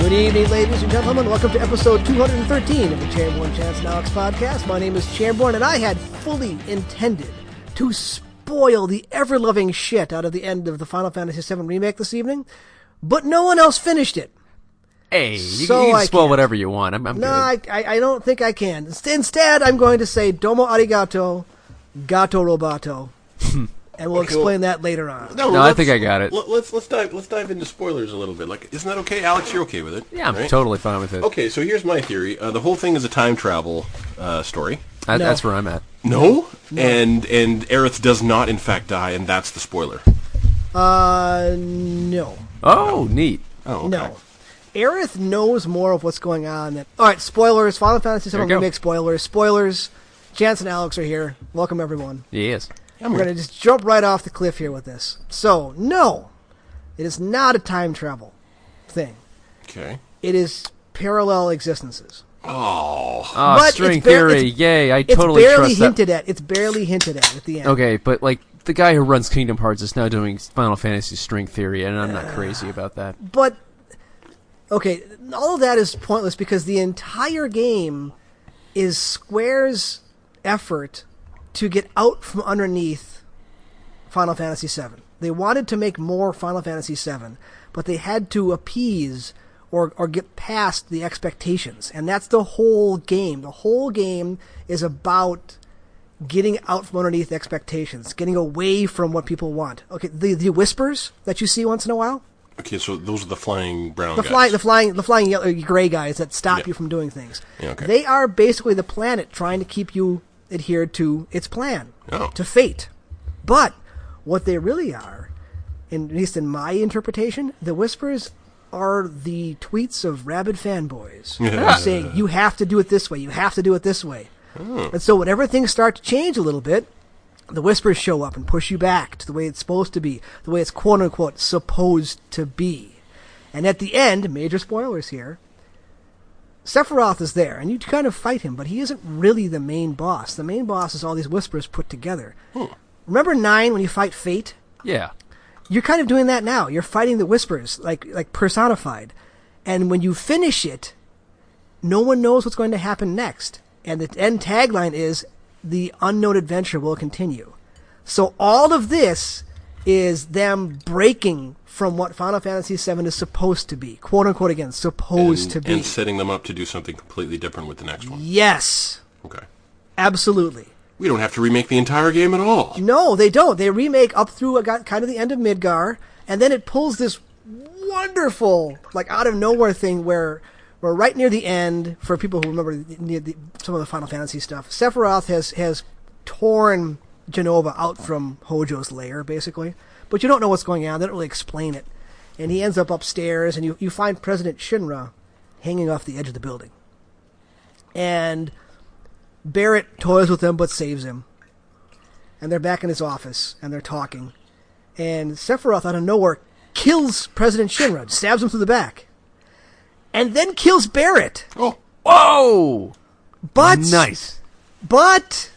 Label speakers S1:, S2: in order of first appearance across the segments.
S1: Good evening, ladies and gentlemen. Welcome to episode 213 of the Chairborn Chance and Alex podcast. My name is Chairborn, and I had fully intended to spoil the ever loving shit out of the end of the Final Fantasy VII Remake this evening, but no one else finished it.
S2: Hey, you,
S1: So
S2: you
S1: I
S2: can spoil
S1: can't.
S2: whatever you want. I'm, I'm
S1: No,
S2: good.
S1: I, I, I don't think I can. Inst- Instead, I'm going to say Domo Arigato, Gato Robato, and we'll
S3: well-
S1: explain that later on.
S2: No, I
S3: let's-
S2: think I got it.
S3: Let, us let's dive let's dive into spoilers a little bit. Like, isn't that okay, Alex? You're okay with it?
S2: yeah, I'm
S3: right?
S2: totally fine with it.
S3: Okay, so here's my theory. Uh, the whole thing is a time travel uh, story.
S2: I,
S1: No.
S2: That's where I'm at.
S3: No? and and Aerith does not in fact die, and that's the spoiler.
S1: Uh, no.
S2: Oh, neat.
S3: Oh, okay.
S1: No. Aerith knows more of what's going on. Than... All right, spoilers. Final Fantasy VII
S2: There you go.
S1: Remake spoilers. Spoilers. Chance and Alex are here. Welcome, everyone.
S2: Yes.
S3: I'm
S1: We're going to just jump right off the cliff here with this. So, no, it is not a time travel thing,
S3: Okay.
S1: it is parallel existences.
S3: Oh,
S2: Oh,
S1: But
S2: string
S1: it's bar-
S2: theory.
S1: it's-
S2: Yay, I
S1: It's
S2: totally
S1: barely
S2: trust that.
S1: hinted at. It's barely hinted at at the end.
S2: Okay, but like the guy who runs Kingdom Hearts is now doing Final Fantasy string theory, and I'm not crazy about that.
S1: But okay, all of that is pointless because the entire game is Square's effort to get out from underneath Final Fantasy VII. They wanted to make more Final Fantasy VII, but they had to appease or or get past the expectations, and that's the whole game. The whole game is about getting out from underneath expectations, getting away from what people want. Okay, the the whispers that you see once in a while,
S3: okay. So those are the flying brown
S1: the
S3: guys.
S1: flying, the flying, the flying yellow, gray guys that stop
S3: Yeah.
S1: you from doing things.
S3: Yeah, okay.
S1: They are basically the planet trying to keep you adhered to its plan,
S3: Oh.
S1: to fate. But what they really are, in, at least in my interpretation, the whispers are the tweets of rabid fanboys
S3: Yeah.
S1: saying you have to do it this way, you have to do it this way. And so whenever things start to change a little bit, the whispers show up and push you back to the way it's supposed to be, the way it's quote unquote supposed to be. And at the end, major spoilers here, Sephiroth is there, and you kind of fight him, but he isn't really the main boss. The main boss is all these whispers put together. Remember nine when you fight Fate?
S2: Yeah.
S1: You're kind of doing that now. You're fighting the whispers, like like personified. And when you finish it, no one knows what's going to happen next. And the end tagline is the unknown adventure will continue. So all of this is them breaking from what Final Fantasy VII is supposed to be, quote unquote again, supposed
S3: and,
S1: to be.
S3: and setting them up to do something completely different with the next one.
S1: Yes,
S3: Okay.
S1: absolutely.
S3: We don't have to remake the entire game at all.
S1: No, they don't. They remake up through a, got- kind of the end of Midgar, and then it pulls this wonderful, like out of nowhere thing where we're right near the end. For people who remember the, near the, some of the Final Fantasy stuff, Sephiroth has has torn Genova out from Hojo's lair, basically. But you don't know what's going on. They don't really explain it, and he ends up upstairs, and you you find President Shinra hanging off the edge of the building, and Barrett toys with him but saves him and they're back in his office and they're talking. And Sephiroth out of nowhere kills President Shinra, stabs him through the back, and then kills Barrett.
S3: Oh,
S2: Whoa!
S1: But
S2: nice.
S1: But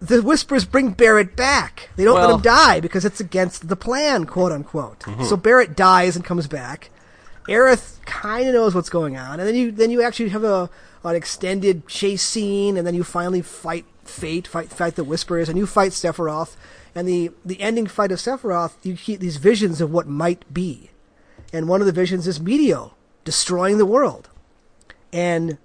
S1: the whispers bring Barrett back. They don't let
S2: Well-
S1: him die because it's against the plan, quote unquote. So Barrett dies and comes back. Aerith kind of knows what's going on, and then you then you actually have a an extended chase scene, and then you finally fight fate, fight fight the whispers, and you fight Sephiroth. And the the ending fight of Sephiroth, you keep these visions of what might be, and one of the visions is Meteo destroying the world, and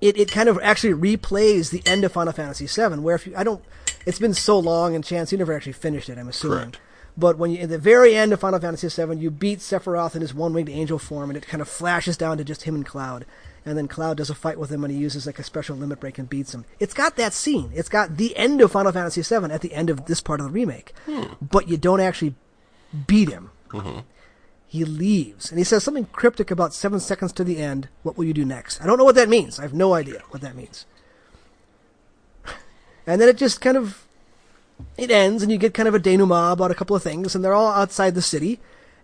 S1: it, it kind of actually replays the end of Final Fantasy VII, where if you, I don't, it's been so long, and Chance, you never actually finished it, I'm assuming.
S3: Correct.
S1: But when you, at the very end of Final Fantasy VII, you beat Sephiroth in his one-winged angel form, and it kind of flashes down to just him and Cloud, and then Cloud does a fight with him, and he uses like a special limit break and beats him. It's got that scene. It's got the end of Final Fantasy VII at the end of this part of the remake, but you don't actually beat him. He leaves, and he says something cryptic about seven seconds to the end. What will you do next? I don't know what that means. I have no idea what that means. And then it just kind of it ends, and you get kind of a denouement about a couple of things, and they're all outside the city,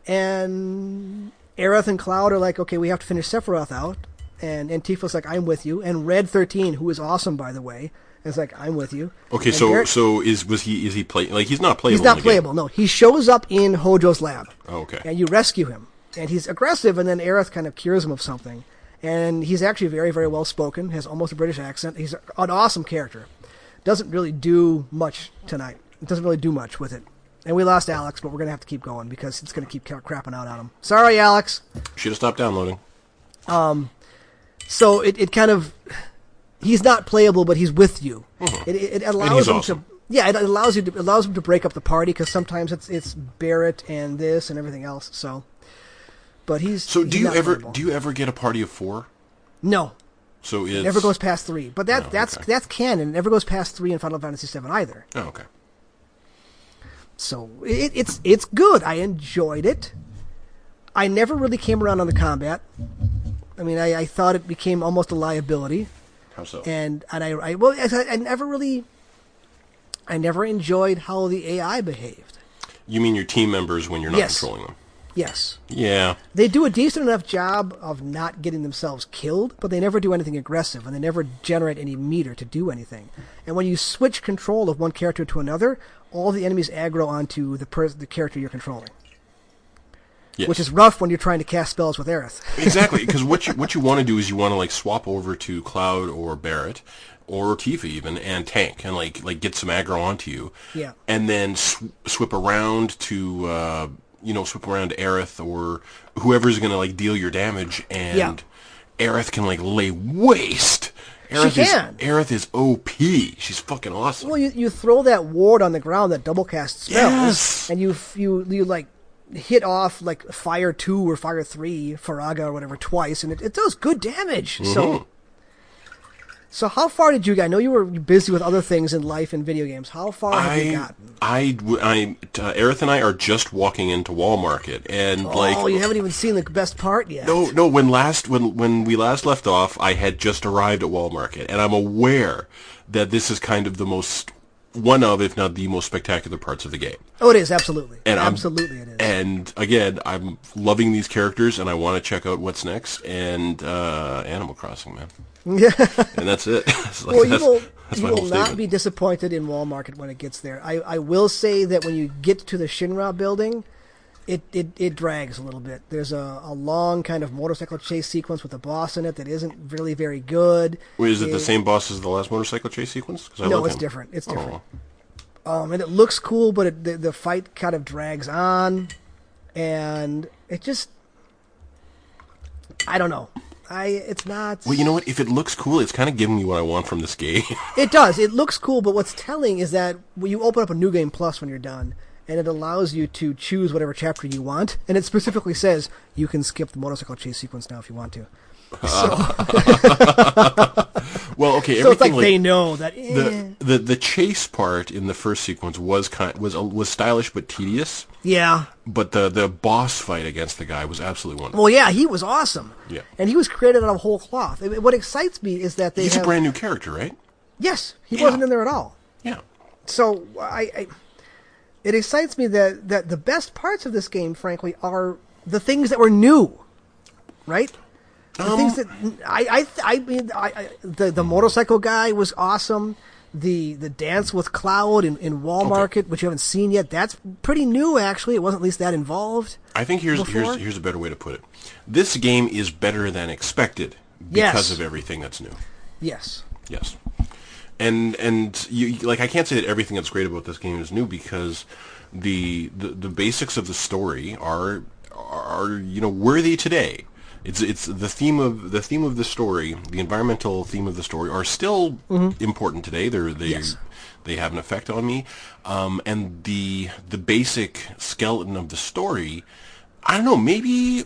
S1: and Aerith and Cloud are like, okay, we have to finish Sephiroth out, and Antifa's like, I'm with you, and Red Thirteen, who is awesome by the way, is like, I'm with you.
S3: okay.
S1: And
S3: So
S1: Barrett-
S3: so is was he is he play like he's not playable?
S1: He's not
S3: in the game.
S1: playable. No, he shows up in Hojo's lab.
S3: Oh, okay.
S1: And you rescue him. and he's aggressive, and then Aerith kind of cures him of something. And he's actually very, very well spoken, has almost a British accent. He's an awesome character. Doesn't really do much tonight. It doesn't really do much with it. And we lost Alex, but we're going to have to keep going because it's going to keep ca- crapping out on him. Sorry, Alex.
S3: Should have stopped downloading.
S1: So it, it kind of. He's not playable, but he's with you. It, it, it allows
S3: Mm-hmm. he's
S1: him
S3: awesome.
S1: to. Yeah, it allows you to, it allows him to break up the party because sometimes it's it's Barrett and this and everything else. So, but he's
S3: So
S1: he's
S3: do you
S1: not
S3: ever
S1: playable.
S3: do you ever get a party of four?
S1: no
S3: So it's
S1: never goes past three. But that
S3: Oh,
S1: that's
S3: okay.
S1: that's canon. It never goes past three in Final Fantasy VII either.
S3: Oh, okay.
S1: So it, it's it's good. I enjoyed it. I never really came around on the combat. I mean, I, I thought it became almost a liability,
S3: How so?
S1: and and I, I well, I, I never really, I never enjoyed how the AI behaved.
S3: you mean your team members when you're not
S1: Yes.
S3: controlling them?
S1: Yes,
S3: Yeah.
S1: they do a decent enough job of not getting themselves killed, but they never do anything aggressive, and they never generate any meter to do anything. And when you switch control of one character to another, all the enemies aggro onto the pers- the character you're controlling,
S3: Yes.
S1: which is rough when you're trying to cast spells with Aerith.
S3: exactly because what you what you want to do is you want to like swap over to Cloud or Barrett or Tifa even and tank and like like get some aggro onto you.
S1: Yeah.
S3: And then sw- swip around to uh, you know swip around to Aerith or whoever's gonna like deal your damage and
S1: Yeah.
S3: Aerith can like lay waste. Aerith
S1: can.
S3: Is, Aerith is OP. She's fucking awesome.
S1: well, you, you throw that ward on the ground that double casts spells,
S3: Yes.
S1: and you f- you you like hit off like fire two or fire three Faraga or whatever twice, and it, it does good damage.
S3: Mm-hmm.
S1: So. So how far did you get? I know you were busy with other things in life and video games. How far have you
S3: I,
S1: gotten?
S3: I, w- I, uh, Aerith and I are just walking into Walmart, and like,
S1: oh, you haven't even seen the best part yet.
S3: No, no. When last, when when we last left off, I had just arrived at Walmart, and I'm aware that this is kind of the most, one of, if not the most spectacular parts of the game.
S1: Oh, it is absolutely,
S3: And I'm-
S1: absolutely it is.
S3: And again, I'm loving these characters, and I want to check out what's next. And uh, Animal Crossing, man,
S1: Yeah.
S3: and that's it. It's like,
S1: Well, you
S3: that's-
S1: will,
S3: that's
S1: you
S3: my
S1: will
S3: whole
S1: not
S3: statement.
S1: be disappointed in Wall Market when it gets there. I, I will say that when you get to the Shinra building, it, it, it drags a little bit. There's a, a long kind of motorcycle chase sequence with a boss in it that isn't really very good.
S3: Wait, is it the same boss as the last motorcycle chase sequence? 'Cause I
S1: No,
S3: love
S1: it's
S3: him.
S1: different. It's
S3: Oh.
S1: different. Um, and it looks cool, but it, the, the fight kind of drags on, and it just I don't know. I it's not.
S3: Well, you know what? If it looks cool, it's kind of giving me what I want from this game.
S1: It does. It looks cool, but what's telling is that when you open up a new game plus when you're done, and it allows you to choose whatever chapter you want, and it specifically says you can skip the motorcycle chase sequence now if you want to.
S3: well, okay.
S1: So it's like,
S3: everything
S1: they know that. eh.
S3: the the the chase part in the first sequence was kind was was stylish but tedious.
S1: yeah.
S3: But the the boss fight against the guy was absolutely wonderful.
S1: Well, yeah, he was awesome.
S3: Yeah.
S1: And he was created out of whole cloth. I mean, What excites me is that they
S3: He's
S1: have.
S3: a brand new character, right?
S1: yes, he
S3: Yeah.
S1: wasn't in there at all.
S3: Yeah.
S1: so I, I it excites me that that the best parts of this game, frankly, are the things that were new, right? The things that I I I mean I, I the the motorcycle guy was awesome. The the dance with Cloud in, in Wall Market, which you haven't seen yet, that's pretty new actually. It wasn't at least that involved.
S3: I think here's
S1: Before?
S3: here's here's a better way to put it. This game is better than expected
S1: Yes.
S3: because of everything that's new.
S1: Yes.
S3: Yes. And and you you- like I can't say that everything that's great about this game is new because the the, the basics of the story are are you know worthy today. It's it's the theme of the theme of the story, the environmental theme of the story are still important today. They're they
S1: Yes.
S3: they have an effect on me. Um, and the the basic skeleton of the story, I don't know, maybe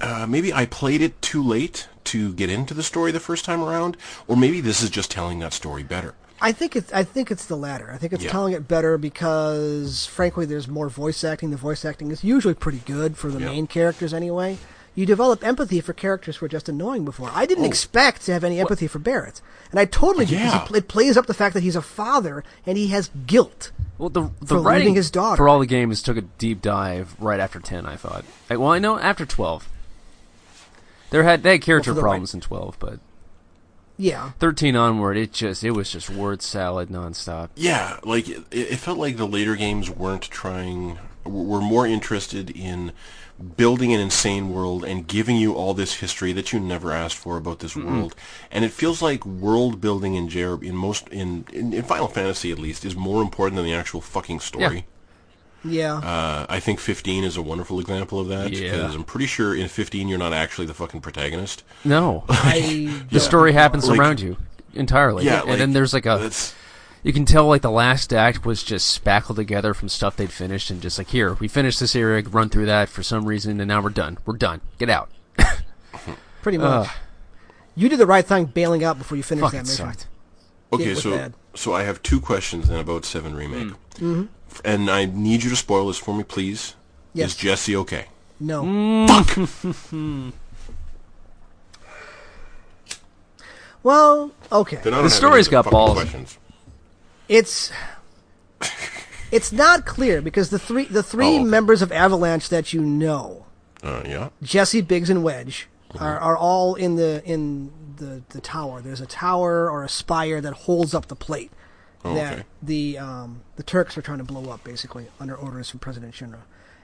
S3: uh, maybe I played it too late to get into the story the first time around, or maybe this is just telling that story better.
S1: I think it's I think it's the latter. I think it's
S3: Yeah.
S1: telling it better because frankly there's more voice acting. The voice acting is usually pretty good for the
S3: Yeah.
S1: main characters anyway. You develop empathy for characters who were just annoying before. I didn't expect to have any empathy for Barrett. And I totally do because he
S3: Oh. Yeah.
S1: pl- it plays up the fact that he's a father and he has guilt.
S2: Well, the the
S1: For
S2: writing
S1: leaving his daughter.
S2: for all the games took a deep dive right after ten. I thought. I, well, I know after twelve. There had they had character
S1: Well, for the
S2: problems in twelve, but
S1: Yeah.
S2: thirteen onward, it just it was just word salad nonstop.
S3: Yeah, like it, it felt like the later games weren't trying were more interested in building an insane world and giving you all this history that you never asked for about this
S2: Mm-hmm.
S3: world. And it feels like world building in JR in most in, in in Final Fantasy at least is more important than the actual fucking story.
S2: Yeah.
S1: Yeah.
S3: Uh, I think 15 is a wonderful example of that
S2: Yeah.
S3: because I'm pretty sure in 15 you're not actually the fucking protagonist.
S2: No,
S1: I,
S2: the story happens
S3: Like-
S2: around you entirely.
S3: Yeah,
S2: and then
S3: like,
S2: there's like a
S3: that's-
S2: you can tell like the last act was just spackled together from stuff they'd finished and just like here we finished this area, run through that for some reason, and now we're done. We're done. Get out.
S1: pretty
S2: uh,
S1: much. you did the right thing bailing out before you finished
S2: Fuck,
S1: that
S2: it
S1: mission.
S2: sucked.
S1: It
S3: okay.
S1: was
S3: So
S1: bad.
S3: so I have two questions then about Seven remake,
S2: Mm. Mm-hmm.
S3: F- and I need you to spoil this for me, please.
S1: Yes.
S3: Is Jesse okay?
S1: No. Fuck. well, okay.
S3: Then I don't
S2: The
S3: have any
S2: story's
S3: other
S2: got
S3: fucking
S2: balls.
S3: Questions.
S1: It's it's not clear because the three the three
S3: Oh.
S1: members of Avalanche that you know,
S3: Uh, yeah.
S1: Jesse, Biggs, and Wedge,
S3: Mm-hmm.
S1: are, are all in the in the, the tower. There's a tower or a spire that holds up the plate that
S3: Oh, okay.
S1: the um, the Turks are trying to blow up, basically under orders from President Shinra.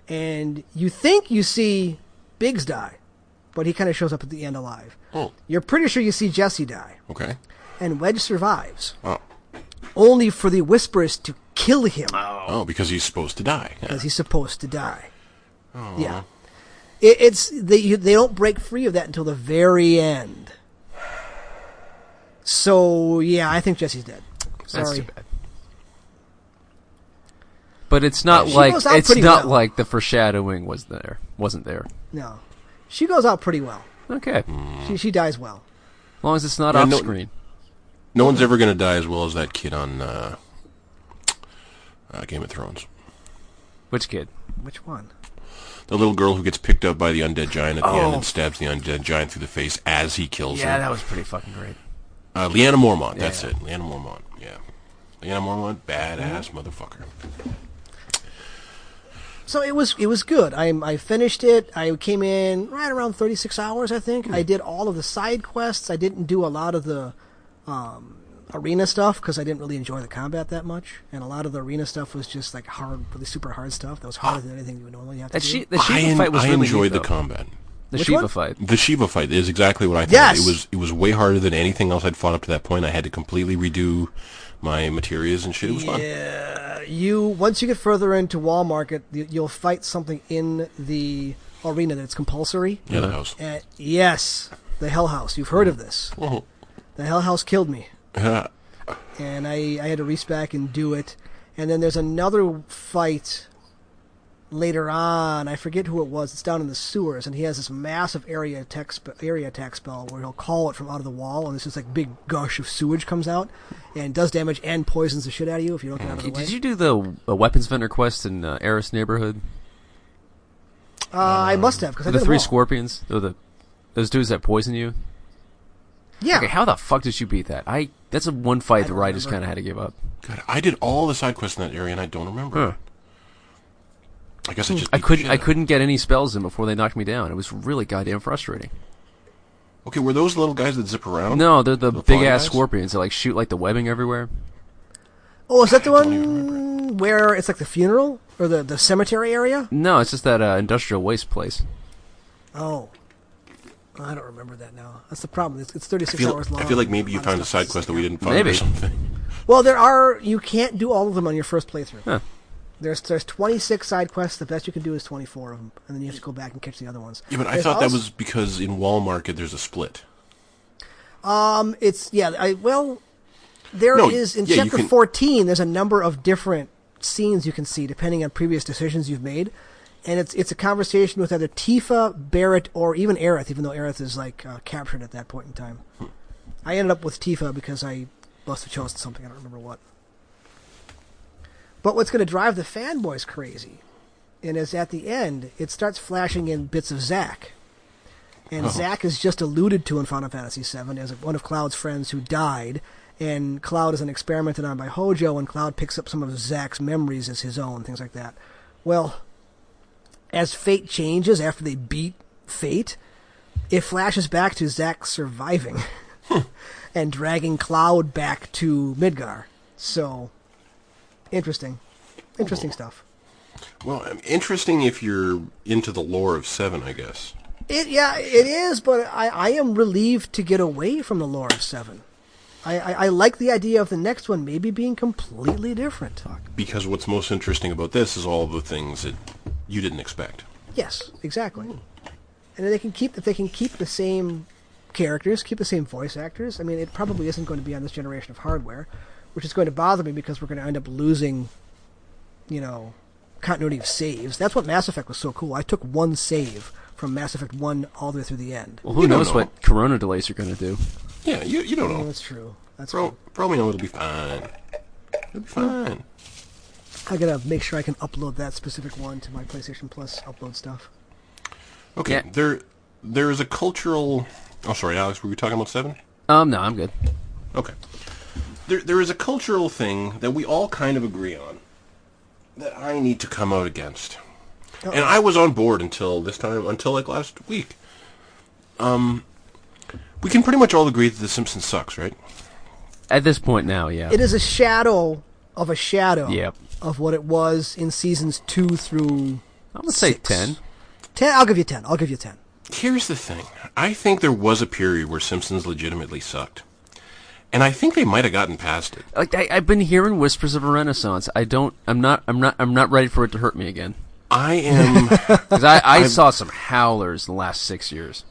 S1: And you think you see Biggs die, but he kind of shows up at the end alive.
S3: Oh.
S1: You're pretty sure you see Jesse die,
S3: Okay.
S1: and Wedge survives,
S3: Oh.
S1: only for the Whisperers to kill him
S3: Oh, because he's supposed to die. Yeah.
S1: because he's supposed to die. Yeah, it, it's they you, they don't break free of that until the very end. So yeah, I think Jesse's dead. Sorry,
S2: That's too bad. But it's not
S1: She
S2: like
S1: goes out
S2: it's
S1: pretty
S2: not
S1: well.
S2: like the foreshadowing was there wasn't there.
S1: no, she goes out pretty well.
S2: Okay,
S1: She she dies well.
S2: as long as it's not
S3: Hmm. Yeah,
S2: off
S3: no-
S2: screen.
S3: No one's ever going to die as well as that kid on uh, uh, Game of Thrones.
S2: Which kid?
S1: Which one?
S3: The little girl who gets picked up by the undead giant at the end
S2: Oh.
S3: and stabs the undead giant through the face as he kills
S2: Yeah,
S3: her.
S2: that was pretty fucking great.
S3: Uh, Leanna Mormont, that's
S2: Yeah.
S3: it. Leanna Mormont, yeah. Leanna Mormont, badass
S2: Mm-hmm.
S3: motherfucker.
S1: So it was it was good. I I finished it. I came in right around thirty six hours, I think.
S2: Hmm.
S1: I did all of the side quests. I didn't do a lot of the um, arena stuff because I didn't really enjoy the combat that much, and a lot of the arena stuff was just like hard, really super hard stuff that was harder than anything you would normally have to
S2: That
S1: do.
S2: she the
S3: I,
S2: Shiva
S3: en-
S2: fight was
S3: I
S2: really neat,
S3: enjoyed the
S2: though.
S3: combat.
S2: The
S1: Which
S2: Shiva
S1: one?
S2: fight.
S3: The Shiva fight is exactly what I thought.
S1: Yes!
S3: It was it was way harder than anything else I'd fought up to that point. I had to completely redo my materials and shit. It was fun.
S1: Uh, you once you get further into Wall Market, you, you'll fight something in the arena that's compulsory.
S3: Yeah, the house.
S1: Uh, yes, the Hell House. You've heard of this? The Hell House killed me.
S3: Oh, Yeah.
S1: and I, I had to reach back and do it. And then there's another fight later on. I forget who it was. It's down in the sewers, and he has this massive area attack spe- area attack spell where he'll call it from out of the wall, and this just like big gush of sewage comes out and does damage and poisons the shit out of you if you don't get out of the way.
S2: Did you do the uh, weapons vendor quest in uh, Eris neighborhood?
S1: uh, I must have because I
S2: the
S1: did them
S2: three
S1: all.
S2: scorpions, or the those dudes that poison you.
S1: Yeah,
S2: Okay, how the fuck did you beat that? I that's a one fight that
S1: don't
S2: I just
S1: remember.
S2: kind of had to give up.
S3: God, I did all the side quests in that area and I don't remember.
S2: Huh.
S3: I guess I just
S2: I
S3: beat the
S2: couldn't
S3: shit
S2: I
S3: out of it.
S2: couldn't get any spells in before they knocked me down. It was really goddamn frustrating.
S3: Okay, were those little guys that zip around?
S2: No, they're the,
S3: The
S2: big
S3: fly
S2: ass
S3: guys?
S2: scorpions that like shoot like the webbing everywhere.
S1: Oh, is that the
S3: I don't even
S1: one where it's like the funeral or the the cemetery area?
S2: No, it's just that uh, industrial waste place.
S1: Oh. I don't remember that now. That's the problem. It's, it's 36
S3: I feel,
S1: hours long.
S3: I feel like maybe
S1: A
S3: you
S1: lot of
S3: found a
S1: stuff
S3: side
S1: is
S3: quest that
S1: stuck
S3: we
S1: out.
S3: didn't find or
S2: Maybe.
S3: something.
S1: Well, there are. You can't do all of them on your first playthrough.
S2: Huh.
S1: There's there's 26 side quests. The best you can do is 24 of them, and then you have to go back and catch the other ones.
S3: Yeah, but I
S1: There's
S3: thought that
S1: also-
S3: was because in Wall Market there's a split.
S1: Um, it's yeah. I well, there is
S3: No,
S1: in
S3: yeah, you
S1: chapter
S3: can-
S1: 14. There's a number of different scenes you can see depending on previous decisions you've made, and it's it's a conversation with either Tifa, Barrett, or even Aerith. Even though Aerith is like uh, captured at that point in time,
S3: Hmm.
S1: I ended up with Tifa because I must have chosen something. I don't remember what. But what's going to drive the fanboys crazy, and is at the end it starts flashing in bits of Zack. And Zack is just alluded to in Final Fantasy VII as one of Cloud's friends who died, and Cloud is an experimented on by Hojo, and Cloud picks up some of Zack's memories as his own, things like that. Well, as fate changes after they beat fate, it flashes back to Zack surviving and dragging Cloud back to Midgar. So, interesting. Interesting stuff.
S3: Well, um, interesting if you're into the lore of Seven, I guess.
S1: It yeah, it is, but I, I am relieved to get away from the lore of Seven. I, I, I like the idea of the next one maybe being completely different.
S3: Because what's most interesting about this is all the things that you didn't expect.
S1: Yes, exactly. And they can keep if they can keep the same characters, keep the same voice actors. I mean, it probably isn't going to be on this generation of hardware, which is going to bother me because we're going to end up losing, you know, continuity of saves. That's what Mass Effect was so cool. I took one save from Mass Effect One all the way through the end.
S2: Well, who
S3: You don't
S2: knows
S3: know.
S2: what corona delays are going to do?
S3: Yeah, you you don't
S1: Oh,
S3: know.
S1: that's true. That's
S3: Pro-
S1: true.
S3: probably know it'll be fine. It'll be fine.
S1: I gotta make sure I can upload that specific one to my PlayStation Plus upload stuff.
S3: Okay,
S2: Yeah.
S3: there there is a cultural. Oh, sorry, Alex. Were we talking about Seven?
S2: Um, no, I'm good.
S3: Okay. There, there is a cultural thing that we all kind of agree on that I need to come out against. And I was on board until this time, until like last week. Um, we can pretty much all agree that The Simpsons sucks, right?
S2: At this point now, yeah.
S1: It is a shadow of a shadow
S2: Yep.
S1: of what it was in seasons two through.
S2: I'm gonna say
S1: six.
S2: ten.
S1: Ten. I'll give you ten. I'll give you ten.
S3: Here's the thing. I think there was a period where Simpsons legitimately sucked. And I think they might have gotten past it.
S2: Like I, I've been hearing whispers of a renaissance. I don't. I'm not. I'm not. I'm not ready for it to hurt me again.
S3: I am
S2: Because I, I saw some howlers in the last six years.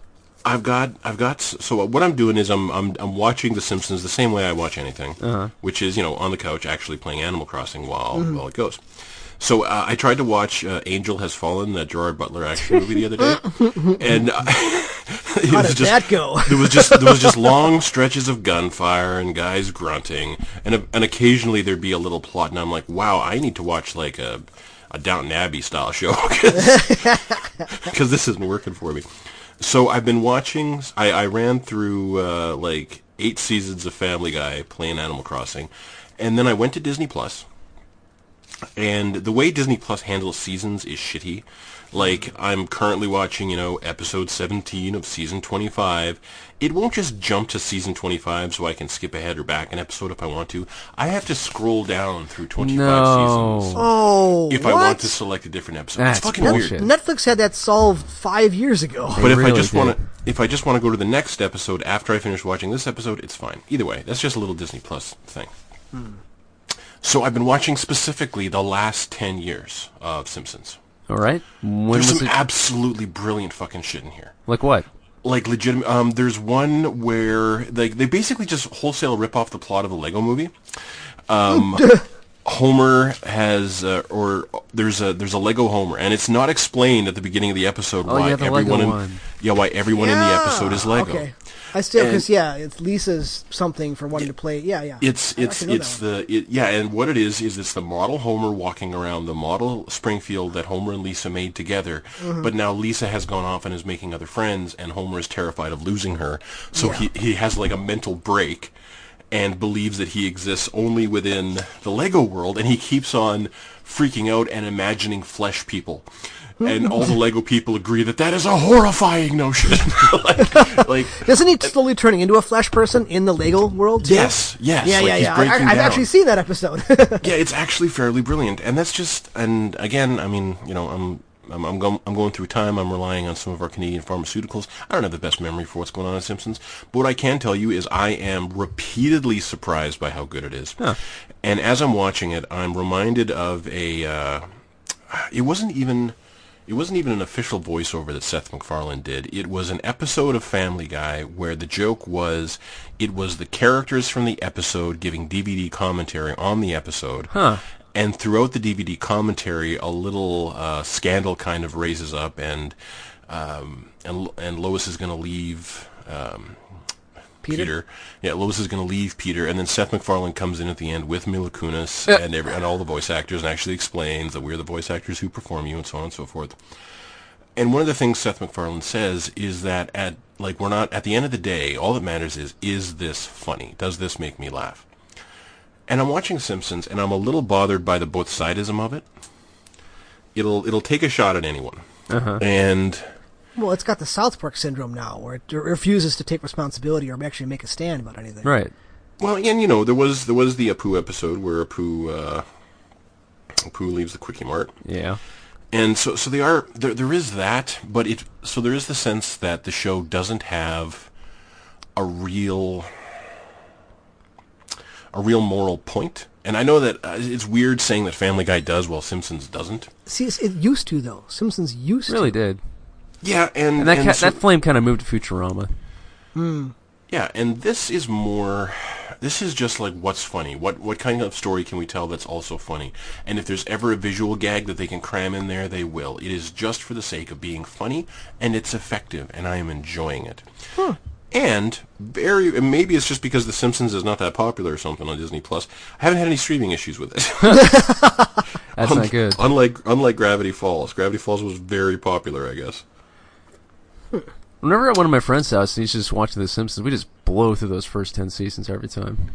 S3: I've got, I've got. So what I'm doing is I'm, I'm, I'm watching The Simpsons the same way I watch anything, which is you know on the couch actually playing Animal Crossing while while it goes. So uh, I tried to watch uh, Angel Has Fallen, that Gerard Butler action movie the other day, and uh, it
S1: How
S3: was
S1: did
S3: just-
S1: that go?
S3: there was just there was just long stretches of gunfire and guys grunting, and and occasionally there'd be a little plot, and I'm like, wow, I need to watch like a a Downton Abbey style show because this isn't working for me. So I've been watching. I, I ran through uh, like eight seasons of Family Guy playing Animal Crossing, and then I went to Disney Plus and the way Disney Plus handles seasons is shitty. Like I'm currently watching, you know, episode 17 of season 25. It won't just jump to season 25 so I can skip ahead or back an episode if I want to. I have to scroll down through 25
S2: No.
S3: seasons
S1: Oh,
S3: if
S1: what?
S3: I want to select a different episode.
S2: That's
S3: it's fucking
S2: bullshit.
S3: weird.
S1: Netflix had that solved five years ago.
S3: But if I
S2: really
S3: just
S2: did.
S3: want to, if I just want to go to the next episode after I finish watching this episode, it's fine. Either way, that's just a little Disney Plus thing. So I've been watching specifically the last ten years of Simpsons.
S2: All right. When
S3: There's
S2: was
S3: some
S2: it?
S3: absolutely brilliant fucking shit in here.
S2: like what?
S3: Like legitimate. Um, there's one where like they basically just wholesale rip off the plot of the Lego Movie. Um, Homer has, uh, or there's a there's a Lego Homer, and it's not explained at the beginning of the episode
S2: Oh,
S3: why
S2: yeah, the Lego
S3: everyone in
S2: one.
S3: yeah why everyone in the
S1: Yeah.
S3: episode is Lego.
S1: Okay. I still
S3: And-
S1: because yeah, it's Lisa's something for wanting to play. Yeah, yeah.
S3: It's
S1: I
S3: it's
S1: actually know
S3: it's
S1: that
S3: the it, yeah, and what it is is it's the model Homer walking around the model Springfield that Homer and Lisa made together.
S1: Mm-hmm.
S3: But now Lisa has gone off and is making other friends, and Homer is terrified of losing her, so he he has like a mental break and believes that he exists only within the Lego world, and he keeps on freaking out and imagining flesh people. And all the Lego people agree that that is a horrifying notion. like, like
S1: Isn't he slowly turning into a flesh person in the Lego world? too?
S3: yes, yes.
S1: Yeah,
S3: like
S1: yeah,
S3: he's
S1: yeah. I,
S3: breaking
S1: have
S3: down.
S1: actually seen that episode.
S3: yeah, it's actually fairly brilliant, and that's just and again, I mean, you know, I'm I'm I'm, go- I'm going through time. I'm relying on some of our Canadian pharmaceuticals. I don't have the best memory for what's going on in Simpsons, but what I can tell you is I am repeatedly surprised by how good it is. And as I'm watching it, I'm reminded of a. Uh, it wasn't even. It wasn't even an official voiceover that Seth MacFarlane did. It was an episode of Family Guy where the joke was it was the characters from the episode giving DVD commentary on the episode. Huh. And throughout the DVD commentary, a little uh, scandal kind of raises up, and um, and and Lois is going to leave. Um, Peter. Yeah, Lois is going to leave Peter, and then Seth MacFarlane comes in at the end with Mila Kunis and, every, and all the voice actors, and actually explains that we're the voice actors who perform you, and so on and so forth. And one of the things Seth MacFarlane says is that at like we're not at the end of the day, all that matters is is this funny? Does this make me laugh? And I'm watching Simpsons, and I'm a little bothered by the both sidism of it. It'll it'll take a shot at anyone, and
S1: well, it's got the South Park syndrome now, where it refuses to take responsibility or actually make a stand about anything.
S2: Right.
S3: Well, and you know there was there was the Apu episode where Apu uh, Pooh leaves the quickie mart.
S2: Yeah.
S3: And so, so they are there. There is that, but it so there is the sense that the show doesn't have a real a real moral point. And I know that uh, it's weird saying that Family Guy does while Simpsons doesn't.
S1: See, it's- it used to though. Simpsons used to.
S2: Really did.
S3: Yeah, and
S2: And that
S3: and
S2: ca-
S3: so-
S2: that flame kind of moved to Futurama.
S3: yeah, and this is more. This is just like what's funny. What what kind of story can we tell that's also funny? And if there's ever a visual gag that they can cram in there, they will. It is just for the sake of being funny, and it's effective, and I am enjoying it. And very and maybe it's just because The Simpsons is not that popular or something on Disney Plus. I haven't had any streaming issues with it.
S2: That's not good.
S3: Unlike unlike Gravity Falls, Gravity Falls was very popular, I guess.
S2: Whenever at one of my friends' house and he's just watching The Simpsons, we just blow through those first ten seasons every time.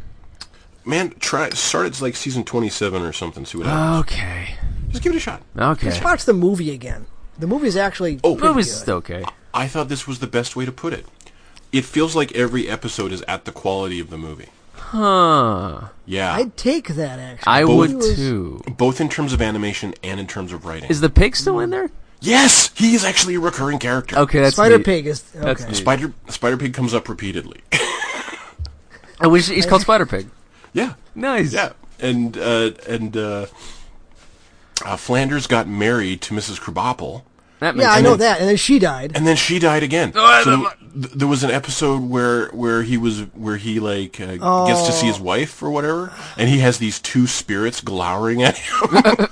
S3: Man, try start at like season twenty seven or something. See
S2: Uh,
S3: what happens.
S2: Okay.
S3: Just give it a shot.
S2: Okay.
S1: Watch the movie again. The movie's actually
S3: Oh,
S2: It
S1: pretty
S2: was
S1: good.
S2: okay.
S3: I thought this was the best way to put it. It feels like every episode is at the quality of the movie.
S2: Huh.
S3: Yeah,
S1: I'd take that actually.
S2: I
S3: Both-
S2: would
S1: He was-
S2: too.
S3: both in terms of animation and in terms of writing.
S2: Is the pig still in there?
S3: yes, he is actually a recurring character.
S2: Okay, that's
S1: Spider
S2: neat.
S1: Pig is okay.
S2: That's neat.
S3: Spider Spider Pig comes up repeatedly.
S2: I wish he's called Spider Pig.
S3: yeah,
S2: Nice.
S3: yeah, and uh, and uh, uh, Flanders got married to Mrs. Krabappel.
S2: That makes
S1: yeah, I
S2: sense.
S1: know that. And then she died.
S3: and then she died again.
S2: I
S3: so
S2: love-
S3: th- there was an episode where where he was where he like uh, gets to see
S1: Oh.
S3: his wife or whatever, and he has these two spirits glowering at him.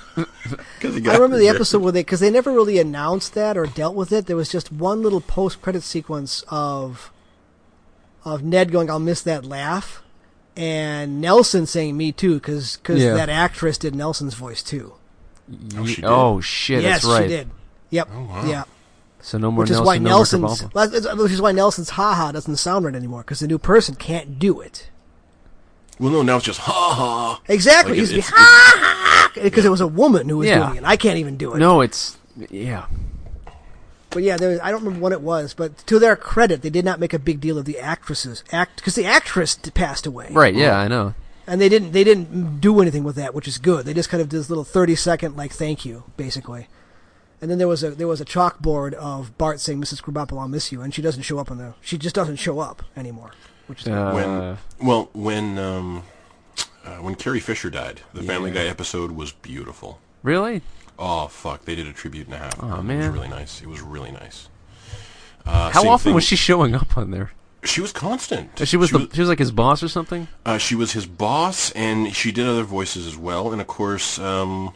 S3: 'Cause he got
S1: I remember the
S3: married.
S1: episode where they because they never really announced that or dealt with it. There was just one little post credit sequence of of Ned going, "I'll miss that laugh," and Nelson saying, "Me too," because
S2: Yeah.
S1: that actress did Nelson's voice too.
S3: Oh, she did.
S2: Oh shit,
S1: yes,
S2: that's right.
S1: she did. Yep.
S3: Oh,
S1: Yeah.
S2: So no more
S1: Which is
S2: Nelson,
S1: why
S2: no more
S1: Nelson's
S2: Kabamba.
S1: that's- uh, which is why Nelson's haha doesn't sound right anymore because the new person can't do it.
S3: Well, no, now it's just ha ha.
S1: Exactly.
S3: Like,
S1: He's
S3: it's-
S1: because ha because it was a woman who was
S2: Yeah.
S1: doing it. I can't even do it.
S2: No, it's yeah.
S1: But yeah, there was, I don't remember what it was, but to their credit, they did not make a big deal of the actresses act because the actress d- passed away,
S2: Right, yeah, I know.
S1: And they didn't they didn't do anything with that, which is good. They just kind of did this little thirty second like thank you, basically. And then there was a there was a chalkboard of Bart saying, "Mrs. Krabappel, I'll miss you," and she doesn't show up on the she just doesn't show up anymore, which is
S2: Uh,
S3: When well when um uh, when Carrie Fisher died, the Family Guy episode was beautiful.
S2: really?
S3: Oh fuck, they did a tribute and a half.
S2: Aw,
S3: it
S2: Oh, man.
S3: was really nice. It was really nice. Uh,
S2: How
S3: same
S2: often
S3: thing-
S2: was she showing up on there?
S3: She was constant.
S2: She was the she was like his boss or something.
S3: Uh, she was his boss, and she did other voices as well. And of course, um,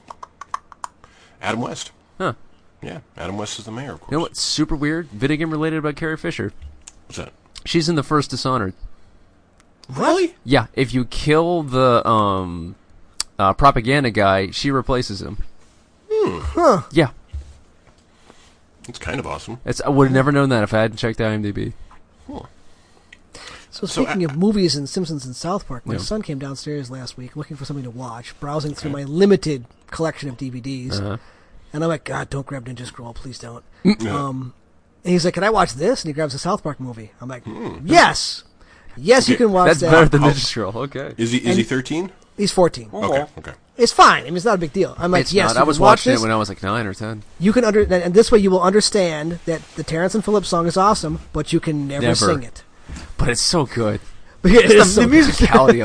S3: Adam West.
S2: Huh.
S3: Yeah, Adam West is the mayor, of course.
S2: You know what's super weird? Video game related about Carrie Fisher.
S3: What's that?
S2: She's in the first Dishonored.
S3: Really?
S2: Yeah, if you kill the um uh, propaganda guy, she replaces him.
S1: Hmm.
S2: Huh. Yeah,
S3: It's kind of awesome.
S2: it's, I would have never known that if I hadn't checked IMDb. Um,
S1: So
S3: So,
S1: speaking of movies and Simpsons and South Park, my
S2: uh, Yeah.
S1: son came downstairs last week looking for something to watch, browsing through my limited collection of DVDs,
S2: Uh-huh.
S1: and I'm like, God, don't grab Ninja Scroll, please don't. um, and he's like, Can I watch this? And he grabs a South Park movie. I'm like, Yes, yes, you can watch
S2: Hmm. That's
S1: that. Oh.
S2: better than Oh, Ninja Scroll. Okay.
S3: Is he is he thirteen?
S1: He's 14.
S3: Okay, okay.
S1: It's fine. I mean, it's not a big deal. I'm like,
S2: It's
S1: Yes,
S2: not.
S1: you
S2: I
S1: can
S2: was
S1: watch
S2: watching
S1: this.
S2: it when I was like nine or ten.
S1: you can under, and this way you will understand that the Terrence and Phillips song is awesome, but you can never,
S2: Never.
S1: sing it.
S2: But it's so good.
S1: But it
S2: It's
S1: is
S2: the,
S1: so
S2: the
S1: good.
S2: musicality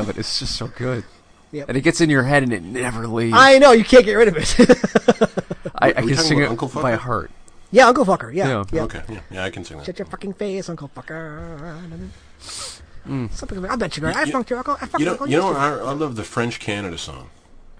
S2: of it is just so good.
S1: Yep.
S2: And it gets in your head and it never leaves. I,
S1: I know you can't get rid of it.
S2: I,
S3: we
S2: can
S3: talking
S2: sing
S3: about
S2: it
S3: Uncle Fucker?
S2: by heart.
S1: yeah, Uncle Fucker.
S2: Yeah.
S1: Yeah, yeah.
S3: Okay, yeah, yeah, I can sing that.
S1: Shut your fucking face, Uncle Fucker.
S2: Mm.
S1: Something about, I bet you, girl. I fucked your uncle. I fucked
S3: You
S1: your
S3: know,
S1: uncle.
S3: you know,
S1: yesterday."
S3: I, I love the French Canada song.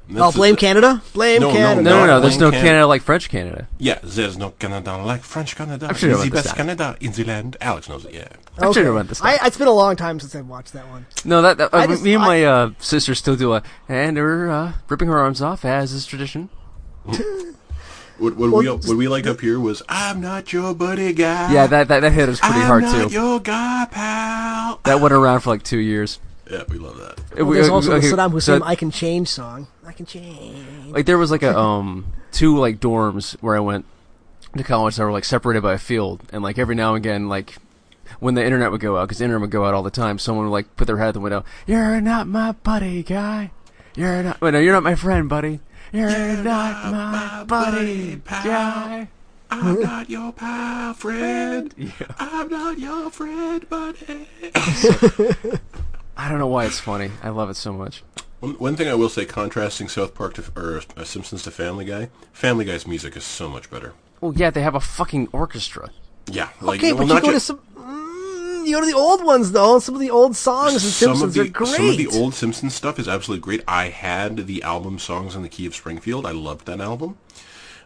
S3: And
S1: Oh,
S3: that's
S1: blame
S3: the-
S1: Canada? Blame
S3: No, no,
S1: Canada.
S2: No, no, no. There's no
S3: Canada.
S2: Canada like French Canada.
S3: Yeah, there's no Canada like French Canada.
S2: I'm sure
S3: It's
S2: about
S3: the
S2: this
S3: best
S2: guy.
S3: Canada in the land. Alex knows it. Yeah.
S2: I should have read this
S1: I,
S2: stuff.
S1: it's been a long time since I've watched that one.
S2: No, that, that uh,
S1: I just-
S2: me and
S1: I-
S2: my uh, sister still do a and her uh, ripping her arms off as is tradition.
S3: What, what we
S1: Well,
S3: what we like up here was I'm not your buddy guy.
S1: Ah.
S2: Yeah, that that, that hit us pretty
S3: I'm
S2: hard too.
S3: not your guy pal.
S2: That went around for like two years.
S3: Yeah, we love that.
S1: Well, there's also
S2: uh, okay,
S1: the Saddam
S2: so-
S1: Hussein "I Can Change" song. I can change.
S2: like there was like a um two like dorms where I went to college that were like separated by a field, and like every now and again, like when the internet would go out, because the internet would go out all the time, someone would like put their head out the window. You're not my buddy, guy. You're not. Wait, no, you're not my friend, buddy. You're not my buddy, guy.
S3: I'm not your pal friend. I'm not your friend, buddy.
S2: I don't know why it's funny. I love it so much.
S3: One, one thing I will say, contrasting South Park to or uh, Simpsons to Family Guy, Family Guy's music is so much better.
S2: Well, yeah, they have a fucking orchestra.
S3: Yeah, like,
S1: Okay,
S3: well,
S1: but you
S3: not
S1: go
S3: ju-
S1: to some. Mm, you go to the old ones though. and Some of the old songs in
S3: some of
S1: Simpsons
S3: the
S1: are great.
S3: some of the old Simpsons stuff is absolutely great. I had the album "Songs in the Key of Springfield." I loved that album,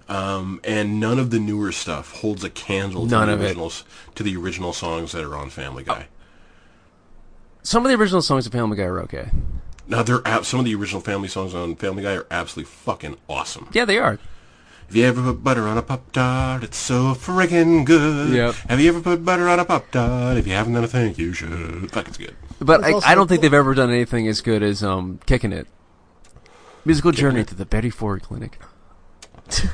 S3: um, and none of the newer stuff holds a candle to
S2: None
S3: the
S2: of it.
S3: originals to the original songs that are on Family Guy.
S2: Some of the original songs of Family Guy are okay.
S3: Now, they're ab- some of the original Family songs on Family Guy are absolutely fucking awesome.
S2: Yeah, they are.
S3: Have you ever put butter on a pop tart? It's so friggin' good.
S2: Yep.
S3: Have you ever put butter on a pop tart? If you haven't done a thing, you should. Fuck, it's good.
S2: But
S1: There's
S2: I,
S1: also-
S2: I don't think they've ever done anything as good as um, Kicking It. Musical Journey to the Betty Ford Clinic.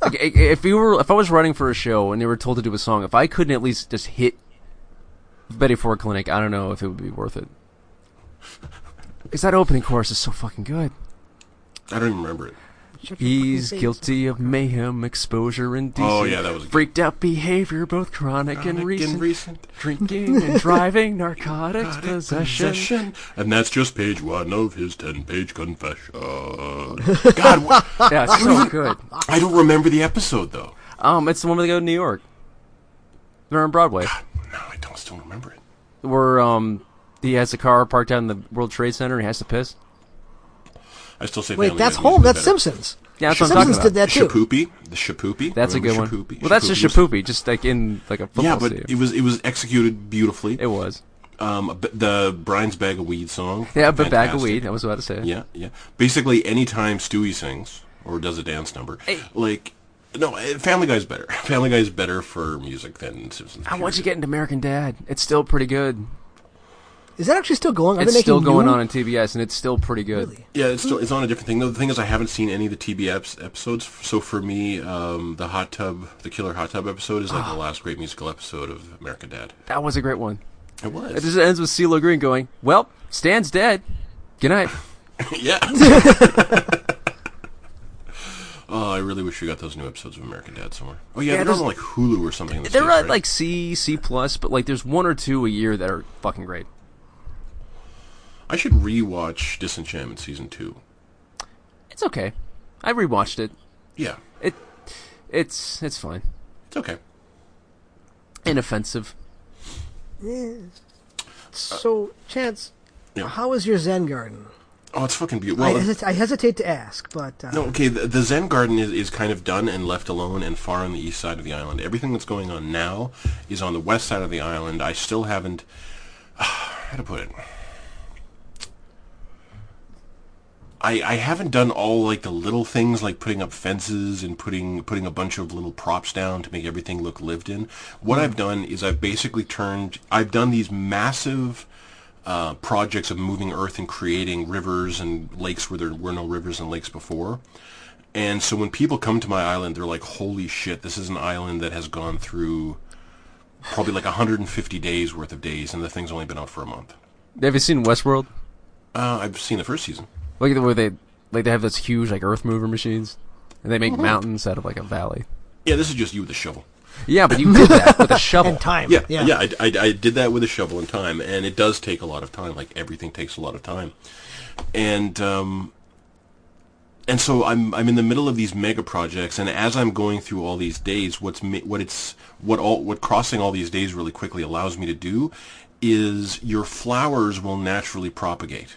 S2: Like, i- i- if you were, if I was writing for a show and they were told to do a song, if I couldn't at least just hit Betty Ford Clinic, I don't know if it would be worth it. Because that opening chorus is so fucking good.
S3: I don't even remember it.
S2: He's guilty of mayhem, exposure, and
S3: Oh, yeah, that was good.
S2: freaked out behavior, both chronic, and recent.
S3: recent.
S2: Drinking and driving, narcotics, possession.
S3: Possession. And that's just page one of his ten-page confession. God, wha-
S2: Yeah, it's so good.
S3: I don't remember the episode though.
S2: Um, it's the one where they go to New York. They're on Broadway,
S3: No, I don't still remember it.
S2: where um he has the car parked out in the World Trade Center and he has to piss.
S3: I still say.
S1: Wait,
S3: Family
S1: that's
S3: Guy's music
S1: home.
S3: is
S1: That's
S3: better.
S1: Simpsons.
S2: Yeah, that's what I'm talking
S1: Simpsons did
S2: about.
S1: that too.
S3: Shapoopy, the Shapoopy.
S2: That's a good
S3: Remember
S2: one.
S3: Shapoopy?
S2: Well, that's just
S3: Shapoopy was-
S2: Shapoopy, just like in like a football
S3: Yeah, but
S2: stadium.
S3: it was it was executed beautifully.
S2: It was.
S3: Um, b- the Brian's Bag of Weed song.
S2: Yeah, but bag of
S3: Fantastic.
S2: weed. I was about to say.
S3: Yeah, yeah. Basically, anytime Stewie sings or does a dance number, like, no, eh, Family Guy's better. Family Guy's better for music than Simpsons.
S2: I want you get into American Dad. It's still pretty good.
S1: Is that actually still going? Are
S2: It's
S1: they making
S2: still going
S1: new?
S2: on in TBS, and it's still pretty good.
S1: Really?
S3: Yeah, it's still it's on a different thing. though. The thing is, I haven't seen any of the TBS episodes. So for me, um, the hot tub, the killer hot tub episode, is like
S2: Ah.
S3: the last great musical episode of American Dad.
S2: That was a great one.
S3: It
S2: It
S3: was.
S2: just ends with CeeLo Green going, "Well, Stan's dead. Good night."
S3: yeah. oh, I really wish we got those new episodes of American Dad somewhere. Oh yeah,
S2: Yeah,
S3: they're on
S2: those-
S3: like Hulu or something. in the
S2: They're
S3: States,
S2: at
S3: right?
S2: like C, C plus, but like there's one or two a year that are fucking great.
S3: I should rewatch Disenchantment season two.
S2: It's okay. I rewatched it.
S3: Yeah,
S2: It it's it's fine.
S3: it's okay.
S2: Inoffensive.
S1: So, Chance,
S3: Yeah.
S1: how is your Zen garden?
S3: Oh, it's fucking beautiful.
S1: I,
S3: Well,
S1: hesit- I hesitate to ask, but uh,
S3: no, okay, the, the Zen Garden is, is kind of done and left alone and far on the east side of the island. Everything that's going on now is on the west side of the island. I still haven't... How to put it? I, I haven't done all like the little things like putting up fences and putting putting a bunch of little props down to make everything look lived in. What I've done is I've basically turned I've done these massive uh, projects of moving earth and creating rivers and lakes where there were no rivers and lakes before. And so when people come to my island, they're like, "Holy shit! This is an island that has gone through probably like 150 days worth of days, and the thing's only been out for a month."
S2: Have you seen Westworld?
S3: Uh, I've seen the first season.
S2: Like where they like they have those huge like earth mover machines, and they make
S1: Mm-hmm.
S2: mountains out of like a valley.
S3: Yeah, this is just you with a shovel.
S2: Yeah, but you did that with a shovel.
S1: and time.
S3: Yeah, yeah. I, I, I did that with a shovel in time, and it does take a lot of time. Like everything takes a lot of time, and um, and so I'm I'm in the middle of these mega projects, and as I'm going through all these days, what's ma- what it's what all what crossing all these days really quickly allows me to do is your flowers will naturally propagate.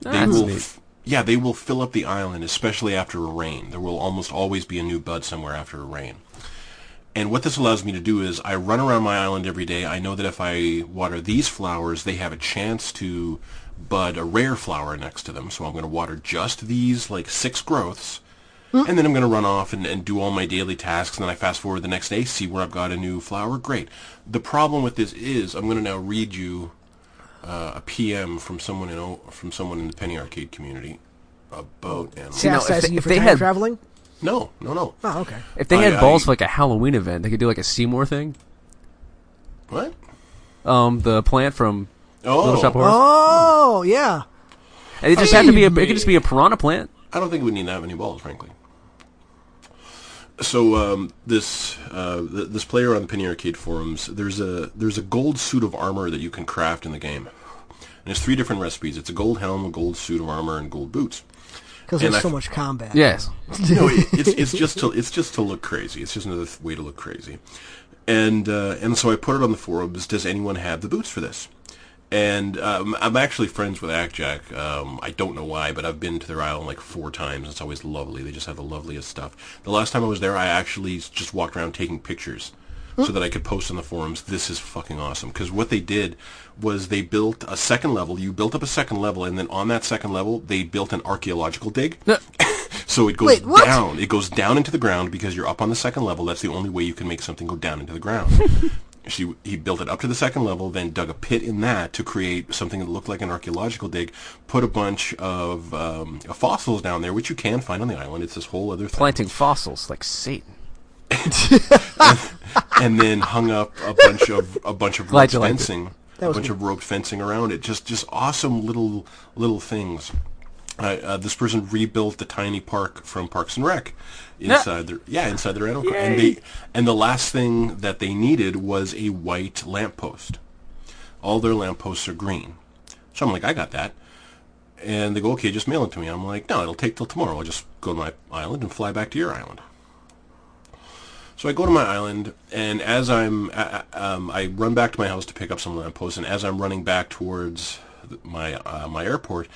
S3: They
S2: Oh, That's
S3: will,
S2: neat.
S3: f- yeah, they will fill up the island, especially after a rain. There will almost always be a new bud somewhere after a rain. And what this allows me to do is I run around my island every day. I know that if I water these flowers, they have a chance to bud a rare flower next to them. So I'm going to water just these like six growths. And then I'm going to run off and, and do all my daily tasks. And then I fast forward the next day, see where I've got a new flower. Great. The problem with this is I'm going to now read you uh, a PM from someone in O- from someone in the Penny Arcade community about animals.
S2: now, if
S1: Chastising
S2: they-
S1: you
S2: if
S1: for
S2: they
S1: time
S2: had-
S1: traveling.
S3: No, no, no.
S1: Oh, okay.
S2: If they
S3: I-
S2: had
S3: I-
S2: balls for like a Halloween event, they could do like a Seymour thing.
S3: What?
S2: Um, the plant from
S3: Oh,
S2: Little Shop of Horrors.
S1: Oh, yeah.
S2: And it just had to be a. It could just be a piranha plant.
S3: I don't think we need that many balls, frankly. So um, this uh, th- this player on the Penny Arcade forums, there's a there's a gold suit of armor that you can craft in the game, and it's three different recipes. It's a gold helm, a gold suit of armor, and gold boots.
S1: because
S3: And
S1: there's
S3: I-
S1: so much combat.
S2: Yes.
S3: no, it, it's it's just to it's just to look crazy. It's just another th- way to look crazy. And uh, and so I put it on the forums. Does anyone have the boots for this? And um, I'm actually friends with Ackjack. Um, I don't know why, but I've been to their island like four times. It's always lovely. They just have the loveliest stuff. The last time I was there, I actually s- just walked around taking pictures so that I could post on the forums. This is fucking awesome. Because what they did was they built a second level. You built up a second level, and then on that second level, they built an archaeological dig. So it goes
S1: Wait, what?
S3: down. It goes down into the ground because you're up on the second level. That's the only way you can make something go down into the ground. she he built it up to the second level, then dug a pit in that to create something that looked like an archaeological dig. Put a bunch of um, fossils down there, which you can find on the island. It's this whole other thing.
S2: Planting fossils like Satan.
S3: and then hung up a bunch of a bunch of
S2: Glad
S3: rope
S2: you liked it.
S3: fencing,
S1: That
S3: a
S1: was
S3: bunch of rope fencing around it. Just just awesome little little things. Uh, uh, this person rebuilt the tiny park from Parks and Rec inside their yeah inside their animal park. and they and the last thing that they needed was a white lamppost. All their lampposts are green, so I'm like I got that. And they go, okay, just mail it to me. I'm like, no, it'll take till tomorrow. I'll just go to my island and fly back to your island. So I go to my island, and as I'm, I, um, I run back to my house to pick up some lampposts, and as I'm running back towards th- my uh, my airport,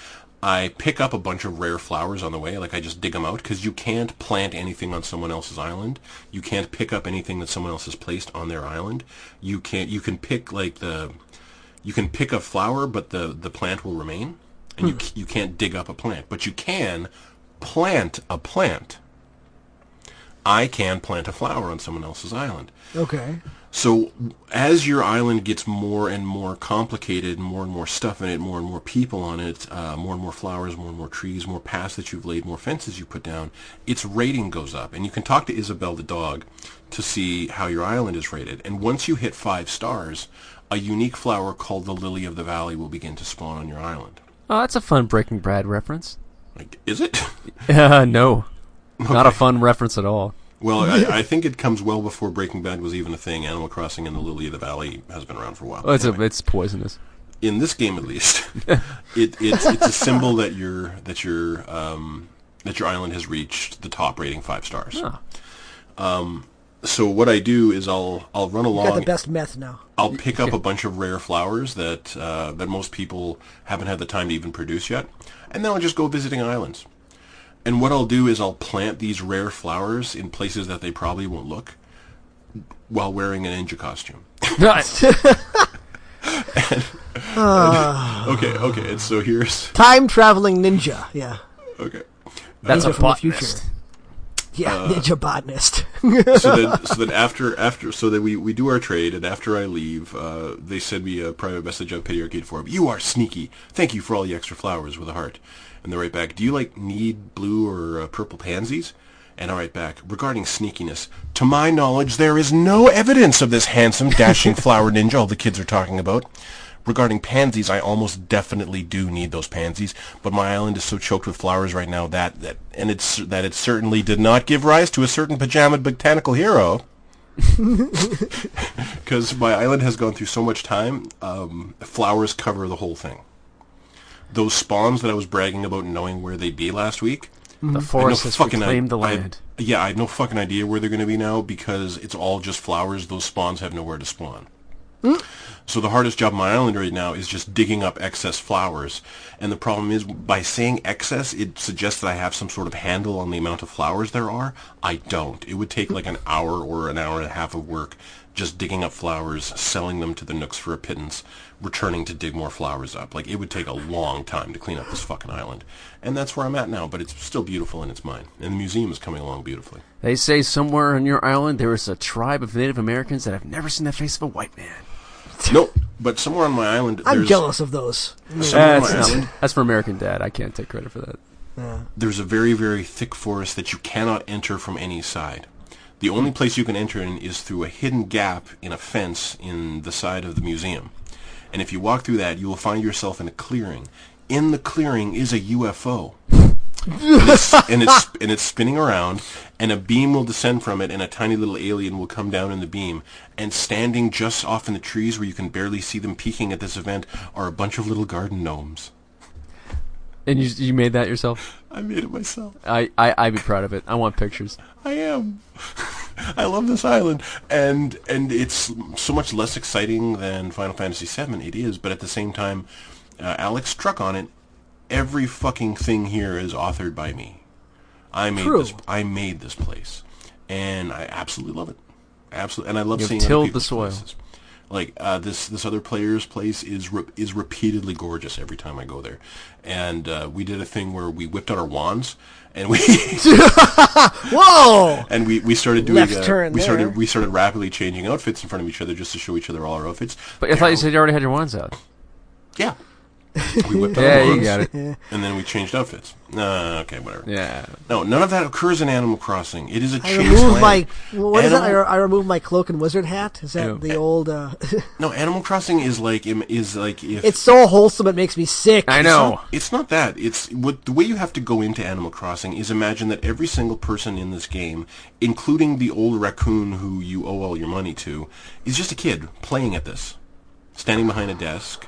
S3: I pick up a bunch of rare flowers on the way. Like I just dig them out because you can't plant anything on someone else's island. You can't pick up anything that someone else has placed on their island. You can't. You can pick like the, you can pick a flower, but the the plant will remain, and you c- you can't dig up a plant, but you can plant a plant. I can plant a flower on someone else's island.
S1: Okay.
S3: So as your island gets more and more complicated, more and more stuff in it, more and more people on it, uh, more and more flowers, more and more trees, more paths that you've laid, more fences you put down, its rating goes up. And you can talk to Isabel the dog to see how your island is rated. And once you hit five stars, a unique flower called the Lily of the Valley will begin to spawn on your island.
S2: Oh, that's a fun Breaking Brad reference.
S3: Like, is it?
S2: Uh, no. Not a fun reference at all.
S3: Well, I, I think it comes well before Breaking Bad was even a thing. Animal Crossing and the Lily of the Valley has been around for a while.
S2: Oh, it's, a,
S3: Anyway,
S2: it's poisonous.
S3: in this game at least, it, it's it's a symbol that your that your um, that your island has reached the top rating five stars. Um,
S2: Ah.
S3: So what I do is I'll I'll run along.
S1: Got the best meth now.
S3: I'll pick up a bunch of rare flowers that uh, that most people haven't had the time to even produce yet, and then I'll just go visiting islands. And what I'll do is I'll plant these rare flowers in places that they probably won't look, while wearing an ninja costume. Okay, okay. And so here's
S1: Time traveling ninja. Yeah.
S3: okay.
S2: that's
S1: Ninja
S2: a
S1: from the future.
S2: botanist.
S1: Yeah,
S3: Uh,
S1: ninja botanist.
S3: so then, so then after after so that we we do our trade, and after I leave, uh, they send me a private message on Pity Arcade forum. You are sneaky. Thank you for all the extra flowers with a heart. And they write back, Do you like need blue or uh, purple pansies? And I write back, regarding sneakiness, to my knowledge, there is no evidence of this handsome, dashing flower ninja all the kids are talking about. Regarding pansies, I almost definitely do need those pansies, but my island is so choked with flowers right now that, that and it's that it certainly did not give rise to a certain pajamaed botanical hero. Because my island has gone through so much time, um, flowers cover the whole thing. Those spawns that I was bragging about knowing where they'd be last week,
S2: The
S3: I had
S2: forest has reclaimed
S3: i-
S2: the
S3: I-
S2: land.
S3: yeah, I have no fucking idea where they're going to be now because it's all just flowers. Those spawns have nowhere to spawn. So the hardest job on my island right now is just digging up excess flowers. And the problem is, by saying excess, it suggests that I have some sort of handle on the amount of flowers there are. I don't. It would take like an hour or an hour and a half of work just digging up flowers, selling them to the nooks for a pittance, returning to dig more flowers up. Like, it would take a long time to clean up this fucking island. And that's where I'm at now, but it's still beautiful and it's mine. And the museum is coming along beautifully.
S2: They say somewhere on your island there is a tribe of Native Americans that have never seen the face of a white man.
S3: No, but somewhere on my island,
S1: I'm
S3: there's,
S1: jealous of those.
S3: somewhere on my
S2: That's,
S3: island,
S2: not, that's for American Dad. I can't take credit for that.
S3: there's a very, very thick forest that you cannot enter from any side. The only place you can enter in is through a hidden gap in a fence in the side of the museum. And if you walk through that, you will find yourself in a clearing. In the clearing is a UFO. and it's, and it's and it's spinning around, and a beam will descend from it, and a tiny little alien will come down in the beam. And standing just off in the trees, where you can barely see them peeking at this event, are a bunch of little garden gnomes.
S2: And you you made that yourself?
S3: I made it myself.
S2: I, I I'd be proud of it. I want pictures.
S3: I am. I love this island, and and it's so much less exciting than Final Fantasy VII. It is, but at the same time, uh, Alex struck on it. Every fucking thing here is authored by me. I made
S1: True.
S3: this. I made this place, and I absolutely love it. Absolutely, and I love
S2: You've
S3: seeing other
S2: tilled the
S3: people's
S2: soil.
S3: places. Like uh, this, this other player's place is re- is repeatedly gorgeous every time I go there, and uh, we did a thing where we whipped out our wands and we
S1: Whoa!
S3: and we, we started doing
S1: Left
S3: uh,
S1: turn
S3: we
S1: there.
S3: started we started rapidly changing outfits in front of each other just to show each other all our outfits.
S2: But I thought you said you already had your wands out.
S3: yeah. We whipped out
S2: Yeah,
S3: our
S2: you
S3: wands,
S2: got it.
S3: and then we changed outfits. Uh, okay, whatever.
S2: Yeah.
S3: No, none of that occurs in Animal Crossing. It is a
S1: I
S3: changed
S1: removed
S3: land.
S1: my what is that? I,
S3: Animal-
S1: re- I removed my cloak and wizard hat. Is that
S2: Ew.
S1: the old? Uh,
S3: no, Animal Crossing is like im- is like if
S1: it's so wholesome it makes me sick.
S2: I
S3: It's
S2: know.
S3: not- it's not that. It's what the way you have to go into Animal Crossing is imagine that every single person in this game, including the old raccoon who you owe all your money to, is just a kid playing at this, standing behind a desk,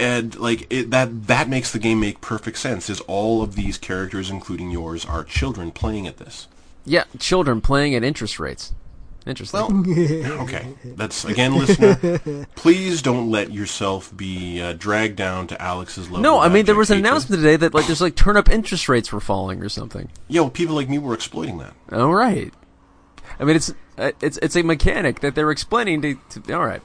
S3: and like it, that. That makes the game make perfect sense. Is all of these characters, including yours, are children playing at this?
S2: Yeah, children playing at interest rates. Interesting.
S3: Well, okay. That's again, listener. Please don't let yourself be uh, dragged down to Alex's level.
S2: no,
S3: of
S2: I mean there
S3: abject
S2: was an
S3: hatred.
S2: announcement today that like there's like turnip interest rates were falling or something.
S3: Yeah, well, people like me were exploiting that.
S2: All right. I mean it's uh, it's it's a mechanic that they're explaining to, to all right.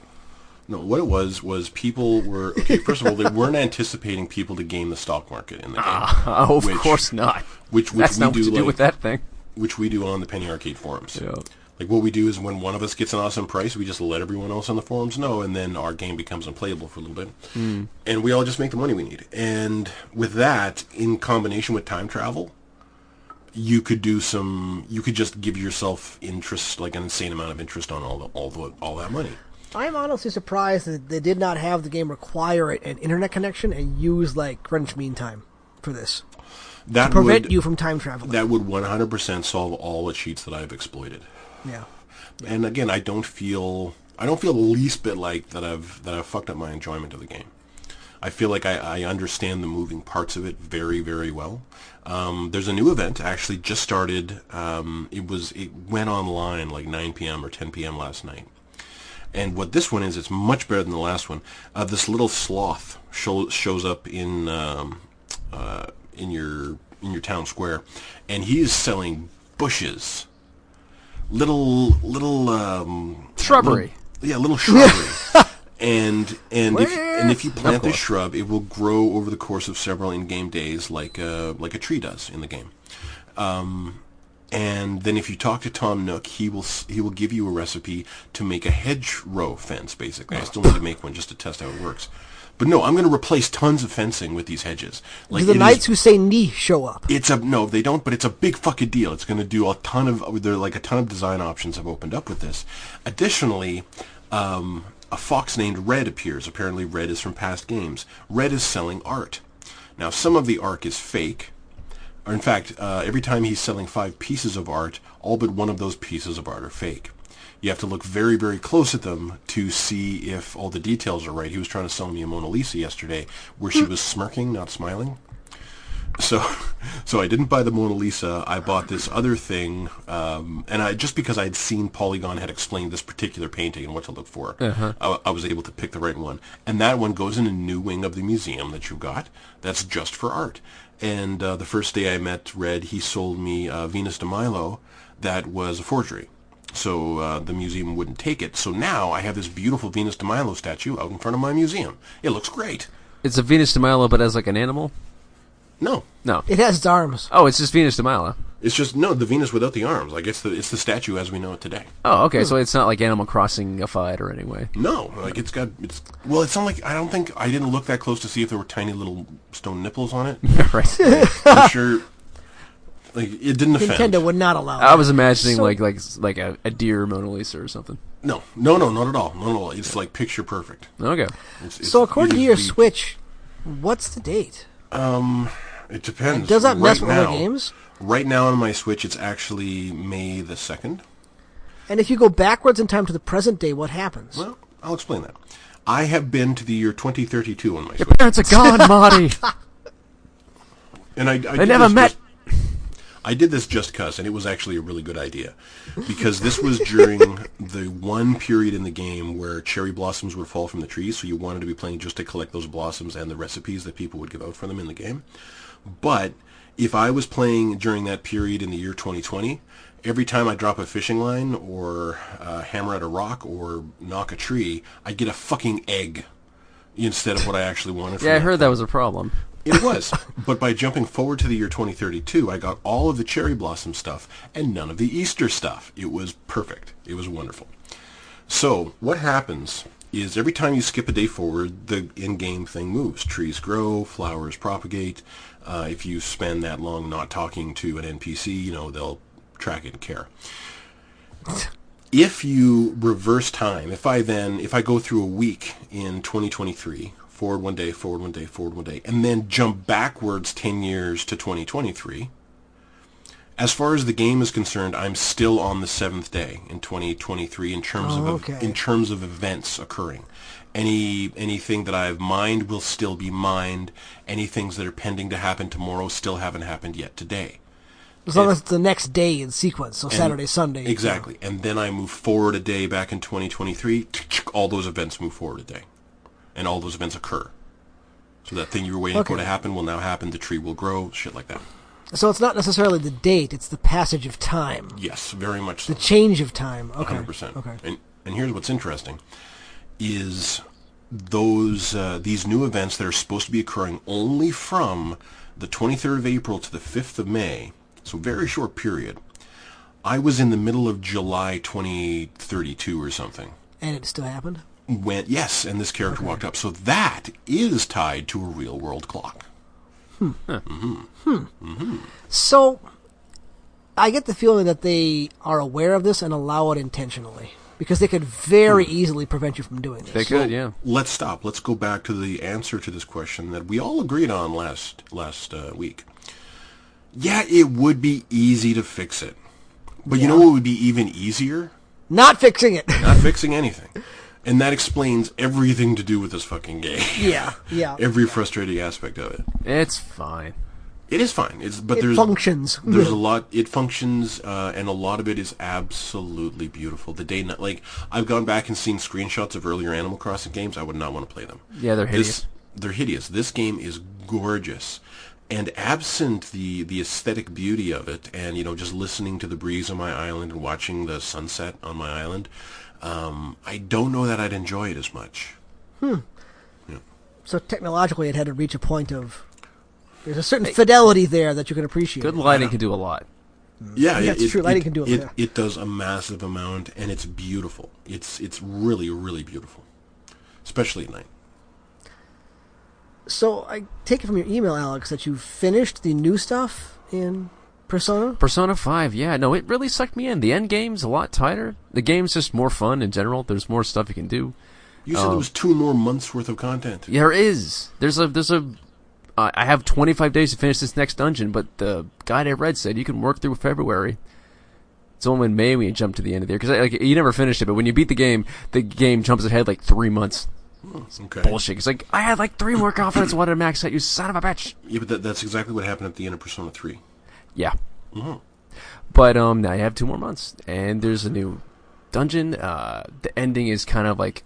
S3: No, what it was was people were okay. First of all, they weren't anticipating people to game the stock market in the game,
S2: Oh, of
S3: Which-
S2: course not.
S3: which which
S2: That's
S3: we
S2: not
S3: do,
S2: what you
S3: like,
S2: do with that thing.
S3: which we do on the Penny Arcade forums.
S2: Yeah.
S3: Like what we do is when one of us gets an awesome price, we just let everyone else on the forums know, and then our game becomes unplayable for a little bit,
S2: Hmm.
S3: and we all just make the money we need. And with that, in combination with time travel, you could do some. You could just give yourself interest, like an insane amount of interest on all the, all the, all that money.
S1: I'm honestly surprised that they did not have the game require an internet connection and use like crunch mean time for this
S3: That
S1: prevent
S3: would,
S1: you from time traveling.
S3: That would 100% solve all the cheats that I've exploited.
S1: yeah.
S3: And again, I don't feel I don't feel the least bit like that I've that I've fucked up my enjoyment of the game. I feel like I, I understand the moving parts of it very very well. Um, there's a new event actually just started. Um, it was it went online like 9 p.m. or 10 p.m. last night. And what this one is, it's much better than the last one. Uh, this little sloth show, shows up in um, uh, in your in your town square, and he is selling bushes, little little um,
S2: Shrubbery.
S3: yeah, little shrubbery. and and if, and if you plant this
S2: course.
S3: shrub, it will grow over the course of several in-game days, like a like a tree does in the game. Um, and then if you talk to Tom Nook, he will s- he will give you a recipe to make a hedgerow fence. Basically, I still need to make one just to test how it works. But no, I'm going to replace tons of fencing with these hedges. Like
S1: Do the
S3: it is-
S1: knights who say knee show up?
S3: it's a no, they don't, but it's a big fucking deal. It's going to do a ton of there are like a ton of design options have opened up with this. Additionally, um, a fox named Red appears. Apparently, Red is from past games. Red is selling art. Now, some of the art is fake. Or in fact, uh, every time he's selling five pieces of art, all but one of those pieces of art are fake. You have to look very, very close at them to see if all the details are right. He was trying to sell me a Mona Lisa yesterday, where she was smirking, not smiling. So, so I didn't buy the Mona Lisa. I bought this other thing, um, and I just because I had seen Polygon had explained this particular painting and what to look for, I, I was able to pick the right one. And that one goes in a new wing of the museum that you got. That's just for art. And uh, the first day I met Red, he sold me uh, Venus de Milo, that was a forgery. So uh, the museum wouldn't take it. So now I have this beautiful Venus de Milo statue out in front of my museum. It looks great.
S2: It's a Venus de Milo but as like an animal?
S3: No,
S2: No.
S1: It has its arms.
S2: Oh, it's just Venus de Milo.
S3: It's just no the Venus without the arms. Like it's the it's the statue as we know it today.
S2: Oh, okay. So it's not like Animal Crossingified or anyway.
S3: No, like it's got it's well. It's not like I don't think I didn't look that close to see if there were tiny little stone nipples on it.
S2: right.
S3: I'm sure, like it didn't offend.
S1: Nintendo would not allow.
S2: I
S1: that.
S2: was imagining
S1: So-
S2: like like like a, a deer Mona Lisa or something.
S3: No, no, no, not at all. No, no, it's like picture perfect.
S2: Okay.
S3: It's, it's,
S1: so according
S3: it
S1: to
S3: is
S1: your
S3: the-
S1: Switch, what's the date?
S3: It depends.
S1: Does that mess
S3: Right
S1: with other
S3: now-
S1: games?
S3: Right now on my Switch, it's actually May the second.
S1: And if you go backwards in time to the present day, what happens?
S3: Well, I'll explain that. I have been to the year 2032 on my
S2: Your
S3: Switch,
S2: parents are gone, Marty.
S3: and I, I
S2: They never met.
S3: I did this just cuz, and it was actually a really good idea, because this was during the one period in the game where cherry blossoms would fall from the trees, so you wanted to be playing just to collect those blossoms and the recipes that people would give out for them in the game. But if I was playing during that period in the year 2020, every time I drop a fishing line or uh, hammer at a rock or knock a tree, I get a fucking egg instead of what I actually wanted. from
S2: yeah, I
S3: that
S2: heard that was a problem.
S3: it was. But by jumping forward to the year 2032, I got all of the cherry blossom stuff and none of the Easter stuff. It was perfect. It was wonderful. So what happens is every time you skip a day forward, the in-game thing moves. Trees grow, flowers propagate. Uh, if you spend that long not talking to an NPC, you know they'll track it and care if you reverse time, if I then if I go through a week in 2023, forward one day, forward one day, forward one day, and then jump backwards 10 years to 2023, as far as the game is concerned, I'm still on the seventh day in 2023 in terms
S1: Oh,
S3: of
S1: okay.
S3: in terms of events occurring. Any anything that I've mined will still be mined. Any things that are pending to happen tomorrow still haven't happened yet today.
S1: As long as it's the next day in sequence, so
S3: And-
S1: Saturday, Sunday.
S3: Exactly. And then I move forward a day back in 2023. All those events move forward a day. And all those events occur. So that thing you were waiting
S1: Okay.
S3: for to happen will now happen. The tree will grow. Shit like that.
S1: So it's not necessarily the date; it's the passage of time,
S3: Yes, very much so.
S1: the change of time. Okay,
S3: 100%.
S1: okay.
S3: And, and here's what's interesting is those uh, these new events that are supposed to be occurring only from the 23rd of April to the 5th of May. So very short period. I was in the middle of July 2032 or something.
S1: And it still happened.
S3: went yes, and this character walked up. So that is tied to a real world clock.
S1: So I get the feeling that they are aware of this and allow it intentionally because they could
S3: Hmm.
S1: very easily prevent you from doing this.
S2: They could, yeah.
S3: Let's stop. Let's go back to the answer to this question that we all agreed on last last uh, week. Yeah, it would be easy to fix it, but you know what would be even easier?
S1: Not fixing it.
S3: Not fixing anything, and that explains everything to do with this fucking game.
S1: yeah, yeah.
S3: Every frustrating aspect of it.
S2: It's fine.
S3: It is fine. It's but
S1: it
S3: there's
S1: functions.
S3: there's a lot it functions uh, and a lot of it is absolutely beautiful the day not like i've gone back and seen screenshots of earlier animal crossing games i would not want to play them
S2: Yeah, they're hideous.
S3: this, they're hideous this game is gorgeous and absent the the aesthetic beauty of it and you know just listening to the breeze on my island and watching the sunset on my island um, i don't know that i'd enjoy it as much
S1: so technologically, it had to reach a point of. There's a certain fidelity there that you can appreciate.
S2: Good lighting can do a lot.
S3: Yeah,
S1: Yeah, it's true. Lighting can do it,
S3: It,
S1: yeah.
S3: it does a massive amount, and it's beautiful. It's it's really really beautiful, especially at night.
S1: So I take it from your email, Alex, that you finished the new stuff in Persona.
S2: Persona 5, yeah, no, it really sucked me in. The end game's a lot tighter. The game's just more fun in general. There's more stuff you can do.
S3: You said there was two more months worth of content.
S2: There is. There's a there's a. Uh, I have 25 days to finish this next dungeon, but the guide I read said you can work through February. It's only in May when you jump to the end of the year because like you never finished it, but when you beat the game, the game jumps ahead like three months.
S3: Okay.
S2: Bullshit. It's like I had like three more confidence wanted to max out. You son of a bitch.
S3: Yeah, but that, that's exactly what happened at the end of Persona Three.
S2: Yeah. But um, now you have two more months, and there's a new dungeon. Uh, the ending is kind of like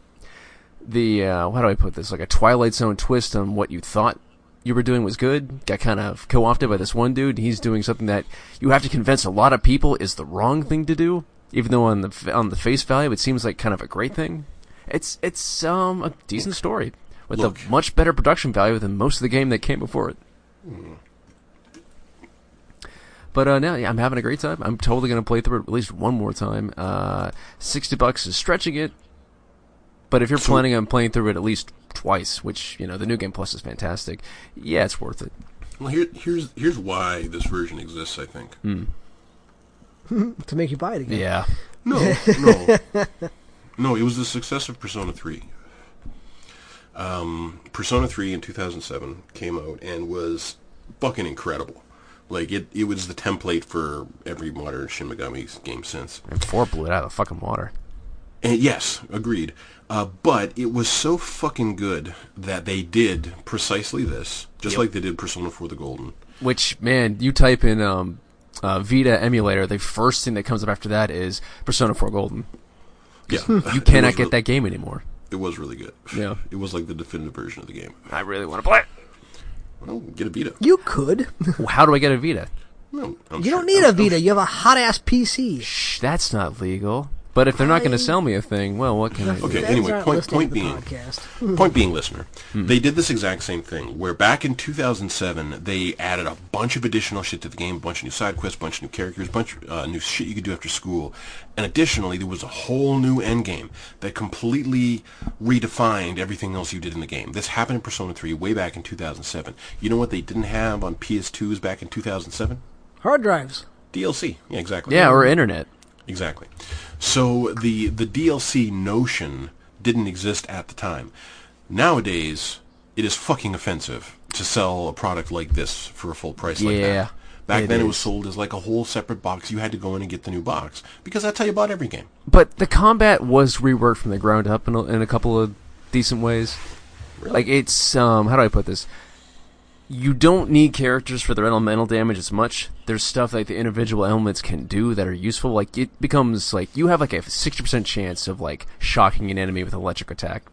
S2: the uh, how do I put this? Like a Twilight Zone twist on what you thought you were doing was good. Got kind of co-opted by this one dude. He's doing something that you have to convince a lot of people is the wrong thing to do, even though on the f- on the face value it seems like kind of a great thing. It's it's um a decent story with
S3: Look.
S2: a much better production value than most of the game that came before it. But uh, no, yeah, I'm having a great time. I'm totally gonna play through it at least one more time. Uh, Sixty bucks is stretching it, but if you're
S3: So-
S2: planning on playing through it at least twice, which you know the new game plus is fantastic, yeah, it's worth it.
S3: Well, here here's here's why this version exists. I think.
S1: to make you buy it again.
S2: Yeah,
S3: No, no, no. It was the success of Persona Three. Um, Persona Three in 2007 came out and was fucking incredible. Like it, it was the template for every modern Shin Megami game since.
S2: And four blew it out of the fucking water.
S3: And yes, agreed. Uh, but it was so fucking good that they did precisely this, just like they did Persona 4 the Golden.
S2: Which man, you type in um, uh, Vita emulator, the first thing that comes up after that is Persona 4 Golden.
S3: Yeah,
S2: You cannot get that game anymore.
S3: It was really good.
S2: Yeah.
S3: it was like the definitive version of the game.
S2: I really want to play it.
S3: Well, get a Vita.
S1: You could.
S2: How do I get a Vita?
S3: No, I'm
S1: You
S3: sure-
S1: don't need a
S3: I'm-
S1: Vita. You have a hot ass PC.
S2: Shh, that's not legal. But if they're not going to sell me a thing, well, what can I do?
S3: Okay,
S1: Feds
S3: anyway,
S1: aren't
S3: point-
S1: listening
S3: point
S1: to the
S3: being-
S1: podcast.
S3: Point being, listener, they did this exact same thing. Where back in 2007, they added a bunch of additional shit to the game, a bunch of new side quests, bunch of new characters, bunch of uh, new shit you could do after school, and additionally, there was a whole new end game that completely redefined everything else you did in the game. This happened in Persona 3 way back in 2007. You know what they didn't have on PS2s back in 2007?
S1: Hard drives.
S3: DLC. Yeah, exactly.
S2: Yeah, or internet.
S3: Exactly. So the the DLC notion didn't exist at the time. Nowadays, it is fucking offensive to sell a product like this for a full price like
S2: Yeah,
S3: that. Back
S2: it
S3: then, it
S2: is.
S3: was sold as like a whole separate box. You had to go in and get the new box because that's how you bought every game.
S2: But the combat was reworked from the ground up in a, in a couple of decent ways. Like it's um, how do I put this? You don't need characters for their elemental damage as much. There's stuff like the individual elements can do that are useful. Like it becomes like you have like a sixty percent chance of like shocking an enemy with electric attack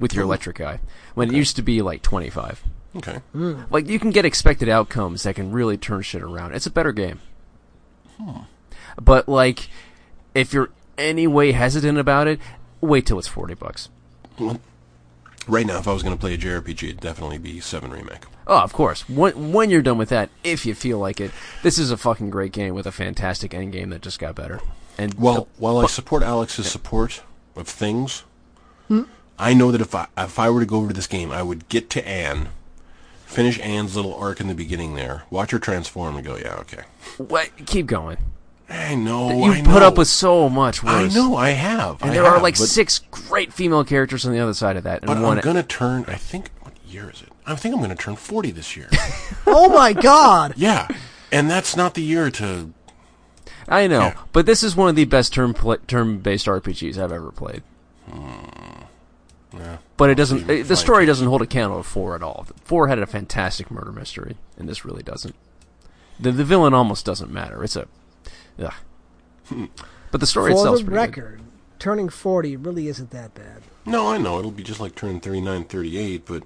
S2: with your electric eye, when it used to be like twenty five.
S3: Okay.
S2: Like you can get expected outcomes that can really turn shit around. It's a better game. But like, if you're any way hesitant about it, wait till it's forty bucks.
S3: Well, right now, if I was going to play a JRPG, it'd definitely be Seven Remake.
S2: Oh, of course. When, when you're done with that, if you feel like it, this is a fucking great game with a fantastic end game that just got better. And
S3: Well, while I support Alex's support of things,
S2: Hmm?
S3: I know that if I if I were to go over to this game, I would get to Anne, finish Anne's little arc in the beginning there, watch her transform, and go, yeah, okay.
S2: what, keep going.
S3: I know.
S2: You
S3: Oh, I
S2: put
S3: know.
S2: up with so much
S3: I
S2: worse.
S3: know. I have.
S2: And
S3: I
S2: there are
S3: have,
S2: like
S3: but,
S2: six great female characters on the other side of that, and
S3: But
S2: one
S3: I'm gonna turn. I think. What year is it? I think I'm gonna turn forty this year.
S1: Oh my god.
S3: yeah, and that's not the year to.
S2: I know,
S3: Yeah.
S2: but this is one of the best term pl- term based RPGs I've ever played.
S3: Hmm. Yeah.
S2: But it doesn't.
S3: you
S2: it- the
S3: find
S2: story doesn't hold a candle to four at all. Four had a fantastic murder mystery, and this really doesn't. The the villain almost doesn't matter. It's a, ugh.
S3: Hmm.
S2: but the story
S1: For
S2: itself
S1: the
S2: pretty good.
S1: record, turning 40 really isn't that bad.
S3: No, I know. It'll be just like turning 39, 38, but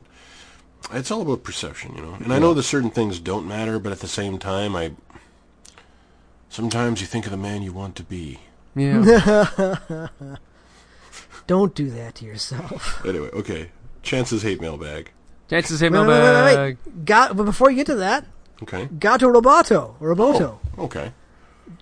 S3: it's all about perception, you know? And I know that certain things don't matter, but at the same time, I. Sometimes you think of the man you want to be.
S2: Yeah,
S1: Don't do that to yourself.
S3: Anyway, okay. Chances hate mailbag.
S2: chances hit
S1: No,
S2: my
S1: no, no, no,
S2: bag.
S1: wait. Got, but before you get to that,
S3: Okay.
S1: gato roboto.
S3: Oh.
S1: Roboto.
S3: Okay.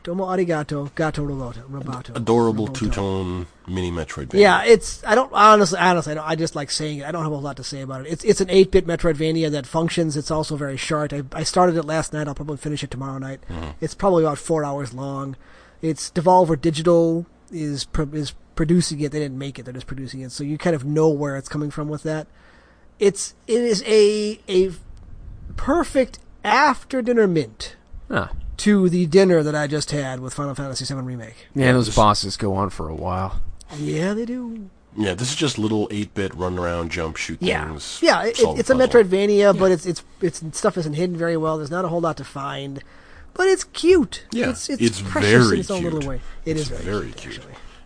S1: Domo arigato, gato roboto. Roboto.
S3: Adorable
S1: roboto.
S3: two tone mini Metroidvania.
S1: Yeah, it's. I don't honestly. Honestly, I, don't, I just like saying it. I don't have a whole lot to say about it. It's it's an eight bit Metroidvania that functions. It's also very short. I, I started it last night. I'll probably finish it tomorrow night. It's probably about four hours long. It's Devolver Digital is pro- is producing it. They didn't make it. They're just producing it. So you kind of know where it's coming from with that. It's it is a a perfect after dinner mint
S2: Ah.
S1: to the dinner that I just had with Final Fantasy VII Remake.
S2: Yeah, those bosses go on for a while.
S1: Yeah, they do.
S3: Yeah, this is just little 8 bit run around, jump, shoot
S1: Yeah,
S3: things.
S1: yeah. It,
S3: solve
S1: it's a
S3: puzzle.
S1: Metroidvania, but it's it's it's stuff isn't hidden very well. There's not a whole lot to find, but it's cute.
S3: Yeah,
S1: it's it's,
S3: it's
S1: precious
S3: very
S1: in its own
S3: cute.
S1: little way.
S3: it's
S1: it's
S3: very cute.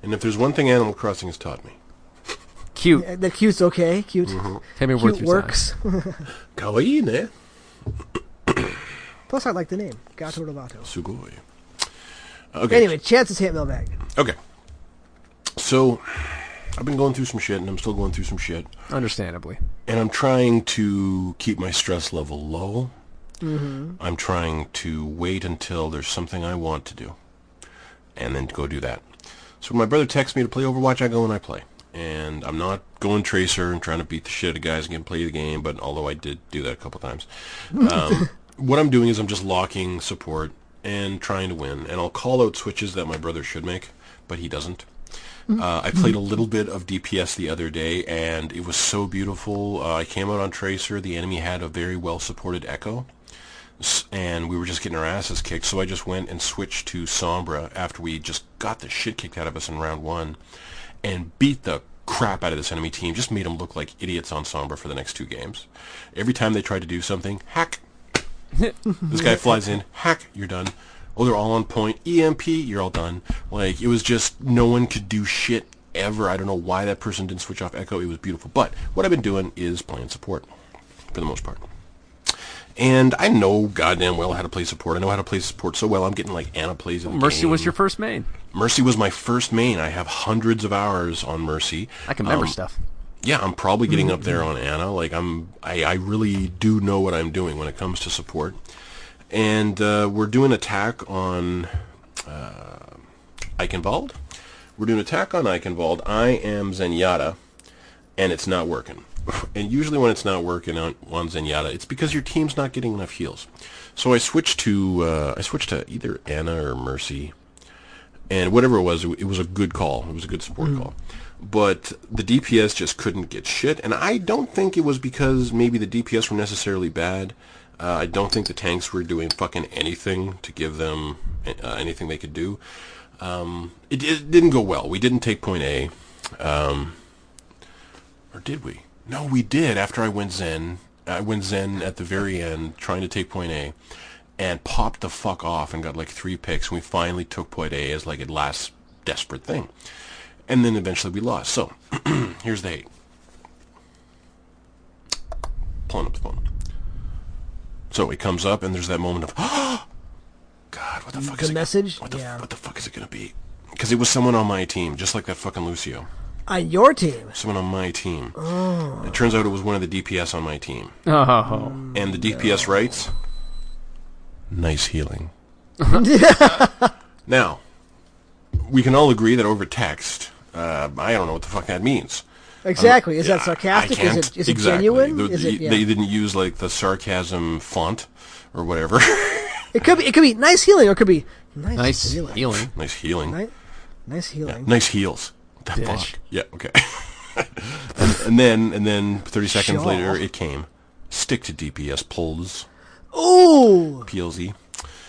S3: And if there's one thing Animal Crossing has taught me,
S2: Cute.
S1: Uh, The cute's okay. Cute.
S3: Mm-hmm.
S2: Hit me word
S1: Cute
S2: three times.
S1: works.
S3: kawaii ne
S1: Plus, I like the name Gato Roboto.
S3: sugoi. Okay.
S1: Anyway, chances hit mailbag.
S3: Okay. So, I've been going through some shit, and I'm still going through some shit,
S2: Understandably.
S3: and I'm trying to keep my stress level low. Mm-hmm. I'm trying to wait until there's something I want to do, and then go do that. So when my brother texts me to play Overwatch, I go and I play. And I'm not going Tracer and trying to beat the shit out of guys and get play the game, but although I did do that a couple times. Um, what I'm doing is I'm just locking support and trying to win, and I'll call out switches that my brother should make, but he doesn't. Uh, I played a little bit of DPS the other day, and it was so beautiful. Uh, I came out on Tracer. The enemy had a very well supported Echo S- and we were just getting our asses kicked. So I just went and switched to Sombra after we just got the shit kicked out of us in round one, and beat the crap out of this enemy team. Just made them look like idiots on Sombra for the next two games. Every time they tried to do something, hack. this guy flies in, hack. You're done. Oh, they're all on point. EMP, you're all done. Like it was just no one could do shit ever. I don't know why that person didn't switch off Echo. It was beautiful. But what I've been doing is playing support for the most part. And I know goddamn well how to play support. I know how to play support so well. I'm getting like Anna plays in the
S2: Mercy
S3: game.
S2: was your first main.
S3: Mercy was my first main. I have hundreds of hours on Mercy.
S2: I can remember
S3: Um,
S2: stuff.
S3: Yeah, I'm probably getting up there on Anna. Like I'm, I, I really do know what I'm doing when it comes to support. And uh, we're doing attack on uh, Eichenwald. We're doing attack on Eichenwald. I am Zenyatta, and it's not working. And usually when it's not working on, on Zenyatta, it's because your team's not getting enough heals. So I switched to uh, I switched to either Anna or Mercy, and whatever it was, it, it was a good call. It was a good support call. But the DPS just couldn't get shit, and I don't think it was because maybe the DPS were necessarily bad. Uh, I don't think the tanks were doing fucking anything to give them uh, anything they could do um, it, it didn't go well. We didn't take point A, um, or did we? No, we did. After I went Zen, I went Zen at the very end, trying to take point A, and popped the fuck off and got like three picks. And we finally took point A as like a last desperate thing, and then eventually we lost. So here's the hate. Pulling up the phone. So it comes up, and there's that moment of, God, what the fuck is
S1: The
S3: it?
S1: message?
S3: What the,
S1: Yeah.
S3: what the fuck is it gonna be? Because it was someone on my team, just like that fucking Lucio.
S1: On your team.
S3: Someone on my team.
S1: Oh.
S3: It turns out it was one of the DPS on my team,
S2: Oh,
S3: and the DPS writes, "Nice healing." now, we can all agree that over text, uh, I don't know what the fuck that means.
S1: Exactly. Is
S3: Yeah,
S1: that
S3: I- I
S1: sarcastic? Is
S3: can't-
S1: it is it
S3: exactly.
S1: genuine?
S3: The-
S1: Is it,
S3: the-
S1: yeah.
S3: They didn't use like the sarcasm font or whatever.
S1: it could be it could be nice healing or it could be nice,
S2: nice
S1: healing.
S2: healing.
S3: nice healing.
S1: Ni- nice healing.
S3: Nice heels. That
S2: Dish.
S3: fuck. Yeah. Okay. and, and then and then thirty seconds
S1: Sure.
S3: later it came. Stick to DPS pulls
S1: Ooh.
S3: PLZ.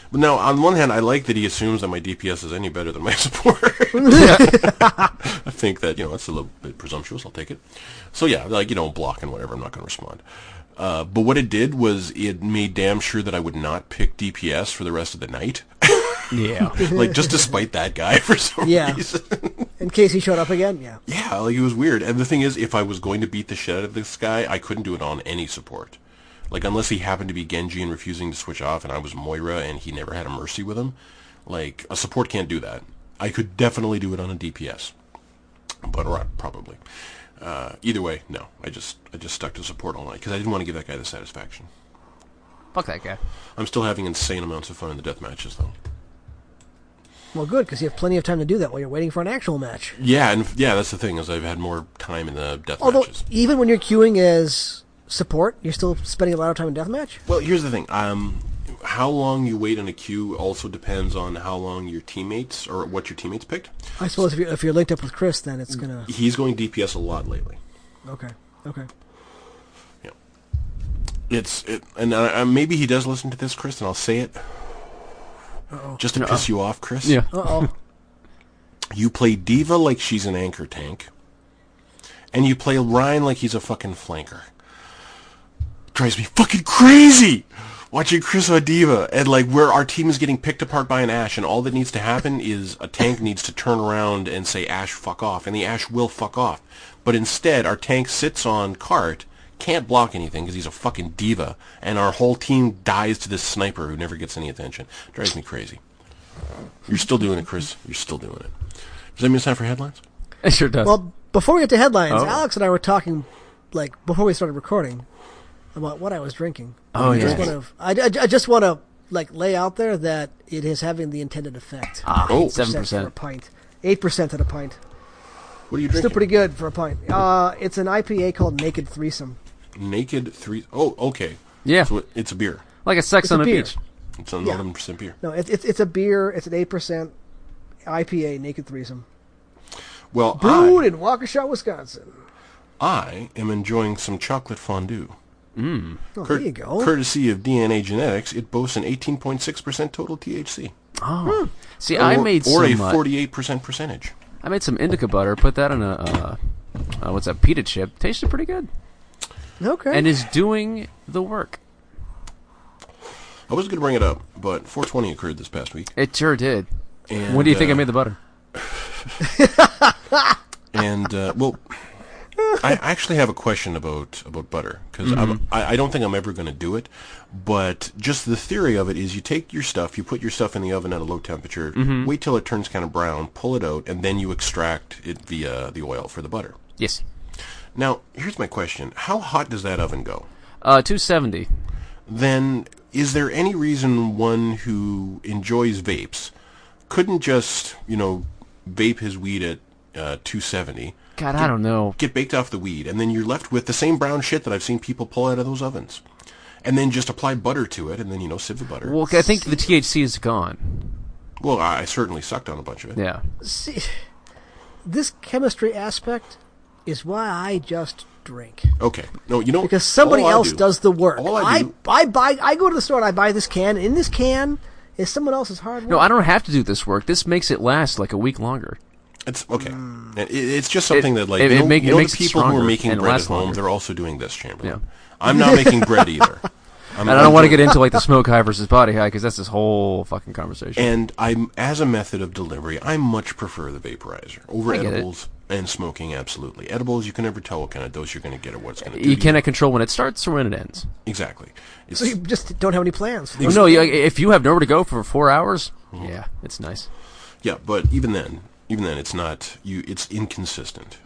S3: But now on one hand I like that he assumes that my DPS is any better than my support. I think that you know that's a little bit presumptuous. I'll take it. So yeah, like you know, block and whatever. I'm not going to respond. Uh, but what it did was it made damn sure that I would not pick DPS for the rest of the night.
S2: Yeah.
S3: like just despite that guy for some
S1: Yeah.
S3: reason.
S1: In case he showed up again, yeah.
S3: Yeah, like it was weird. And the thing is, if I was going to beat the shit out of this guy, I couldn't do it on any support. Like unless he happened to be Genji and refusing to switch off, and I was Moira and he never had a mercy with him. Like a support can't do that. I could definitely do it on a DPS, but or probably. Uh, either way, no. I just I just stuck to support all night because I didn't want to give that guy the satisfaction.
S2: Fuck that guy.
S3: I'm still having insane amounts of fun in the death matches though.
S1: Well, good because you have plenty of time to do that while you're waiting for an actual match.
S3: Yeah, and yeah, that's the thing is I've had more time in the death
S1: Although
S3: matches.
S1: even when you're queuing as support, you're still spending a lot of time in deathmatch.
S3: Well, here's the thing. Um, how long you wait in a queue also depends on how long your teammates or what your teammates picked.
S1: I suppose if you're if you're linked up with Chris, then it's gonna
S3: He's going DPS a lot lately.
S1: okay okay.
S3: Yeah, it's it, and uh, maybe he does listen to this, Chris, and I'll say it just to piss you off, Chris.
S2: Yeah.
S1: Uh oh.
S3: you play Diva like she's an anchor tank, and you play Ryan like he's a fucking flanker. drives me fucking crazy watching Chris on Diva and like where our team is getting picked apart by an Ash, and all that needs to happen is a tank needs to turn around and say Ash fuck off, and the Ash will fuck off. But instead, our tank sits on cart. Can't block anything because he's a fucking diva, and our whole team dies to this sniper who never gets any attention. Drives me crazy. You're still doing it, Chris. You're still doing it. Does that mean it's time for headlines?
S2: It sure does.
S1: Well, before we get to headlines,
S2: Oh.
S1: Alex and I were talking, like before we started recording, about what I was drinking.
S2: Oh,
S1: I just
S2: yeah.
S1: wanna, I, I- I just want to like lay out there that it is having the intended effect.
S3: Oh,
S2: Ah, seven
S1: for a
S2: percent.
S1: pint, eight percent at a pint.
S3: what are you
S1: Still
S3: drinking?
S1: pretty good for a pint. Uh, it's an IPA called Naked Threesome.
S3: Naked three oh okay.
S2: Yeah.
S3: So it- it's a beer.
S2: Like a sex
S1: a
S2: on a
S1: beer.
S2: beach.
S3: It's an
S1: Yeah.
S3: 11% beer.
S1: No, it's it's it's a beer. It's an eight percent IPA Naked Threesome.
S3: Well,
S1: Brewed
S3: I,
S1: in Waukesha, Wisconsin.
S3: I am enjoying some chocolate fondue.
S1: Well,
S3: Cur-
S1: Oh, there you go.
S3: Courtesy of DNA Genetics, it boasts an 18.6% total THC.
S2: Oh, see, I
S3: or,
S2: made
S3: or
S2: some.
S3: a
S2: uh,
S3: 48% percentage.
S2: I made some indica butter. Put that in a uh, uh, what's that pita chip? Tasted pretty good,
S1: okay.
S2: and is doing the work.
S3: I was going to bring it up, but 420 occurred this past week.
S2: It sure did.
S3: And,
S2: when do you think I
S3: uh,
S2: made the butter?
S3: And uh, well, I actually have a question about about butter because I, I don't think I'm ever going to do it, but just the theory of it is you take your stuff, you put your stuff in the oven at a low temperature, wait till it turns kind of brown, pull it out, and then you extract it via the oil for the butter.
S2: Yes,
S3: Now, here's my question: How hot does that oven go?
S2: uh, two seventy.
S3: Then, is there any reason one who enjoys vapes couldn't just you know vape his weed at uh, 270?
S2: God, I don't know.
S3: get baked off the weed, and then you're left with the same brown shit that I've seen people pull out of those ovens. And then just apply butter to it, and then, you know, sieve the butter. Well,
S2: Well, I think the THC is gone.
S3: I I certainly sucked on a bunch of it.
S2: Yeah.
S1: See, this chemistry aspect is why I just drink.
S3: Okay. No, you know,
S1: because somebody
S3: all I
S1: else
S3: do-
S1: does the work.
S3: All I do,
S1: I buy I go to the store and I buy this can. In this can is someone else's hard work.
S2: No, I don't have to do this work. This makes it last like a week longer.
S3: it's okay. It, it's just something that, like,
S2: Hmm. it-
S3: you
S2: it
S3: know,
S2: make-
S3: you
S2: it
S3: know
S2: makes
S3: the
S2: it
S3: people who are
S2: stronger
S3: making
S2: and
S3: bread at
S2: lasts
S3: home,
S2: longer.
S3: they're also doing this, Chamberlain.
S2: Yeah.
S3: I'm not making bread either. I'm,
S2: And I don't want to get into like the smoke high versus body high because that's this whole fucking conversation.
S3: And I'm as a method of delivery, I much prefer the vaporizer over
S2: get it.
S3: edibles and smoking. Absolutely, edibles you can never tell what kind of dose you're going to get or what's going to do.
S2: you
S3: to
S2: cannot control when it starts or when it ends.
S3: exactly. It's,
S1: so you just don't have any plans.
S2: Oh, no, you, if you have nowhere to go for four hours,
S3: Mm-hmm.
S2: yeah, it's nice.
S3: Yeah, but even then, even then, it's not you. It's inconsistent.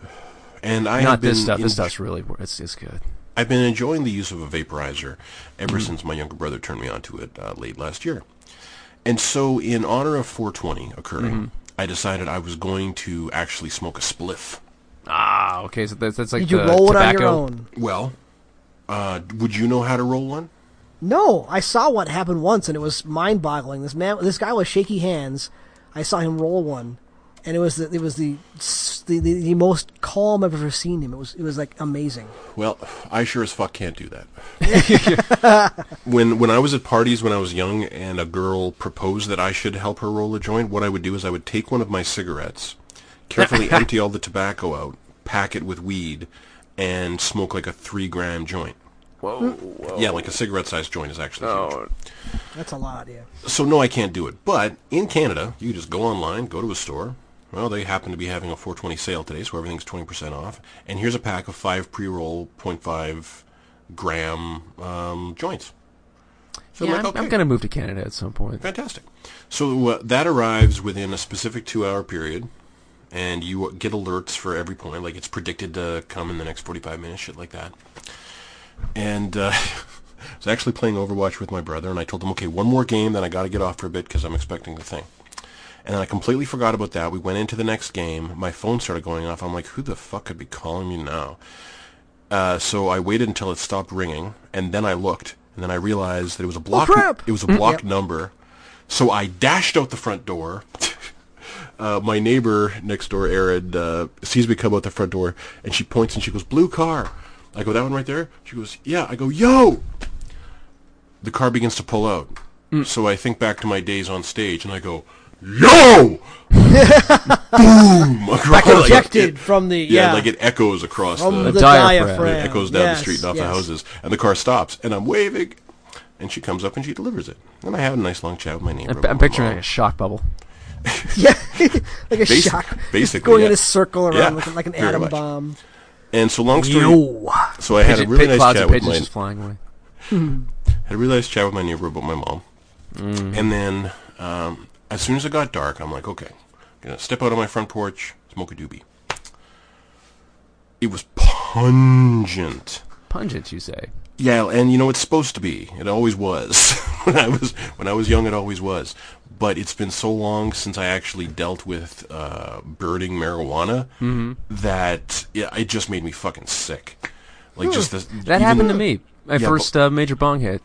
S3: And I have
S2: Not
S3: been
S2: this stuff.
S3: en-
S2: This stuff's really wor- it's it's good.
S3: I've been enjoying the use of a vaporizer
S2: Mm-hmm.
S3: ever since my younger brother turned me onto it uh, late last year. And so, in honor of 420 occurring,
S2: Mm-hmm.
S3: I decided I was going to actually smoke a spliff.
S2: Ah, okay. So that's, that's like
S1: Did you
S3: uh,
S2: the
S1: roll it on
S2: tobacco.
S1: your own?
S3: Well, uh, would you know how to roll one?
S1: No, I saw what happened once and it was mind-boggling. This man, this guy with shaky hands. I saw him roll one, and it was the, it was the s- the, the, the most calm I've ever seen him. It was it was like amazing.
S3: Well, I sure as fuck can't do that. when when I was at parties when I was young and a girl proposed that I should help her roll a joint, what I would do is I would take one of my cigarettes, carefully empty all the tobacco out, pack it with weed, and smoke like a three gram joint.
S2: Whoa. Oh,
S3: Yeah, like a cigarette sized joint is actually huge.
S1: That's a lot, yeah.
S3: So no, I can't do it. But in Canada, you just go online, go to a store. Well, they happen to be having a 420 sale today, so everything's 20% off. And here's a pack of five pre-roll 0.5 gram um, joints. So
S2: Yeah,
S3: I'm
S2: I'm,
S3: like, okay,
S2: I'm gonna move to Canada at some point.
S3: fantastic. So uh, that arrives within a specific two-hour period, and you get alerts for every point. Like it's predicted to come in the next 45 minutes, shit like that. And uh, I was actually playing Overwatch with my brother, and I told him, okay, one more game, then I got to get off for a bit because I'm expecting the thing. And then I completely forgot about that. We went into the next game. My phone started going off. I'm like, who the fuck could be calling me now? Uh, so I waited until it stopped ringing, and then I looked, and then I realized that it was a block.
S1: crap.
S3: It was a blocked number. So I dashed out the front door. Uh, my neighbor next door, Erin, uh, sees me come out the front door, and she points and she goes, "Blue car." I go, "That one right there." She goes, "Yeah." I go, "Yo!" The car begins to pull out. So I think back to my days on stage, and I go, "Yo!" Boom! Across,
S1: Ejected from the
S3: yeah,
S1: yeah,
S3: like it echoes across
S1: from
S3: the,
S1: the,
S2: diaphragm.
S1: diaphragm.
S2: It
S3: echoes down
S1: Yes,
S3: the street and off the
S1: yes.
S3: houses, and the car stops, and I'm waving, and she comes up and she delivers it, and I have a nice long chat with my neighbor.
S2: I'm,
S3: about
S2: I'm
S3: my
S2: picturing
S3: mom.
S2: like a shock bubble.
S1: Yeah, like a
S3: Basi-
S1: shock.
S3: basically,
S1: going in
S3: yeah.
S1: a circle around
S3: Yeah,
S1: looking like an
S3: very
S1: atom
S3: much.
S1: bomb.
S3: And so long story.
S1: Yo.
S3: So I had a
S2: Pigeon-
S3: really
S2: pig
S3: nice
S2: clouds
S3: chat
S2: of
S3: with
S2: pigeons
S3: my
S2: just flying away.
S3: had a really nice chat with my neighbor about my mom,
S2: Mm.
S3: and then um, as soon as it got dark, I'm like, okay, I'm gonna step out on my front porch, smoke a doobie. It was pungent.
S2: Pungent, you say?
S3: Yeah, and you know it's supposed to be. It always was. when I was when I was young, it always was. But it's been so long since I actually dealt with uh, birding marijuana
S2: Mm-hmm.
S3: that yeah, it just made me fucking sick. Like just this,
S2: Hmm. That
S3: even-
S2: happened to me. My
S3: Yeah,
S2: first uh, major bong hit.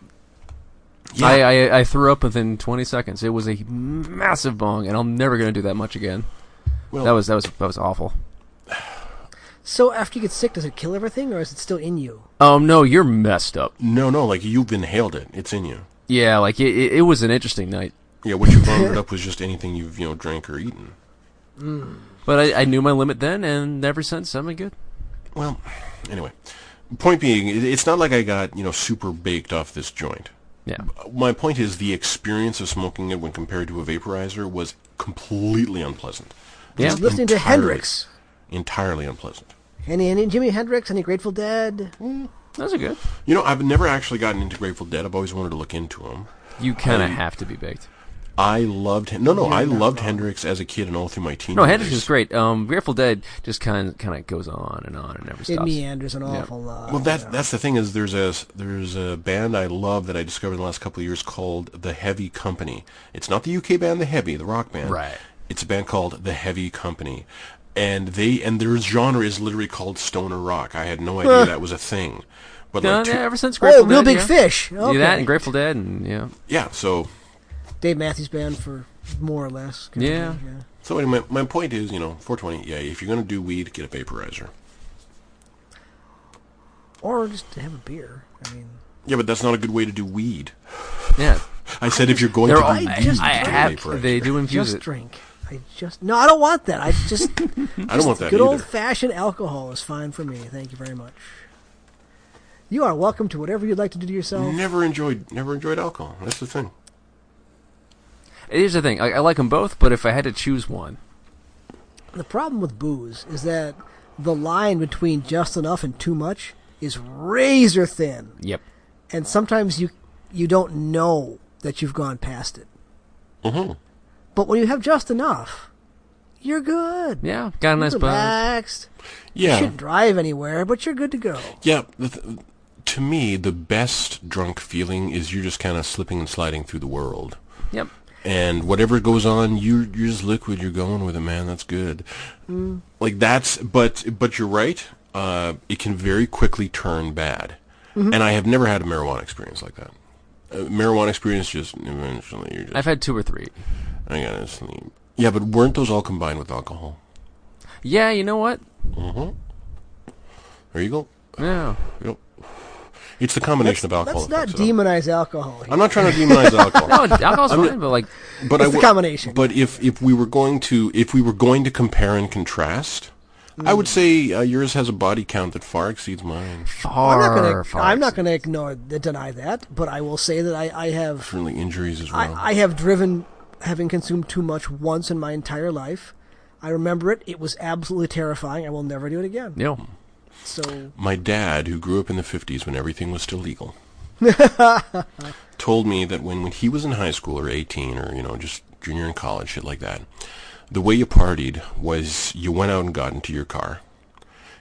S3: Yeah.
S2: I, uh, I I threw up within 20 seconds. It was a massive bong, and I'm never gonna do that much again.
S3: Well-
S2: that was that was that was awful.
S1: So after you get sick, does it kill everything, or is it still in you?
S2: Um, no, you're messed up.
S3: No, no, like you've inhaled it. It's in you.
S2: Yeah, like it, it, it was an interesting night.
S3: Yeah, what you vomited up was just anything you've you know drank or eaten.
S2: But I, I knew my limit then, and ever since, I've been good.
S3: Well, anyway, point being, it- it's not like I got you know super baked off this joint.
S2: Yeah.
S3: My point is the experience of smoking it when compared to a vaporizer was completely unpleasant.
S2: Yeah.
S1: Just listening to
S3: Entirely.
S1: Hendrix.
S3: Entirely unpleasant.
S1: Any, any Jimi Hendrix? Any Grateful Dead?
S2: Those are good.
S3: You know, I've never actually gotten into Grateful Dead. I've always wanted to look into them.
S2: You kind of have to be baked.
S3: I loved Hen- no, no, I loved Hendrix as a kid and all through my teenage.
S2: No, Hendrix is
S3: years.
S2: great. Um, Grateful Dead just kind of, kind of goes on and on and never
S1: It
S2: stops.
S1: meanders an awful lot.
S3: Well, that's that's the thing is there's a there's a band I love that I discovered in the last couple of years called the Heavy Company. It's not the UK band, the Heavy, the rock band.
S2: Right.
S3: It's a band called the Heavy Company, and they and their genre is literally called stoner rock. I had no idea that was a thing, but
S2: Yeah,
S3: like
S2: yeah,
S3: two-
S2: ever since
S1: oh,
S2: Grateful
S1: Real
S2: Dead,
S1: Big
S2: yeah.
S1: Fish.
S2: Do
S1: Okay.
S2: that and Grateful Dead and yeah,
S3: yeah. So
S1: Dave Matthews Band for more or less.
S2: Yeah.
S3: so anyway, my, my point is you know 420. Yeah, if you're gonna do weed, get a vaporizer.
S1: Or just have a beer. I mean,
S3: Yeah, but that's not a good way to do weed.
S2: yeah.
S3: I said if you're going
S2: They're
S3: to
S2: all,
S3: do
S2: I,
S3: weed,
S1: just-
S2: I
S3: get a
S2: have.
S3: vaporizer.
S2: They do infuse
S1: just
S2: it.
S1: drink. I just no, I don't want that. I just
S3: I don't want that
S1: good
S3: either.
S1: old fashioned alcohol is fine for me. Thank you very much. You are welcome to whatever you'd like to do to yourself.
S3: Never enjoyed never enjoyed alcohol. That's the thing.
S2: Here's the thing. I, I like them both, but if I had to choose one,
S1: The problem with booze is that the line between just enough and too much is razor thin,
S2: yep.
S1: and sometimes you you don't know that you've gone past it.
S3: hmm
S1: But when you have just enough, you're good.
S2: Yeah, got a nice buzz.
S1: relaxed.
S3: Yeah.
S1: Shouldn't drive anywhere, but you're good to go.
S3: Yeah, the th- to me, the best drunk feeling is you're just kind of slipping and sliding through the world.
S2: Yep.
S3: And whatever goes on, you you're just liquid. You're going with it, man. That's good. Like that's, but but you're right. Uh, it can very quickly turn bad. And I have never had a marijuana experience like that. Uh, marijuana experience just eventually you're just
S2: I've had two or three.
S3: I gotta sleep. Yeah, but weren't those all combined with alcohol?
S2: Yeah, you know what?
S3: There you go.
S2: Yeah.
S3: Yep. It's the combination of alcohol.
S1: Let's
S3: that
S1: not
S3: fucks it up.
S1: demonize alcohol. Here.
S3: I'm not trying to demonize alcohol.
S2: No, alcohol's fine, but like,
S3: but
S1: It's
S3: I
S1: the
S3: wou-
S1: combination.
S3: But if if we were going to if we were going to compare and contrast, I would say uh, yours has a body count that far exceeds mine.
S1: I'm
S2: far,
S1: not gonna.
S2: far
S1: I'm not
S2: exceed.
S1: gonna ignore deny that, but I will say that I, I have
S3: Certainly injuries as well.
S1: I, I have driven having consumed too much once in my entire life. I remember it. It was absolutely terrifying. I will never do it again.
S2: No.
S1: So
S3: My dad, who grew up in the 50s when everything was still legal, told me that when, when he was in high school or 18 or, you know, just junior in college, shit like that, the way you partied was you went out and got into your car.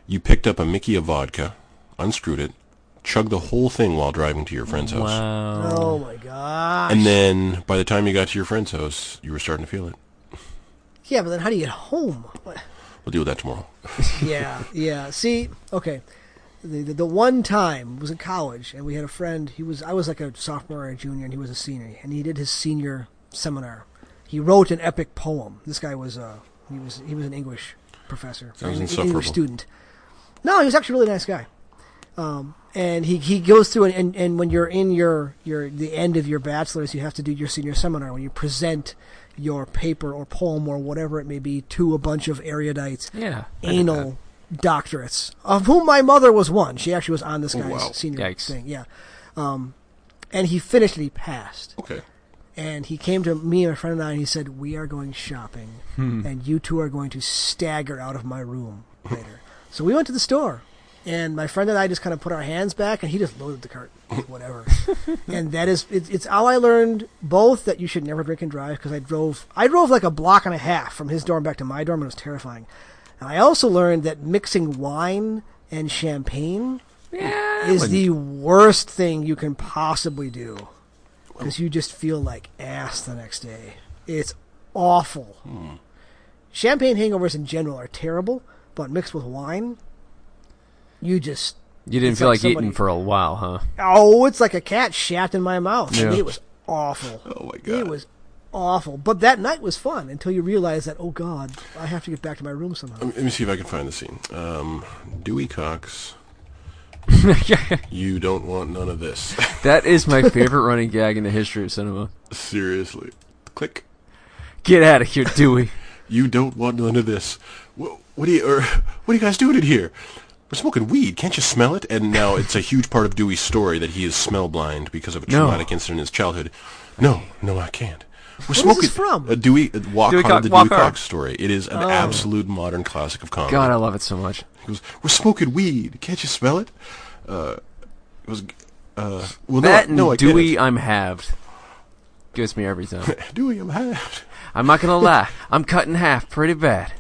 S3: You picked up a Mickey of vodka, unscrewed it, chugged the whole thing while driving to your friend's house.
S2: Wow.
S1: oh my god.
S3: And then by the time you got to your friend's house, you were starting to feel it.
S1: Yeah, but then how do you get home?
S3: We'll deal with that tomorrow.
S1: yeah, yeah. See, okay. The, the, the one time was in college, and we had a friend. He was I was like a sophomore or a junior, and he was a senior. And he did his senior seminar. He wrote an epic poem. This guy was uh he was he was an English professor,
S3: Sounds
S1: an
S3: insufferable.
S1: English student. No, he was actually a really nice guy. Um, and he, he goes through and, and, and when you're in your, your the end of your bachelor's, you have to do your senior seminar when you present your paper or poem or whatever it may be to a bunch of erudites
S2: Yeah. I did that.
S1: anal doctorates, of whom my mother was one. She actually was on this guy's
S3: wow.
S1: senior
S2: Yikes.
S1: thing, yeah. Um, and he finished and he passed.
S3: Okay.
S1: And he came to me and a friend and I, and he said, "We are going shopping, and you two are going to stagger out of my room later." so we went to the store, and my friend and I just kind of put our hands back, and he just loaded the cart, with whatever. and that is, it's, it's how I learned both that you should never drink and drive because I drove, I drove like a block and a half from his dorm back to my dorm, and it was terrifying. And I also learned that mixing wine and champagne
S2: Yeah.
S1: is the worst thing you can possibly do because you just feel like ass the next day. It's awful.
S3: Hmm.
S1: Champagne hangovers in general are terrible, but mixed with wine, you just
S2: You didn't
S1: It's
S2: feel like,
S1: like
S2: eating
S1: somebody-
S2: for a while, huh?
S1: oh, it's like a cat shat in my mouth.
S2: Yeah.
S1: It was awful.
S3: Oh, my
S1: It
S3: God.
S1: was awful. But that night was fun until you realize that, oh God, I have to get back to my room somehow.
S3: Um, Let me see if I can find the scene. Um, Dewey Cox, you don't want none of this.
S2: that is my favorite running gag in the history of cinema.
S3: Seriously. Click.
S2: Get out of here, Dewey.
S3: You don't want none of this. What, what do you? Or, what are you guys doing in here? We're smoking weed. Can't you smell it? And now it's a huge part of Dewey's story that he is smell blind because of a
S2: No.
S3: traumatic incident in his childhood. No, no, I can't. We're
S1: is
S3: smoking
S1: this from?
S3: a Dewey a Walk
S2: Dewey
S3: Hard,
S2: Cox-
S3: the
S2: Walk
S3: Dewey
S2: Hard.
S3: Cox story. It is an absolute modern classic of comedy.
S2: God, I love Oh. it so much.
S3: He goes, "We're smoking weed. Can't you smell it?" Uh, it was. Uh, well, no,
S2: That and
S3: no, I can't.
S2: Dewey, I'm halved. Gets me every time.
S3: Dewey, I'm halved.
S2: I'm not gonna lie. I'm cut in half pretty bad.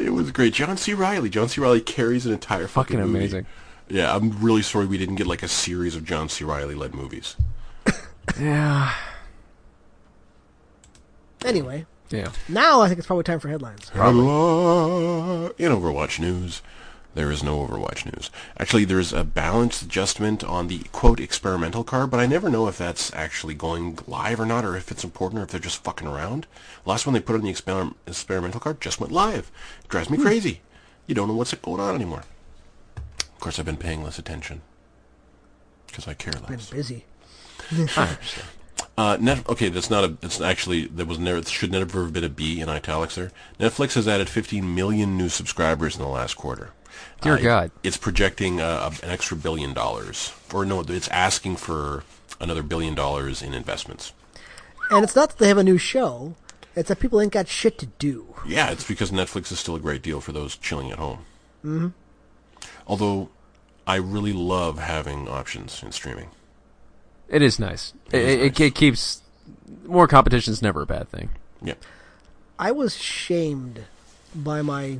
S3: it was great. John C. Riley. John C. Riley carries an entire fucking,
S2: Fucking
S3: movie.
S2: amazing.
S3: Yeah, I'm really sorry we didn't get like a series of John C. Riley led movies.
S2: Yeah.
S1: Anyway,
S2: Yeah.
S1: now I think it's probably time for headlines.
S3: In Overwatch news, there is no Overwatch news. Actually, there's a balanced adjustment on the quote experimental card, but I never know if that's actually going live or not, or if it's important, or if they're just fucking around. Last one they put on the exper- experimental card just went live. It drives
S1: Hmm.
S3: me crazy. You don't know what's going on anymore. Of course, I've been paying less attention because I care
S1: Been
S3: less.
S1: busy.
S3: Uh, Net- okay, that's not a. It's actually that was never. It should never have been a B in italics there. Netflix has added 15 million new subscribers in the last quarter.
S2: Dear
S3: Uh,
S2: God.
S3: it's projecting uh, an extra billion dollars, or no, it's asking for another billion dollars in investments.
S1: And it's not that they have a new show; it's that people ain't got shit to do.
S3: Yeah, it's because Netflix is still a great deal for those chilling at home. Mm-hmm.
S2: Mm-hmm.
S3: Although, I really love having options in streaming.
S2: It is nice. It,
S3: is
S2: it, it, keeps more competition's never a bad thing.
S3: Yeah.
S1: I was shamed by my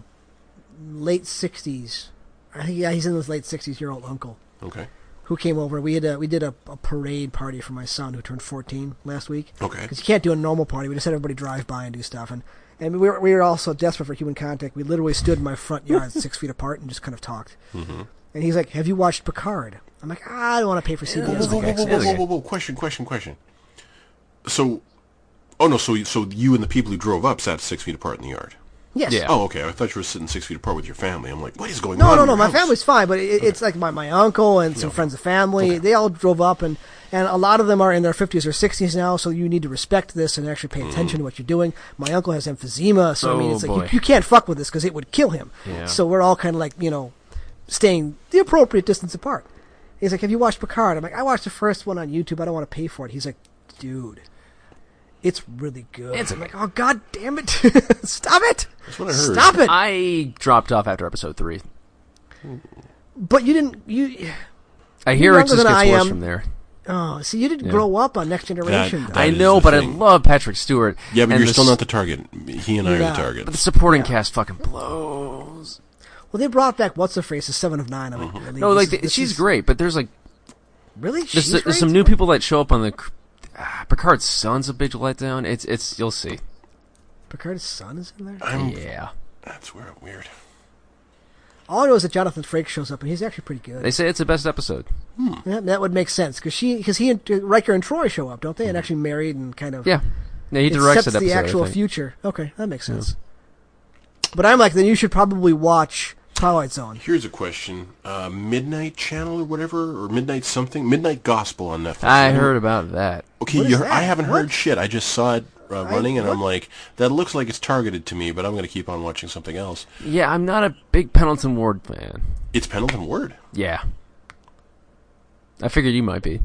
S1: late sixties. I think yeah, he's in his late sixties year old uncle
S3: Okay.
S1: who came over. We had a, we did a, a parade party for my son who turned fourteen last week.
S3: Okay.
S1: because you can't do a normal party. We just had everybody drive by and do stuff, and and we were we were all so desperate for human contact. We literally stood in my front yard six feet apart and just kind of talked. Mm-hmm. And he's like, "Have you watched Picard?" I'm like, "Ah, "I don't want to pay for
S3: Whoa,
S1: CBS."
S3: whoa, whoa,
S1: Like,
S3: whoa, whoa, whoa, whoa, whoa, Question, question, question. So, oh no, so so you and the people who drove up sat six feet apart in the yard.
S1: yes.
S2: Yeah.
S3: Oh, okay. I thought you were sitting six feet apart with your family. I'm like, what is going
S1: No,
S3: on?
S1: no,
S3: in
S1: no.
S3: your
S1: My
S3: house?
S1: family's fine, but it, it's like my, my uncle and some friends of family. They all drove up, and, and a lot of them are in their 50s or 60s now, so you need to respect this and actually pay attention to what you're doing. My uncle has emphysema, so I mean,
S2: Oh,
S1: it's
S2: boy.
S1: like you, you can't fuck with this because it would kill him.
S2: Yeah.
S1: So we're all kind of like, you know, staying the appropriate distance apart. He's like, Have you watched Picard? I'm like, I watched the first one on YouTube. I don't want to pay for it. He's like, Dude. It's really good.
S2: It's
S1: I'm
S2: okay.
S1: like, oh god damn it! Stop it! That's
S3: what I heard.
S1: Stop it!
S2: I dropped off after episode three.
S1: but you didn't. You
S2: I hear it
S1: younger
S2: just
S1: than I
S2: gets worse
S1: am.
S2: from there.
S1: Oh, see, you didn't grow up on Next Generation.
S3: That-
S1: though.
S2: I
S3: is
S2: know,
S3: the
S2: but
S3: thing.
S2: I love Patrick Stewart.
S3: Yeah, but
S2: and
S3: you're
S2: the
S3: still
S2: s-
S3: not the target. He and I are
S1: Yeah.
S3: the target.
S2: But the supporting cast fucking blows.
S1: well, they brought back what's her face, the Seven of Nine. I'm like, really?
S2: Uh-huh. No,
S1: This
S2: like
S1: is-
S2: the-
S1: this
S2: she's
S1: is-
S2: great, but there's like
S1: Really,
S2: there's,
S1: she's
S2: there's some
S1: great?
S2: new people that show up on the. cr- Ah, Picard's son's a big letdown. It's it's you'll see.
S1: Picard's son is in there.
S3: I'm,
S2: Yeah,
S3: That's where weird.
S1: All I know is that Jonathan Frakes shows up, and he's actually pretty good.
S2: they say it's the best episode.
S1: That, that would make sense because she, because he and uh, Riker and Troy show up, don't they? And actually married and kind of
S2: Mm-hmm. Yeah, yeah, he
S1: it
S2: directs
S1: sets
S2: that episode.
S1: the
S2: I
S1: actual
S2: think.
S1: future. Okay, that makes sense. But I'm like, then you should probably watch Twilight Zone.
S3: Here's a question: uh, Midnight Channel or whatever, or Midnight something, Midnight Gospel on Netflix.
S2: I heard about that.
S3: Okay,
S1: What is
S3: you heard,
S1: that?
S3: I haven't
S1: What?
S3: heard shit. I just saw it uh, running, and I'm
S1: what?
S3: like, that looks like it's targeted to me, but I'm going to keep on watching something else.
S2: Yeah, I'm not a big Pendleton Ward fan.
S3: It's Pendleton Ward.
S2: Yeah, I figured you might be.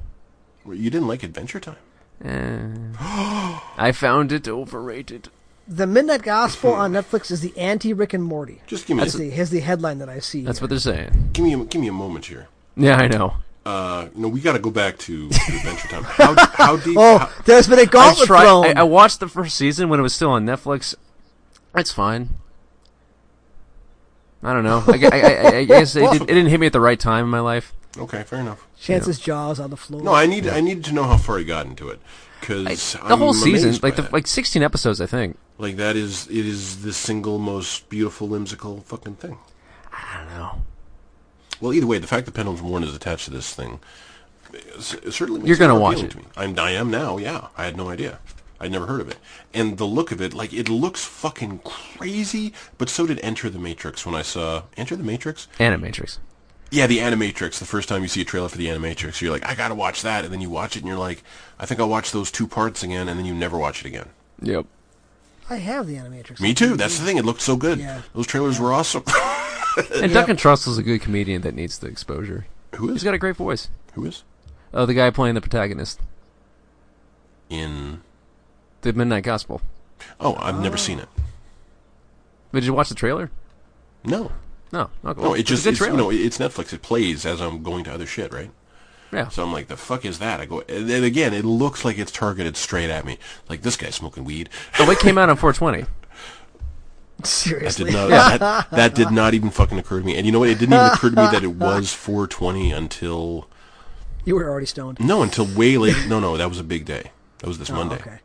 S3: You didn't like Adventure Time.
S2: Eh. I found it overrated.
S1: The Midnight Gospel on Netflix is the anti Rick and Morty.
S3: Just give me,
S1: Is the, is the headline that I see.
S2: That's
S1: here.
S2: what they're saying.
S3: give me, a, give me a moment here.
S2: Yeah, I know.
S3: Uh, no, we got to go back to to Adventure Time. How, how deep? how-
S1: Oh, there's been a
S2: I
S1: gauntlet
S2: tried.
S1: thrown.
S2: I, I watched the first season when it was still on Netflix. It's fine. I don't know. I, gu- I- I- I guess it, did, it didn't hit me at the right time in my life.
S3: okay, fair enough.
S1: Chance's jaws on the floor.
S3: No, I need I needed to know how far he got into it because
S2: The whole season, like the, like sixteen episodes, I think.
S3: like that is it is the single most beautiful whimsical fucking thing.
S2: I don't know.
S3: Well, either way, the fact that Pendleton Warren is attached to this thing it certainly makes
S2: You're gonna
S3: it more
S2: watch
S3: appealing
S2: it.
S3: to me. I'm, I am now. Yeah, I had no idea. I'd never heard of it. And the look of it, like it looks fucking crazy. But so did Enter the Matrix when I saw Enter the Matrix.
S2: Animatrix.
S3: Yeah, the Animatrix. The first time you see a trailer for the Animatrix, you're like, I gotta watch that, and then you watch it, and you're like, I think I'll watch those two parts again, and then you never watch it again.
S2: Yep.
S1: I have the Animatrix.
S3: Me too. That's the thing. It looked so good.
S1: Yeah.
S3: Those trailers were awesome.
S2: And Duncan Trussell's a good comedian that needs the exposure.
S3: who
S2: He's
S3: is?
S2: got a great voice.
S3: Who is?
S2: Oh, the guy playing the protagonist,
S3: In.
S2: the Midnight Gospel.
S3: Oh, I've never seen it.
S2: Did you watch the trailer?
S3: No.
S2: No. Okay.
S3: No, it
S2: It's a
S3: just
S2: good
S3: it's,
S2: trailer.
S3: no, it's Netflix. It plays as I'm going to other shit, right?
S2: yeah.
S3: So I'm like, the fuck is that? I go, and then again, it looks like it's targeted straight at me. Like this guy's smoking weed.
S2: Oh, it came out on 420.
S3: That
S1: Seriously.
S3: did not. that, that did not even fucking occur to me. And you know what? It didn't even occur to me that it was 420 until
S1: You were already stoned.
S3: no, until way late. No, no, that was a big day. That was this Monday.
S1: Okay.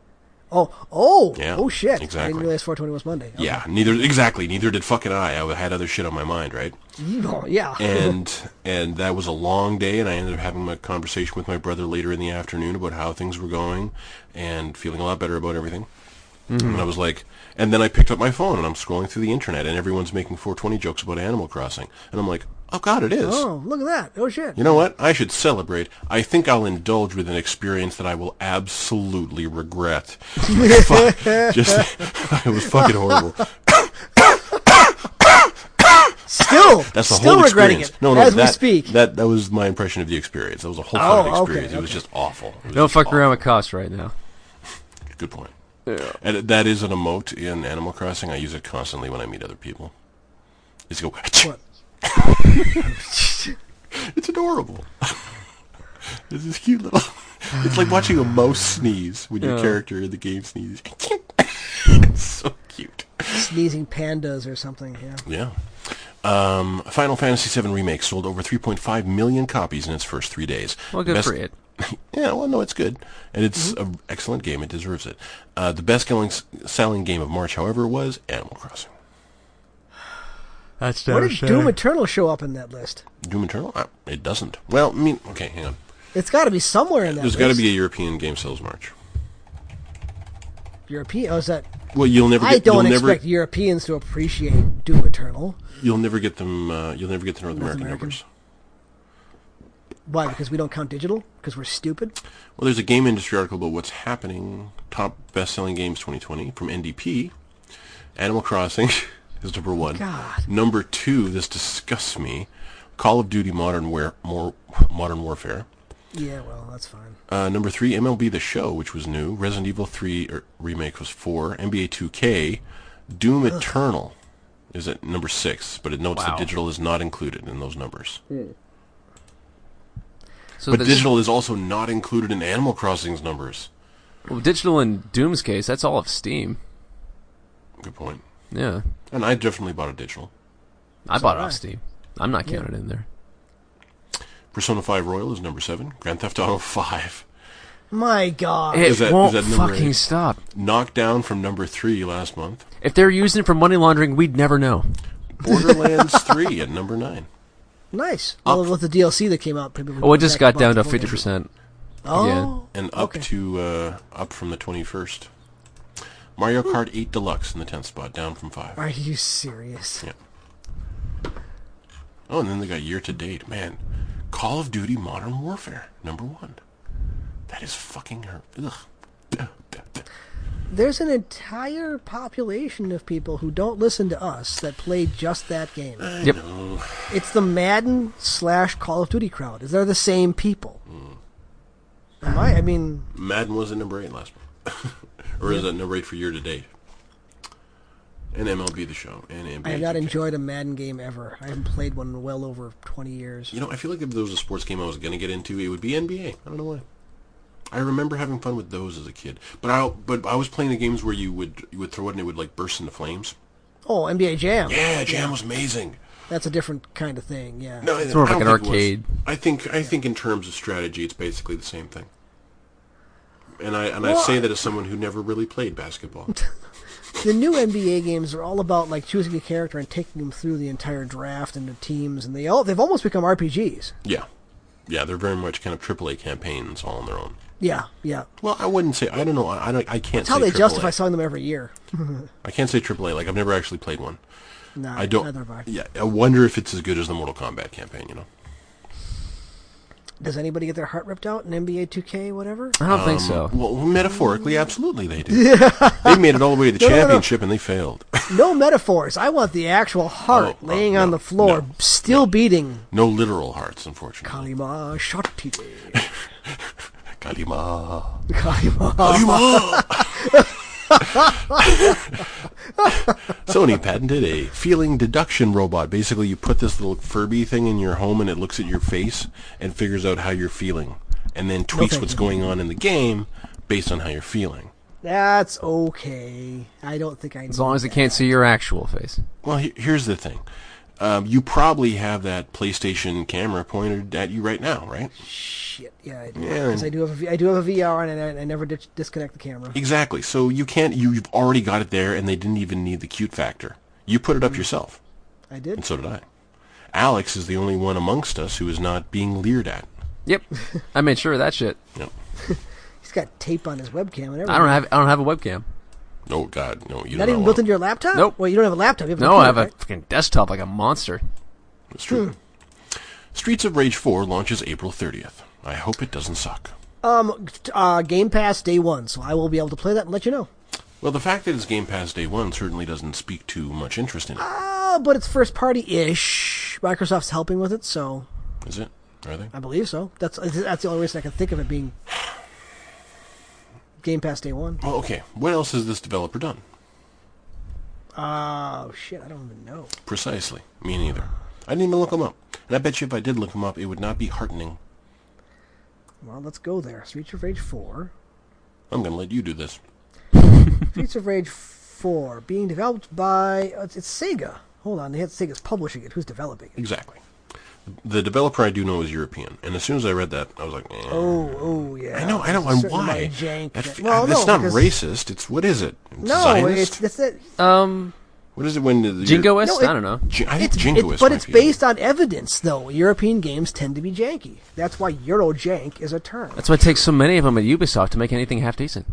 S1: Oh, oh,
S3: Yeah,
S1: oh shit. I didn't
S3: exactly.
S1: realize 420 was Monday. Okay.
S3: Yeah, neither exactly. Neither did fucking I. I had other shit on my mind, right?
S1: Oh, yeah.
S3: and and that was a long day and i ended up having a conversation with my brother later in the afternoon about how things were going and feeling a lot better about everything and i was like and then i picked up my phone and i'm scrolling through the internet and everyone's making 420 jokes about animal crossing and i'm like oh god it is
S1: oh, look at that. Oh shit.
S3: you know what i should celebrate i think i'll indulge with an experience that i will absolutely regret Fuck. just it was fucking horrible
S1: Still,
S3: That's the
S1: still
S3: whole
S1: regretting
S3: experience.
S1: it
S3: No, no,
S1: as
S3: that,
S1: we speak.
S3: That that was my impression of the experience. That was a whole
S1: Oh,
S3: fucking
S1: okay,
S3: experience. It was
S1: okay.
S3: just awful. It was
S2: Don't
S3: just
S2: fuck
S3: awful.
S2: around with costs right now.
S3: Good point. Yeah. And that is an emote in Animal Crossing. I use it constantly when I meet other people. It's go.
S1: What?
S3: it's adorable. it's this cute little. It's like watching a mouse sneeze when your
S2: Yeah.
S3: character in the game sneezes. it's so cute.
S1: Sneezing pandas or something. Yeah.
S3: Yeah. Um, Final Fantasy VII Remake sold over 3.5 million copies in its first three days.
S2: Well, good
S3: The best-
S2: for it.
S3: yeah, well, no, it's good, and it's
S1: Mm-hmm.
S3: an excellent game. It deserves it. Uh, the best selling, selling game of March, however, was Animal Crossing.
S2: That's
S1: Where did Doom Eternal show up in that list?
S3: Doom Eternal? Uh, It doesn't. Well, I mean, okay, hang on.
S1: It's got to be somewhere in that.
S3: There's
S1: list.
S3: got to be a European game sales March.
S1: European. Oh, is that?
S3: Well, you'll never. Get,
S1: I don't
S3: you'll never,
S1: expect Europeans to appreciate Doom Eternal.
S3: You'll never get them. Uh, you'll never get the North, American,
S1: American.
S3: numbers.
S1: Why? Because we don't count digital? Because we're stupid?
S3: Well, there's a game industry article about what's happening. Top best-selling games 2020 from NDP. Animal Crossing is number one.
S1: God.
S3: Number two, this disgusts me. Call of Duty Modern War, more, Modern Warfare.
S1: Yeah, well, that's fine.
S3: Uh, number three, MLB The Show, which was new. Resident Evil 3 er, Remake was four. NBA 2K. Doom Eternal is at number six, but it notes
S2: Wow.
S3: that digital is not included in those numbers.
S2: So
S3: But
S2: that's-
S3: digital is also not included in Animal Crossing's numbers.
S2: well, digital in Doom's case, that's all of Steam.
S3: Good point.
S2: Yeah.
S3: And I definitely bought a digital.
S2: I bought it
S1: alright.
S2: off Steam. I'm not counted in there.
S3: Persona 5 Royal is number seven. Grand Theft Auto 5
S1: My God.
S2: It
S3: Uh, Is that- is
S2: won't
S3: that number
S2: fucking
S3: eight?
S2: stop.
S3: knocked down from number three last month.
S2: If they're using it for money laundering, we'd never know.
S3: Borderlands 3 at number nine.
S1: nice. Well, with the DLC that came out, people.
S2: Oh, it just got down to 50%.
S1: Oh.
S3: and up
S1: okay.
S3: to uh, up from the 21st. Mario Kart 8 Deluxe in the 10th spot, down from 5.
S1: Are you serious?
S3: Yeah. Oh, and then they got year to date. Man, Call of Duty Modern Warfare, number 1. That is fucking her. Ugh.
S1: There's an entire population of people who don't listen to us that play just that game.
S2: Yep.
S1: It's the Madden slash Call of Duty crowd. Is They're the same people. Am I? I mean,
S3: Madden was at number 8 last month. or is it number 8 for year to date? And MLB The Show. And NBA
S1: I have not
S3: 2K.
S1: enjoyed a Madden game ever. I haven't played one in well over 20 years.
S3: You know, I feel like if there was a sports game I was going to get into, it would be NBA. I don't know why. I remember having fun with those as a kid, but I but I was playing the games where you would you would throw it and it would like burst into flames.
S1: Oh, NBA Jam.
S3: Yeah, Jam was amazing.
S1: That's a different kind of thing, yeah.
S3: No,
S2: It's more of
S3: I
S2: like
S3: don't
S2: an
S3: think it was.
S2: arcade.
S3: I think I think in terms of strategy, it's basically the same thing. And I and I
S1: Well,
S3: say that as someone who never really played basketball.
S1: The new NBA games are all about like choosing a character and taking them through the entire draft and the teams and they all they've almost become RPGs.
S3: yeah, yeah, they're very much kind of AAA campaigns all on their own.
S1: Yeah, yeah.
S3: Well, I wouldn't say. I don't know. I I, don't, I can't.
S1: That's how
S3: say
S1: they
S3: AAA.
S1: justify selling them every year.
S3: I can't say AAA. Like I've never actually played one.
S1: No,
S3: I don't.
S1: Neither have I.
S3: Yeah, I wonder if it's as good as the Mortal Kombat campaign. You know,
S1: Does anybody get their heart ripped out in NBA 2K, whatever?
S2: I don't
S3: Um,
S2: think so.
S3: well, metaphorically, absolutely they do. they made it all the way to the
S1: no, no.
S3: championship and they failed.
S1: No metaphors. I want the actual heart
S3: Oh, uh,
S1: laying on
S3: no,
S1: the floor,
S3: no,
S1: still beating.
S3: no literal hearts, unfortunately.
S1: Kalima Shakti.
S3: Kalima.
S1: Kalima.
S3: Kalima. Sony patented a feeling deduction robot. Basically, you put this little Furby thing in your home, and it looks at your face and figures out how you're feeling, and then tweaks
S1: thank
S3: what's
S1: you.
S3: going on in the game based on how you're feeling.
S1: That's okay. I don't think I
S2: As
S1: know.
S2: long as it can't see your actual face.
S3: Well, he- here's the thing. Um, you probably have that PlayStation camera pointed at you right now, right?
S1: Shit. Yeah, I do.
S3: Yeah.
S1: 'Cause I do have a, V- I do have a VR, and I, I never dis- disconnect the camera.
S3: Exactly. So you can't. You, you've already got it there, and they didn't even need the cute factor. You put it up yourself,
S1: I
S3: and
S1: did.
S3: so did I. Alex is the only one amongst us who is not being leered at.
S2: Yep, I made sure of that shit.
S3: Yep.
S1: He's got tape on his webcam and everything.
S2: I don't have I don't have a webcam.
S3: Oh God, no! You
S1: Not
S3: do
S1: even built into your laptop.
S2: Nope.
S1: Well, you don't have a laptop. You have a
S2: No, I have
S1: computer,
S2: a fucking desktop like a monster.
S3: It's true. Streets of Rage 4 launches April 30th. I hope it doesn't suck.
S1: right? um t- uh, Game Pass day one, so I will be able to play that and let you know.
S3: Well, the fact that it's Game Pass Day 1 certainly doesn't speak to much interest in it,
S1: Uh, but it's first party ish. Microsoft's helping with it, so
S3: is it? Are they?
S1: I believe so. That's that's the only reason I can think of it being Game Pass day one.
S3: Well, okay. What else has this developer done?
S1: Oh shit, I don't even know.
S3: Precisely. Me neither. I didn't even look them up. And I bet you if I did look them up, it would not be heartening.
S1: Well, let's go there. Streets of Rage four.
S3: I'm going to let you do this.
S1: Streets of Rage four being developed by uh, it's, it's Sega. Hold on, they had Sega's publishing it. Who's developing it?
S3: Exactly. The developer I do know is European. And as soon as I read that, I was like, eh.
S1: Oh, oh yeah.
S3: I know, I don't
S1: There's a
S3: know
S1: certain amount
S3: why.
S1: of Jank
S3: That
S1: that-
S3: fe-
S1: well,
S3: that's
S1: no,
S3: not
S1: because-
S3: racist. It's, what is it?
S1: No,
S3: Zionist?
S1: it's that's it.
S2: Um,
S3: what is it when... The,
S2: Jingoist?
S1: No, it-
S2: I don't know.
S3: J- I think
S1: It's,
S3: jingoist
S1: it's but
S3: might
S1: it's
S3: be it.
S1: based on evidence, though. European games tend to be janky. That's why Eurojank is a term.
S2: That's why it takes so many of them at Ubisoft to make anything half decent.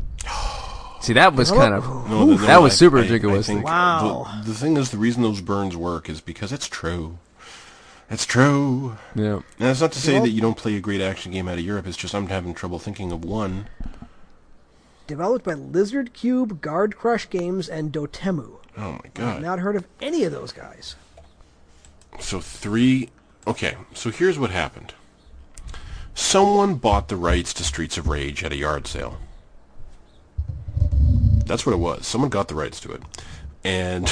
S2: See, that was kind of
S3: No, no, no,
S2: that was
S3: I-
S2: super
S3: I- I
S2: jingoistic.
S3: think
S1: Wow.
S3: The, the thing is, the reason those burns work is because it's true. It's true.
S2: yeah.
S3: Now, it's not to say
S1: Well-
S3: that you don't play a great action game out of Europe. It's just I'm having trouble thinking of one.
S1: Developed by Lizard Cube, Guard Crush Games, and Dotemu.
S3: Oh my god!
S1: Not heard of any of those guys.
S3: So three. Okay, so here's what happened. Someone bought the rights to Streets of Rage at a yard sale. That's what it was. Someone got the rights to it, and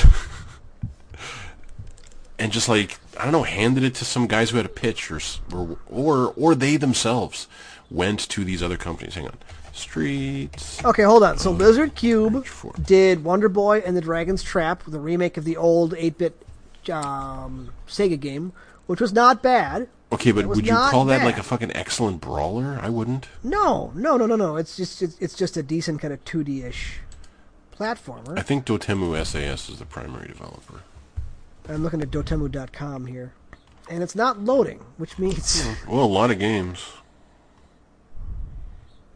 S3: and just like I don't know, handed it to some guys who had a pitch, or s- or or, or they themselves went to these other companies. Hang on, Streets.
S1: Okay, hold on. So Lizard Cube
S3: Rage Um, four.
S1: did Wonder Boy and the Dragon's Trap, the remake of the old 8-bit um, Sega game, which was not bad.
S3: Okay, but
S1: That was
S3: would you
S1: not
S3: call that
S1: bad.
S3: like a fucking excellent brawler? I wouldn't.
S1: No, no, no, no, no. It's just it's, it's just a decent kind of 2D-ish platformer.
S3: I think Dotemu SAS is the primary developer.
S1: I'm looking at dotemu.com here. And it's not loading, which means
S2: Hmm.
S3: Well, a lot of games.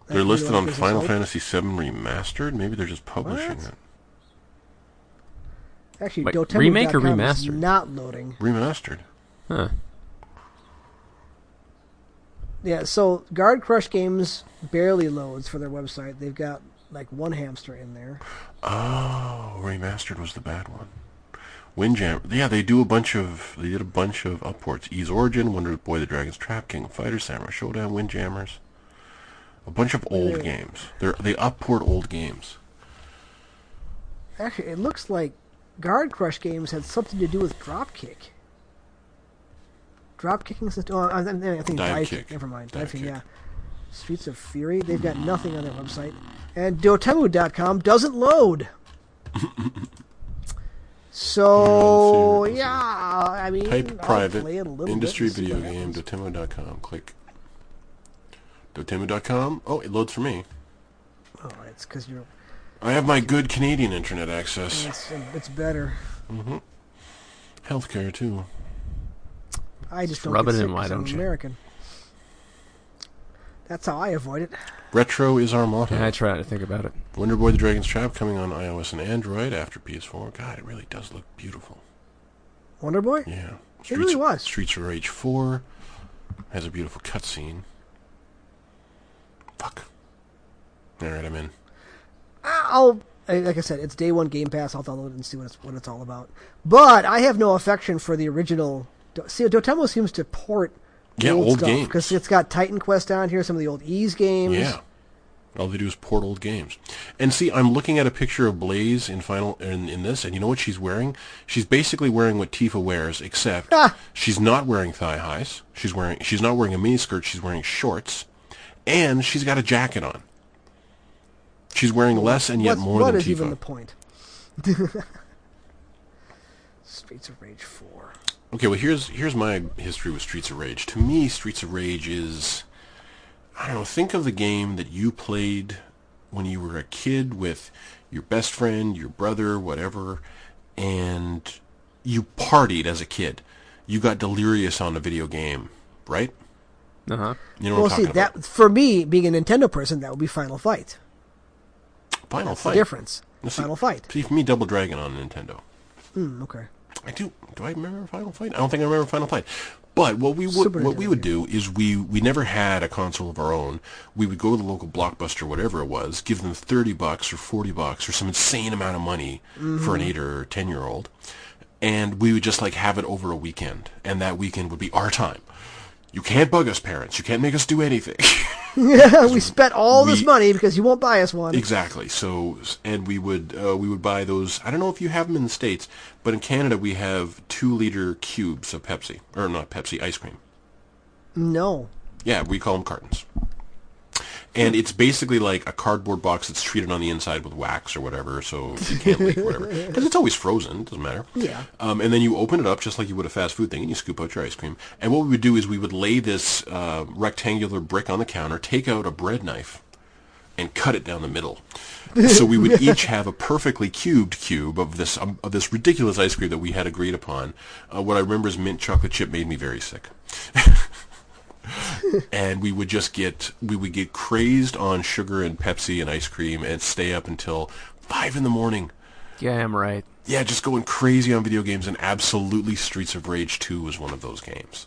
S3: They're
S1: Like,
S3: listed
S1: you know,
S3: on
S1: there's
S3: Final
S1: this
S3: Fantasy VII Remastered. Maybe they're just publishing
S1: What?
S3: it.
S1: Actually,
S2: Wait,
S1: dotemu.com
S2: remake or
S1: is
S2: remastered?
S1: not loading.
S3: Remastered.
S2: Huh.
S1: Yeah, so Guard Crush Games barely loads for their website. They've got like one hamster in there.
S3: Oh, remastered was the bad one. Windjammer. Yeah, they do a bunch of. They did a bunch of upports. Ease Origin, Wonder Boy, The Dragon's Trap, King of Fighters, Samurai Showdown, Windjammers. A bunch of old games. They're they upport old games.
S1: Actually, it looks like Guard Crush Games had something to do with Dropkick. Dropkicking system. Oh, I, I think
S3: Dive
S1: Dive
S3: Kick.
S1: Kick. Never mind.
S3: Dive
S1: Dive Kick,
S3: Kick.
S1: yeah. Streets of Fury. They've got nothing on their website. And Dotemu.com doesn't load. so,
S3: Yeah, let's see what it is.
S1: yeah, I mean,
S3: Type
S1: I'll
S3: private
S1: play it a little
S3: industry
S1: bit and see
S3: video
S1: what
S3: game
S1: happens.
S3: dotemo.com. Click dotemo.com. Oh, it loads for me.
S1: Oh, it's because you're.
S3: I have my good Canadian internet access.
S1: It's, it's better.
S3: Healthcare too.
S1: I just don't
S2: rub
S1: get
S2: it in,
S1: sick
S2: why
S1: 'cause I'm
S2: don't you?
S1: American. That's how I avoid it.
S3: Retro is our motto.
S2: I try to think about it.
S3: Wonder Boy the Dragon's Trap coming on iOS and Android after PS4. God, it really does look beautiful.
S1: Wonder Boy?
S3: Yeah. Streets,
S1: really was.
S3: Streets of Rage 4 has a beautiful cutscene. Fuck. All right, I'm in.
S1: I'll I- like I said, it's day one Game Pass. I'll download it and see what it's what it's all about. But I have no affection for the original. Do- See, Dotemu seems to port
S3: Yeah, old games.
S1: because it's got Titan Quest on here, some of the old Ease games.
S3: Yeah. All they do is port old games. And see, I'm looking at a picture of Blaze in final in, in this, and you know what she's wearing? She's basically wearing what Tifa wears, except
S1: Ah.
S3: she's not wearing thigh highs. She's wearing she's not wearing a miniskirt. She's wearing shorts, and she's got a jacket on. She's wearing less and yet
S1: What's-
S3: more
S1: what
S3: than
S1: is
S3: Tifa.
S1: even the point? Streets of Rage Four.
S3: Okay, well here's here's my history with Streets of Rage. To me, Streets of Rage is I don't know, think of the game that you played when you were a kid with your best friend, your brother, whatever, and you partied as a kid. You got delirious on a video game, right?
S2: Uh huh.
S3: You know
S1: Well,
S3: what I'm
S1: see
S3: talking
S1: that
S3: about.
S1: for me, being a Nintendo person, that would be Final Fight.
S3: Final
S1: That's
S3: Fight.
S1: the difference.
S3: Now, see-
S1: Final Fight.
S3: See, for me, Double Dragon on Nintendo.
S1: Hmm, okay.
S3: I do. Do I remember Final Fight? I don't think I remember Final Fight. But what we would
S1: Super
S3: what we
S1: Nintendo
S3: would do is we we never had a console of our own. We would go to the local blockbuster, whatever it was, give them thirty bucks or forty bucks or some insane amount of money
S1: Mm-hmm.
S3: for an eight or ten year old, and we would just like have it over a weekend, and that weekend would be our time. You can't bug us, parents. You can't make us do anything.
S1: we spent all this
S3: we-
S1: money because you won't buy us one.
S3: Exactly. So, and we would uh, we would buy those. I don't know if you have them in the states, but in Canada we have two liter cubes of Pepsi, or not Pepsi ice cream.
S1: no.
S3: Yeah, we call them cartons. And it's basically like a cardboard box that's treated on the inside with wax or whatever, so you can't leak whatever. Because it's always frozen, it doesn't matter.
S1: Yeah.
S3: Um, and then you open it up just like you would a fast food thing, and you scoop out your ice cream. And what we would do is we would lay this uh, rectangular brick on the counter, take out a bread knife, and cut it down the middle. so we would each have a perfectly cubed cube of this um, of this ridiculous ice cream that we had agreed upon. Uh, what I remember is mint chocolate chip made me very sick and we would just get we would get crazed on sugar and Pepsi and ice cream and stay up until five in the morning.
S2: Yeah, I'm right.
S3: Yeah, just going crazy on video games and absolutely Streets of Rage two was one of those games.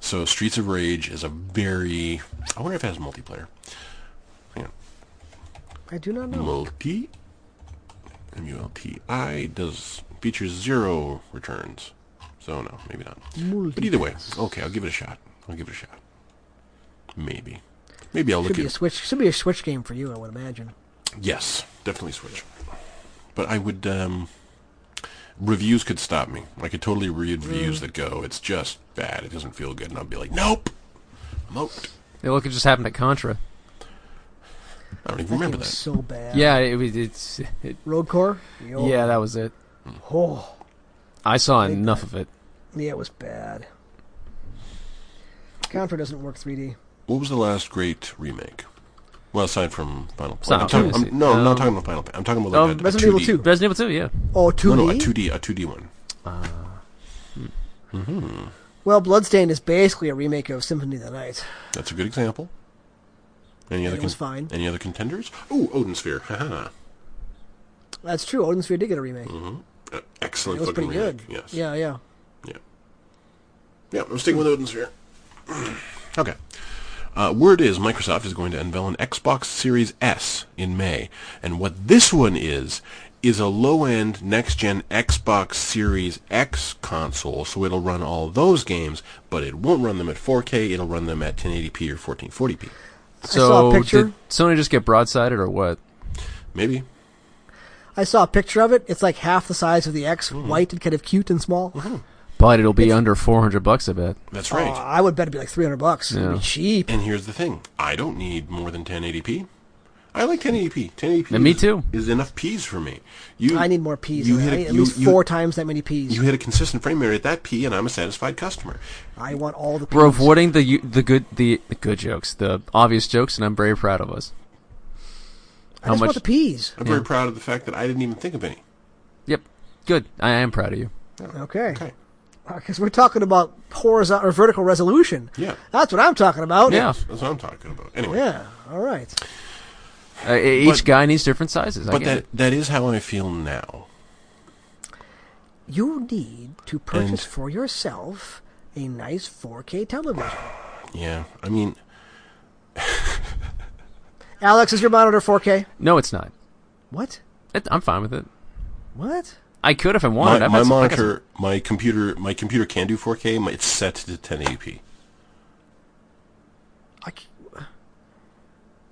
S3: So Streets of Rage is a very I wonder if it has multiplayer. Hang on.
S1: I do not know.
S3: Multi M U L T I does features zero returns. So no, maybe not. But either way, okay, I'll give it a shot. I'll give it a shot. Maybe. Maybe I'll
S1: Should
S3: look
S1: be
S3: at
S1: a switch. Should be a switch game for you, I would imagine.
S3: Yes, definitely Switch. But I would um, reviews could stop me. I could totally read
S1: Mm.
S3: reviews that go, "It's just bad. It doesn't feel good," and I'd be like, "Nope, I'm out."
S2: Yeah, look, it just happened at Contra.
S3: I don't even
S1: That
S3: remember
S1: game was
S3: that.
S1: so bad.
S2: Yeah, it, was- it's it,
S1: Road Core. Yo.
S2: yeah, that was it.
S1: Oh,
S2: I saw enough of it.
S1: yeah, it was bad. Contra doesn't work 3D.
S3: What was the last great remake? Well, aside from Final.
S2: It's not
S3: I'm talking,
S2: Fantasy.
S3: I'm, no, I'm not
S2: Um,
S3: talking about Final. Fa- I'm talking about
S2: um,
S3: like a- a
S1: Resident Evil
S3: 2D.
S1: 2.
S2: Resident Evil 2, yeah.
S1: Oh, 2D?
S3: No, no, a 2D, a 2D one.
S1: Well, Bloodstained is basically a remake of Symphony of the Night.
S3: That's a good example. Any other?
S1: it was fine.
S3: Any other contenders? Oh, Odin Sphere. Haha.
S1: That's true. Odin Sphere did get a remake.
S3: Uh,
S1: It
S3: Excellent
S1: was
S3: fucking
S1: pretty good.
S3: remake. Yes.
S1: Yeah, yeah.
S3: Yeah. Yeah, I'm sticking with Odin's here. okay. Uh, word is Microsoft is going to unveil an Xbox Series S in May, and what this one is is a low-end next-gen Xbox Series X console, so it'll run all those games, but it won't run them at 4K. It'll run them at 1080p or 1440p.
S2: So
S1: saw a picture.
S2: did Sony just get broadsided or what?
S3: Maybe.
S1: I saw a picture of it. It's like half the size of the X,
S3: Mm-hmm.
S1: white and kind of cute and small.
S2: But it'll be under 400 bucks, I bet.
S3: That's
S1: Oh,
S3: right.
S1: I would bet it'd be like 300 bucks. It'd be
S2: Yeah.
S1: cheap.
S3: And here's the thing: I don't need more than 1080p. I like 1080p. 1080p.
S2: And me
S3: is-
S2: too.
S3: Is enough p's for me. You.
S1: I need more P's.
S3: You
S1: than
S3: hit
S1: that.
S3: a-
S1: I- at
S3: you-
S1: least
S3: you-
S1: four times that many P's.
S3: You hit a consistent frame rate at that p, and I'm a satisfied customer.
S1: I want all the P's.
S2: We're avoiding the u- the good the, the good jokes, the obvious jokes, and I'm very proud of us.
S1: I just want the P's.
S3: I'm very proud of the fact that I didn't even think of any.
S2: Yep, good. I am proud of you.
S1: Okay.
S3: Okay.
S1: because we're talking about horizontal or vertical resolution.
S3: Yeah.
S1: that's what I'm talking about.
S2: Yeah.
S3: That's what I'm talking about. Anyway,
S1: yeah. All right.
S2: Uh, e- each
S3: But-
S2: guy needs different sizes. I
S3: but
S2: get
S3: that
S2: it.
S3: that is how I feel now.
S1: You need to purchase
S3: And-
S1: for yourself a nice 4K television.
S3: Yeah, I mean,
S1: Alex, is your monitor 4K?
S2: no, it's not.
S1: What?
S2: It, I'm fine with it.
S1: What?
S2: I could if I wanted.
S3: my,
S2: I've
S3: my
S2: had some- I got
S3: monitor, my computer, my computer can do 4K. My, it's set to 1080p.
S1: I c-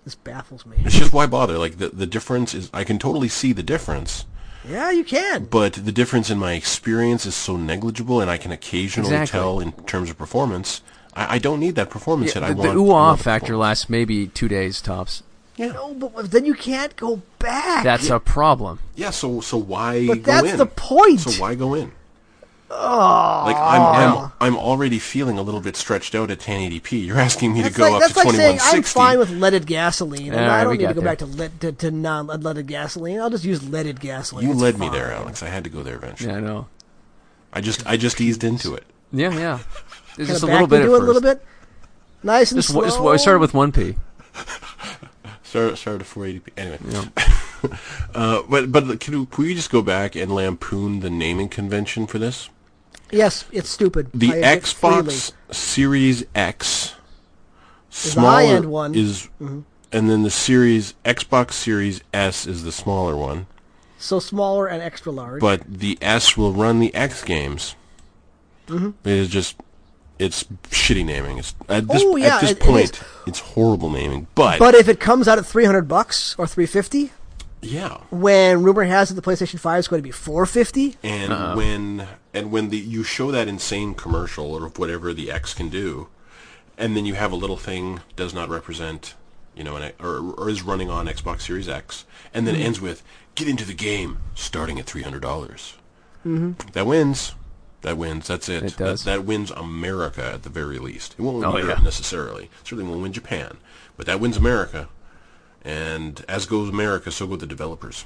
S1: this baffles me.
S3: It's just why bother? Like the the difference is, I can totally see the difference,
S1: Yeah, you can.
S3: but the difference in my experience is so negligible, and I can occasionally
S2: Exactly.
S3: tell in terms of performance. I, I don't need that performance
S2: some-
S3: hit. I
S2: the, the
S3: want I
S2: ooh ah
S3: want the
S2: factor
S3: performance.
S2: lasts maybe two days tops.
S3: Yeah,
S1: No, but then you can't go back.
S2: That's a problem.
S3: yeah. So so why?
S1: But
S3: go
S1: that's
S3: in?
S1: the point. Ah.
S3: So why go in? Oh, like I'm, I'm I'm already feeling a little bit stretched out at 1080p. You're asking me
S1: That's
S3: to go
S1: like,
S3: up
S1: that's
S3: to
S1: like saying I'm
S3: 2160.
S1: fine with leaded gasoline. and
S2: All right,
S1: I don't
S2: we
S1: need to
S2: got
S1: go
S2: there.
S1: back to, lead, to, to non-leaded gasoline. I'll just use leaded gasoline.
S3: you
S1: It's
S3: led me there,
S1: fine.
S3: Alex. I had to go there eventually.
S2: Yeah, I know.
S3: I just I just eased into it.
S2: Yeah, yeah. It's
S1: Kinda
S2: just a
S1: back
S2: little bit at
S1: into it
S2: first.
S1: a little bit. Nice and
S2: Just,
S1: slow.
S2: wa- just wa- I started with one p.
S3: Started started at 480p. Anyway, uh, but but can, can we just go back and lampoon the naming convention for this?
S1: yes, it's stupid.
S3: The
S1: I admit freely.
S3: Xbox Series X
S1: the
S3: smaller
S1: high-end one. Mm-hmm.
S3: is, and then the Series Xbox Series S is the smaller one.
S1: so smaller and extra large.
S3: but the S will run the X games. Mm-hmm. It is just it's shitty naming. It's at this
S1: Oh, yeah,
S3: at this
S1: it- it
S3: point
S1: is.
S3: it's horrible naming. But,
S1: but if it comes out at 300 bucks or 350,
S3: yeah,
S1: when rumor has it the PlayStation 5 is going to be 450,
S3: and
S2: Uh-huh.
S3: when and when the you show that insane commercial or whatever the X can do, and then you have a little thing does not represent you know an, or or is running on Xbox Series X, and
S2: Mm-hmm.
S3: then ends with get into the game starting at three hundred dollars. That wins. That wins. That's it.
S2: Mm-hmm. It does.
S3: That, that wins America at the very least. It won't win
S2: Oh,
S3: Europe
S2: yeah.
S3: necessarily. Certainly won't win Japan, but that wins America. And as goes America, so go the developers.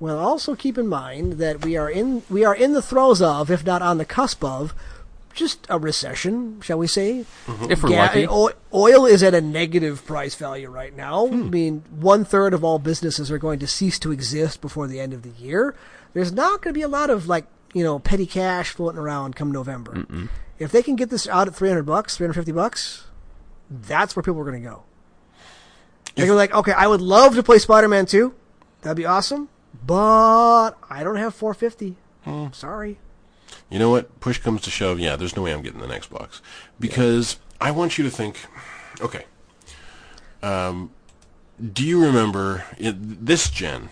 S1: well, also keep in mind that we are in we are in the throes of, if not on the cusp of, just a recession, shall we say?
S3: Mm-hmm.
S2: If we're
S1: Ga-
S2: lucky,
S1: o- oil is at a negative price value right now. I mean, one third of all businesses are going to cease to exist before the end of the year. There's not going to be a lot of like you know petty cash floating around come November. If they can get this out at three hundred bucks, three hundred fifty bucks, that's where people are going to go. They're gonna be like, okay, I would love to play Spider Man two, that'd be awesome, but I don't have four fifty. Sorry.
S3: You know what? Push comes to shove. Yeah, there's no way I'm getting an Xbox because I want you to think. Okay. Um, do you remember in this gen?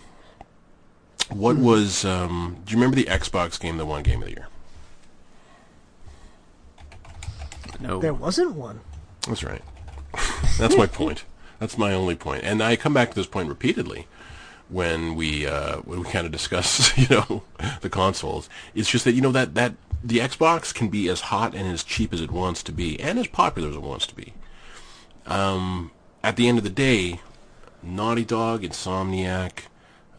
S3: What was? Um, do you remember the Xbox game that won Game of the Year?
S1: There
S2: no.
S1: wasn't one.
S3: That's right. That's my point. That's my only point. And I come back to this point repeatedly when we uh, when we kind of discuss, you know, the consoles. It's just that you know that that the Xbox can be as hot and as cheap as it wants to be, and as popular as it wants to be. Um, at the end of the day, Naughty Dog, Insomniac,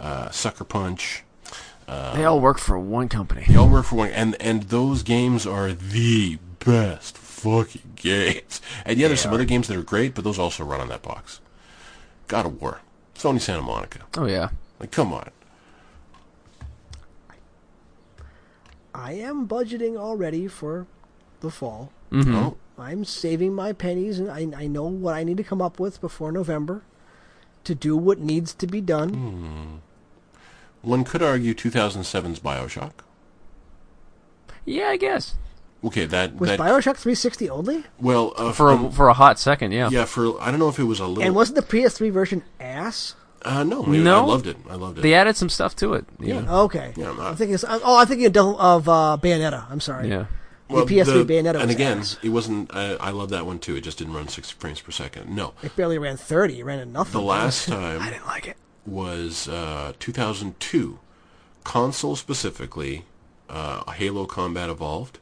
S3: uh, Sucker Punch,
S2: They all work for one company.
S3: they all work for one, and and those games are the best fucking games. And yeah, there's some other games that are great, but those also run on that box. God of War, Sony Santa Monica.
S2: Oh yeah.
S3: Like, come on.
S1: I am budgeting already for the fall.
S3: Oh,
S1: I'm saving my pennies, and I, I know what I need to come up with before November to do what needs to be done.
S3: Hmm, one could argue 2007's Bioshock.
S2: Yeah, I guess
S3: Okay, that
S1: Was
S3: that
S1: Bioshock 360 only?
S3: well uh,
S2: for a,
S3: um,
S2: for a hot second. Yeah.
S3: yeah for I don't know if it was a little
S1: And wasn't the PS3 version ass?
S3: uh, no
S2: No?
S3: I loved it I loved it
S2: They added some stuff to it.
S3: yeah.
S2: Yeah.
S1: Okay.
S3: Hmm. Yeah, I'm not-
S1: I'm thinking. it's- Oh, I'm thinking of, Devil- of uh, Bayonetta. I'm sorry.
S2: Yeah.
S3: Well,
S1: the PS3 Bayonetta
S3: and
S1: was
S3: again
S1: ass.
S3: it wasn't I, I love that one too it just didn't run 60 frames per second no
S1: It barely ran 30. It ran at nothing.
S3: the last time
S1: I didn't like it.
S3: was uh, 2002, console specifically, uh, Halo Combat Evolved,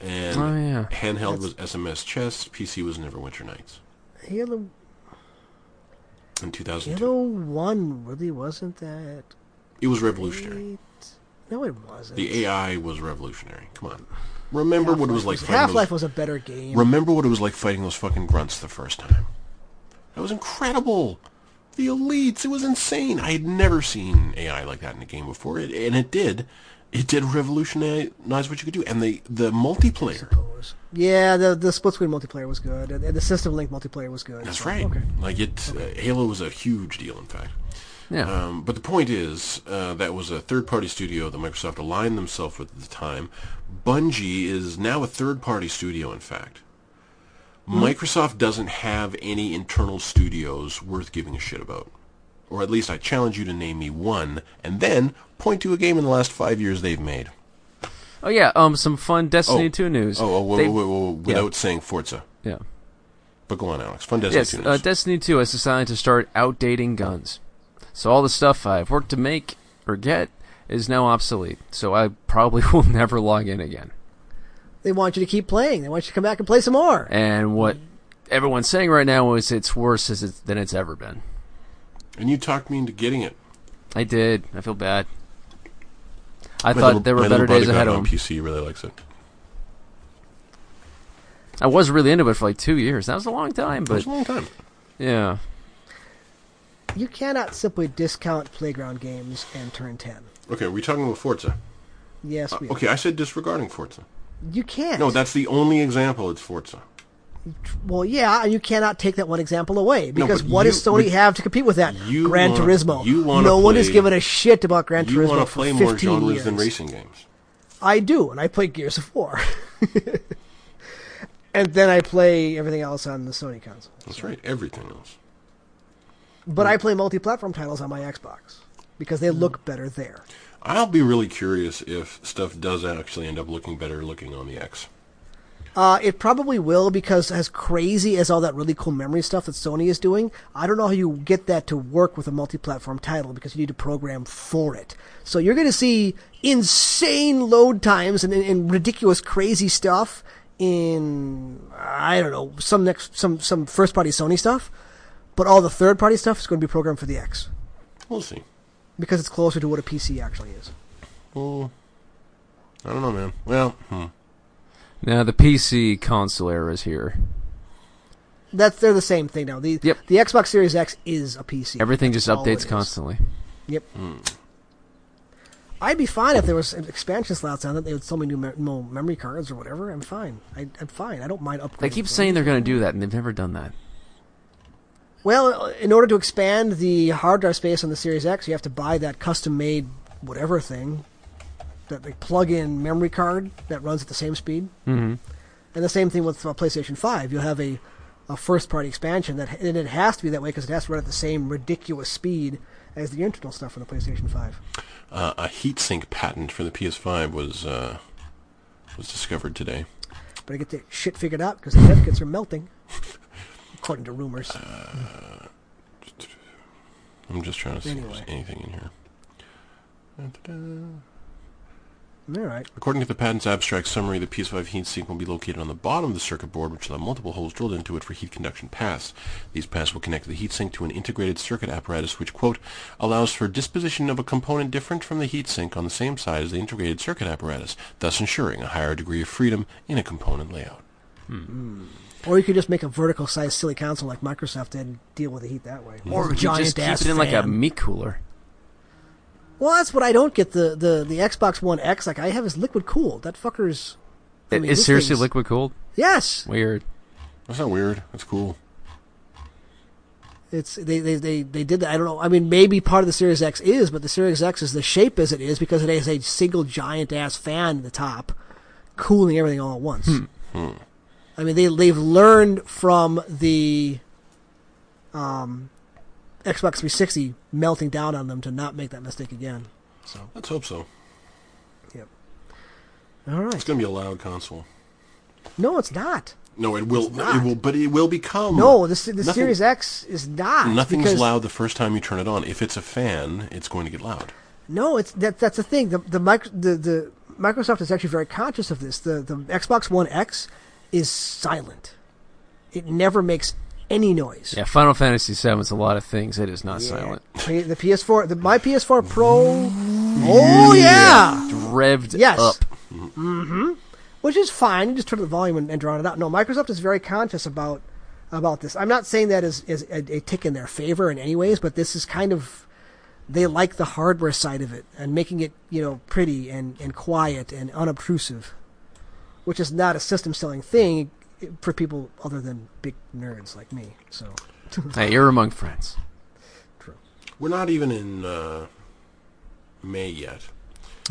S3: and
S2: Oh, yeah.
S3: handheld was SMS Chess, PC was Neverwinter Nights
S1: Halo,
S3: in 2002.
S1: Halo 1 really wasn't that
S3: It was revolutionary.
S1: great. No, it wasn't.
S3: The AI was revolutionary. Come on. Remember what it was like fighting
S1: Half Life
S3: those,
S1: was a better game.
S3: Remember what it was like fighting those fucking grunts the first time. That was incredible. The elites, it was insane. I had never seen AI like that in a game before, it, and it did. It did revolutionize what you could do, and the the multiplayer.
S1: suppose. Yeah, the the split screen multiplayer was good, and, and the system link multiplayer was good.
S3: That's
S1: so,
S3: right.
S1: Okay.
S3: Like it, uh, Halo was a huge deal, in fact.
S2: Yeah.
S3: Um, but the point is, uh, that was a third-party studio that Microsoft aligned themselves with at the time. Bungie is now a third-party studio, in fact.
S2: Hmm.
S3: Microsoft doesn't have any internal studios worth giving a shit about. Or at least I challenge you to name me one, and then point to a game in the last five years they've made.
S2: oh yeah. Um, some fun Destiny Two news.
S3: Oh, oh whoa,
S2: They-
S3: whoa, whoa, whoa,
S2: Yeah.
S3: without saying Forza.
S2: Yeah.
S3: But go on, Alex. Fun Destiny
S2: Yes.
S3: tunes.
S2: Uh, Destiny Two has decided to start outdating guns, so all the stuff I've worked to make or get is now obsolete. So I probably will never log in again.
S1: They want you to keep playing. They want you to come back and play some more.
S2: And what everyone's saying right now is it's worse as it's, than it's ever been.
S3: and you talked me into getting it.
S2: I did. I feel bad. I
S3: My
S2: thought
S3: little-
S2: there were
S3: my little
S2: better days
S3: brother
S2: ahead
S3: got it
S2: of
S3: on
S2: them.
S3: PC He really likes it.
S2: I was really into it for like two years. That was a long time,
S3: It was
S2: but
S3: a long time.
S2: yeah,
S1: You cannot simply discount playground games and turn ten.
S3: Okay, are we talking about Forza?
S1: Yes, we are.
S3: Uh, Okay, I said disregarding Forza.
S1: You can't.
S3: No, that's the only example. It's Forza.
S1: well, yeah, and you cannot take that one example away because
S3: but
S1: what
S3: you-
S1: does Sony
S3: but
S1: have to compete with that?
S3: you
S1: Gran
S3: wanna-
S1: Turismo.
S3: you wanna
S1: no one has
S3: play-
S1: given a shit about Gran
S3: you
S1: Turismo
S3: want
S1: for
S3: to play
S1: 15
S3: more genres
S1: years.
S3: than racing games.
S1: I do, and I play Gears of War. and then I play everything else on the Sony console.
S3: That's right. Everything else.
S1: But I play multi-platform titles on my Xbox because they look better there.
S3: I'll be really curious if stuff does actually end up looking better looking on the X.
S1: Uh, it probably will because as crazy as all that really cool memory stuff that Sony is doing, I don't know how you get that to work with a multi-platform title because you need to program for it. So you're going to see insane load times and, and ridiculous crazy stuff in I don't know some next some some first party Sony stuff, but all the third party stuff is going to be programmed for the X
S3: We'll see.
S1: because it's closer to what a PC actually is.
S3: Well, Hmm. I don't know, man. Well, hmm.
S2: now the PC console era is here.
S1: That's they're the same thing now. The
S2: Yep.
S1: the Xbox Series X is a PC.
S2: Everything Hmm. just
S1: That's all it
S2: updates
S1: is.
S2: constantly.
S1: Yep. I'd be fine if there was expansion slots on it. They would sell me new, me- mo- memory cards or whatever. I'm fine. I, I'm fine. I don't mind upgrading.
S2: They keep
S1: things.
S2: saying they're going to do that, and they've never done that.
S1: Well, uh, in order to expand the hard drive space on the Series X, you have to buy that custom-made whatever thing, that like, plug-in memory card that runs at the same speed. Mm-hmm. And the same thing with uh, PlayStation Five. You'll have a, a first-party expansion that, and it has to be that way because it has to run at the same ridiculous speed as the internal stuff on the PlayStation Five.
S3: uh, a heatsink patent for the PS5 was uh, was discovered today.
S1: But I get the shit figured out because the dev kits are melting, according to rumors.
S3: I'm just trying to see if
S1: Anyway.
S3: there's anything in here. Da-da-da.
S1: All right.
S3: According to the patent's abstract summary, the PS5 heatsink will be located on the bottom of the circuit board, which will have multiple holes drilled into it for heat conduction paths. These paths will connect the heatsink to an integrated circuit apparatus, which, quote, allows for disposition of a component different from the heatsink on the same side as the integrated circuit apparatus, thus ensuring a higher degree of freedom in a component layout.
S1: Or you could just make a vertical sized silly console like Microsoft did and deal with the heat that way.
S2: Or would you
S1: Giant
S2: just keep
S1: ass
S2: it in like a
S1: fan.
S2: meat cooler?
S1: Well, that's what I don't get. The, the, the Xbox One X, like I have, is liquid cooled. That fucker's. I
S2: It
S1: mean,
S2: is
S1: this
S2: seriously
S1: thing's-
S2: liquid cooled.
S1: Yes!
S2: Weird.
S3: That's not weird. That's cool.
S1: It's they, they, they, they did that. I don't know. I mean, maybe part of the Series X is, but the Series X is the shape as it is because it has a single giant ass fan at the top, cooling everything all at once.
S3: Hmm.
S1: I mean, they they've learned from the um, Xbox 360 melting down on them to not make that mistake again. So,
S3: Let's hope so.
S1: yep. All
S3: It's
S1: right.
S3: going to be a loud console.
S1: No, it's not.
S3: No, it will. It
S1: not.
S3: will, but it will become.
S1: No, the the
S3: Nothing-
S1: Series X is not.
S3: Nothing's
S1: because-
S3: loud the first time you turn it on. If it's a fan, it's going to get loud.
S1: No, it's that that's the thing. The the, mic, the the Microsoft is actually very conscious of this. The the Xbox One X is silent. It never makes any noise.
S2: Yeah, Final Fantasy VII is a lot of things. It is not silent.
S1: The PS4, the, my PS4 Pro Oh yeah.
S2: revved
S1: Yes.
S2: up.
S1: which is fine. You just turn up the volume and, and drown it out. No, Microsoft is very conscious about about this. I'm not saying that is is a, a tick in their favor in any ways, but this is kind of they like the hardware side of it and making it you know pretty and and quiet and unobtrusive, which is not a system selling thing for people other than big nerds like me. So
S2: Hey, you're among friends.
S3: We're not even in uh, May yet.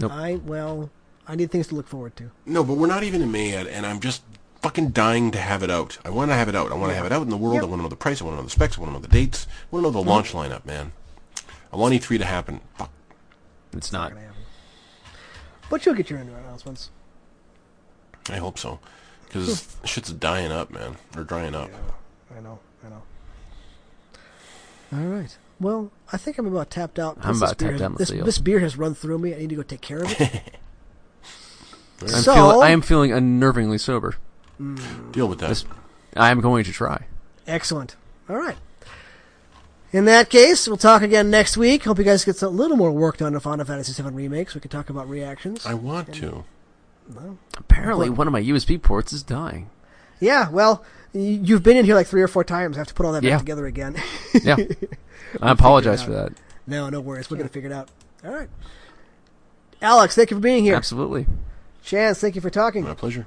S1: I well I need things to look forward to.
S3: No, but we're not even in May yet, and I'm just fucking dying to have it out. I want to have it out. I want to have it out in the world.
S1: Yep.
S3: I want to know the price. I want to know the specs. I want to know the dates. I want to know the launch lineup, man. I want E3 to happen. Fuck.
S2: It's not.
S1: But you'll get your announcements.
S3: I hope so. Because shit's dying up, man. Or drying up.
S1: I know, I know. All right. Well, I think I'm about tapped out.
S2: I'm
S1: Plus,
S2: about
S1: this beer
S2: tapped
S1: has-
S2: out
S1: This,
S2: myself.
S1: this beer has run through me. I need to go take care of it.
S2: I'm
S1: so,
S2: feeling, I am feeling unnervingly sober.
S3: Deal with that.
S2: This- I am going to try.
S1: excellent. All right. In that case, we'll talk again next week. Hope you guys get a little more work done on Final Fantasy VII remakes. We can talk about reactions.
S3: I want to.
S2: Apparently, one of my USB ports is dying.
S1: yeah. Well, y- you've been in here like three or four times. I have to put all that
S2: Yeah.
S1: back together again.
S2: Yeah, I apologize for that.
S1: no, no worries. We're gonna figure it out. All right. Alex, thank you for being here.
S2: Absolutely.
S1: Chance, thank you for talking.
S3: My pleasure.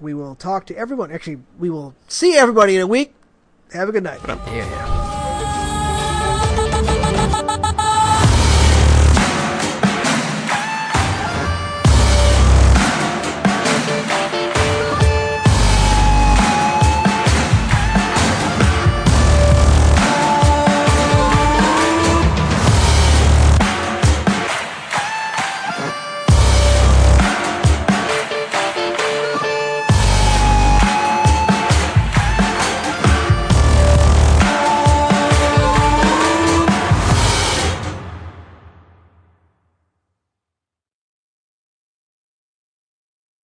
S1: we will talk to everyone. Actually, we will see everybody in a week. Have a good night.
S2: Yeah, yeah.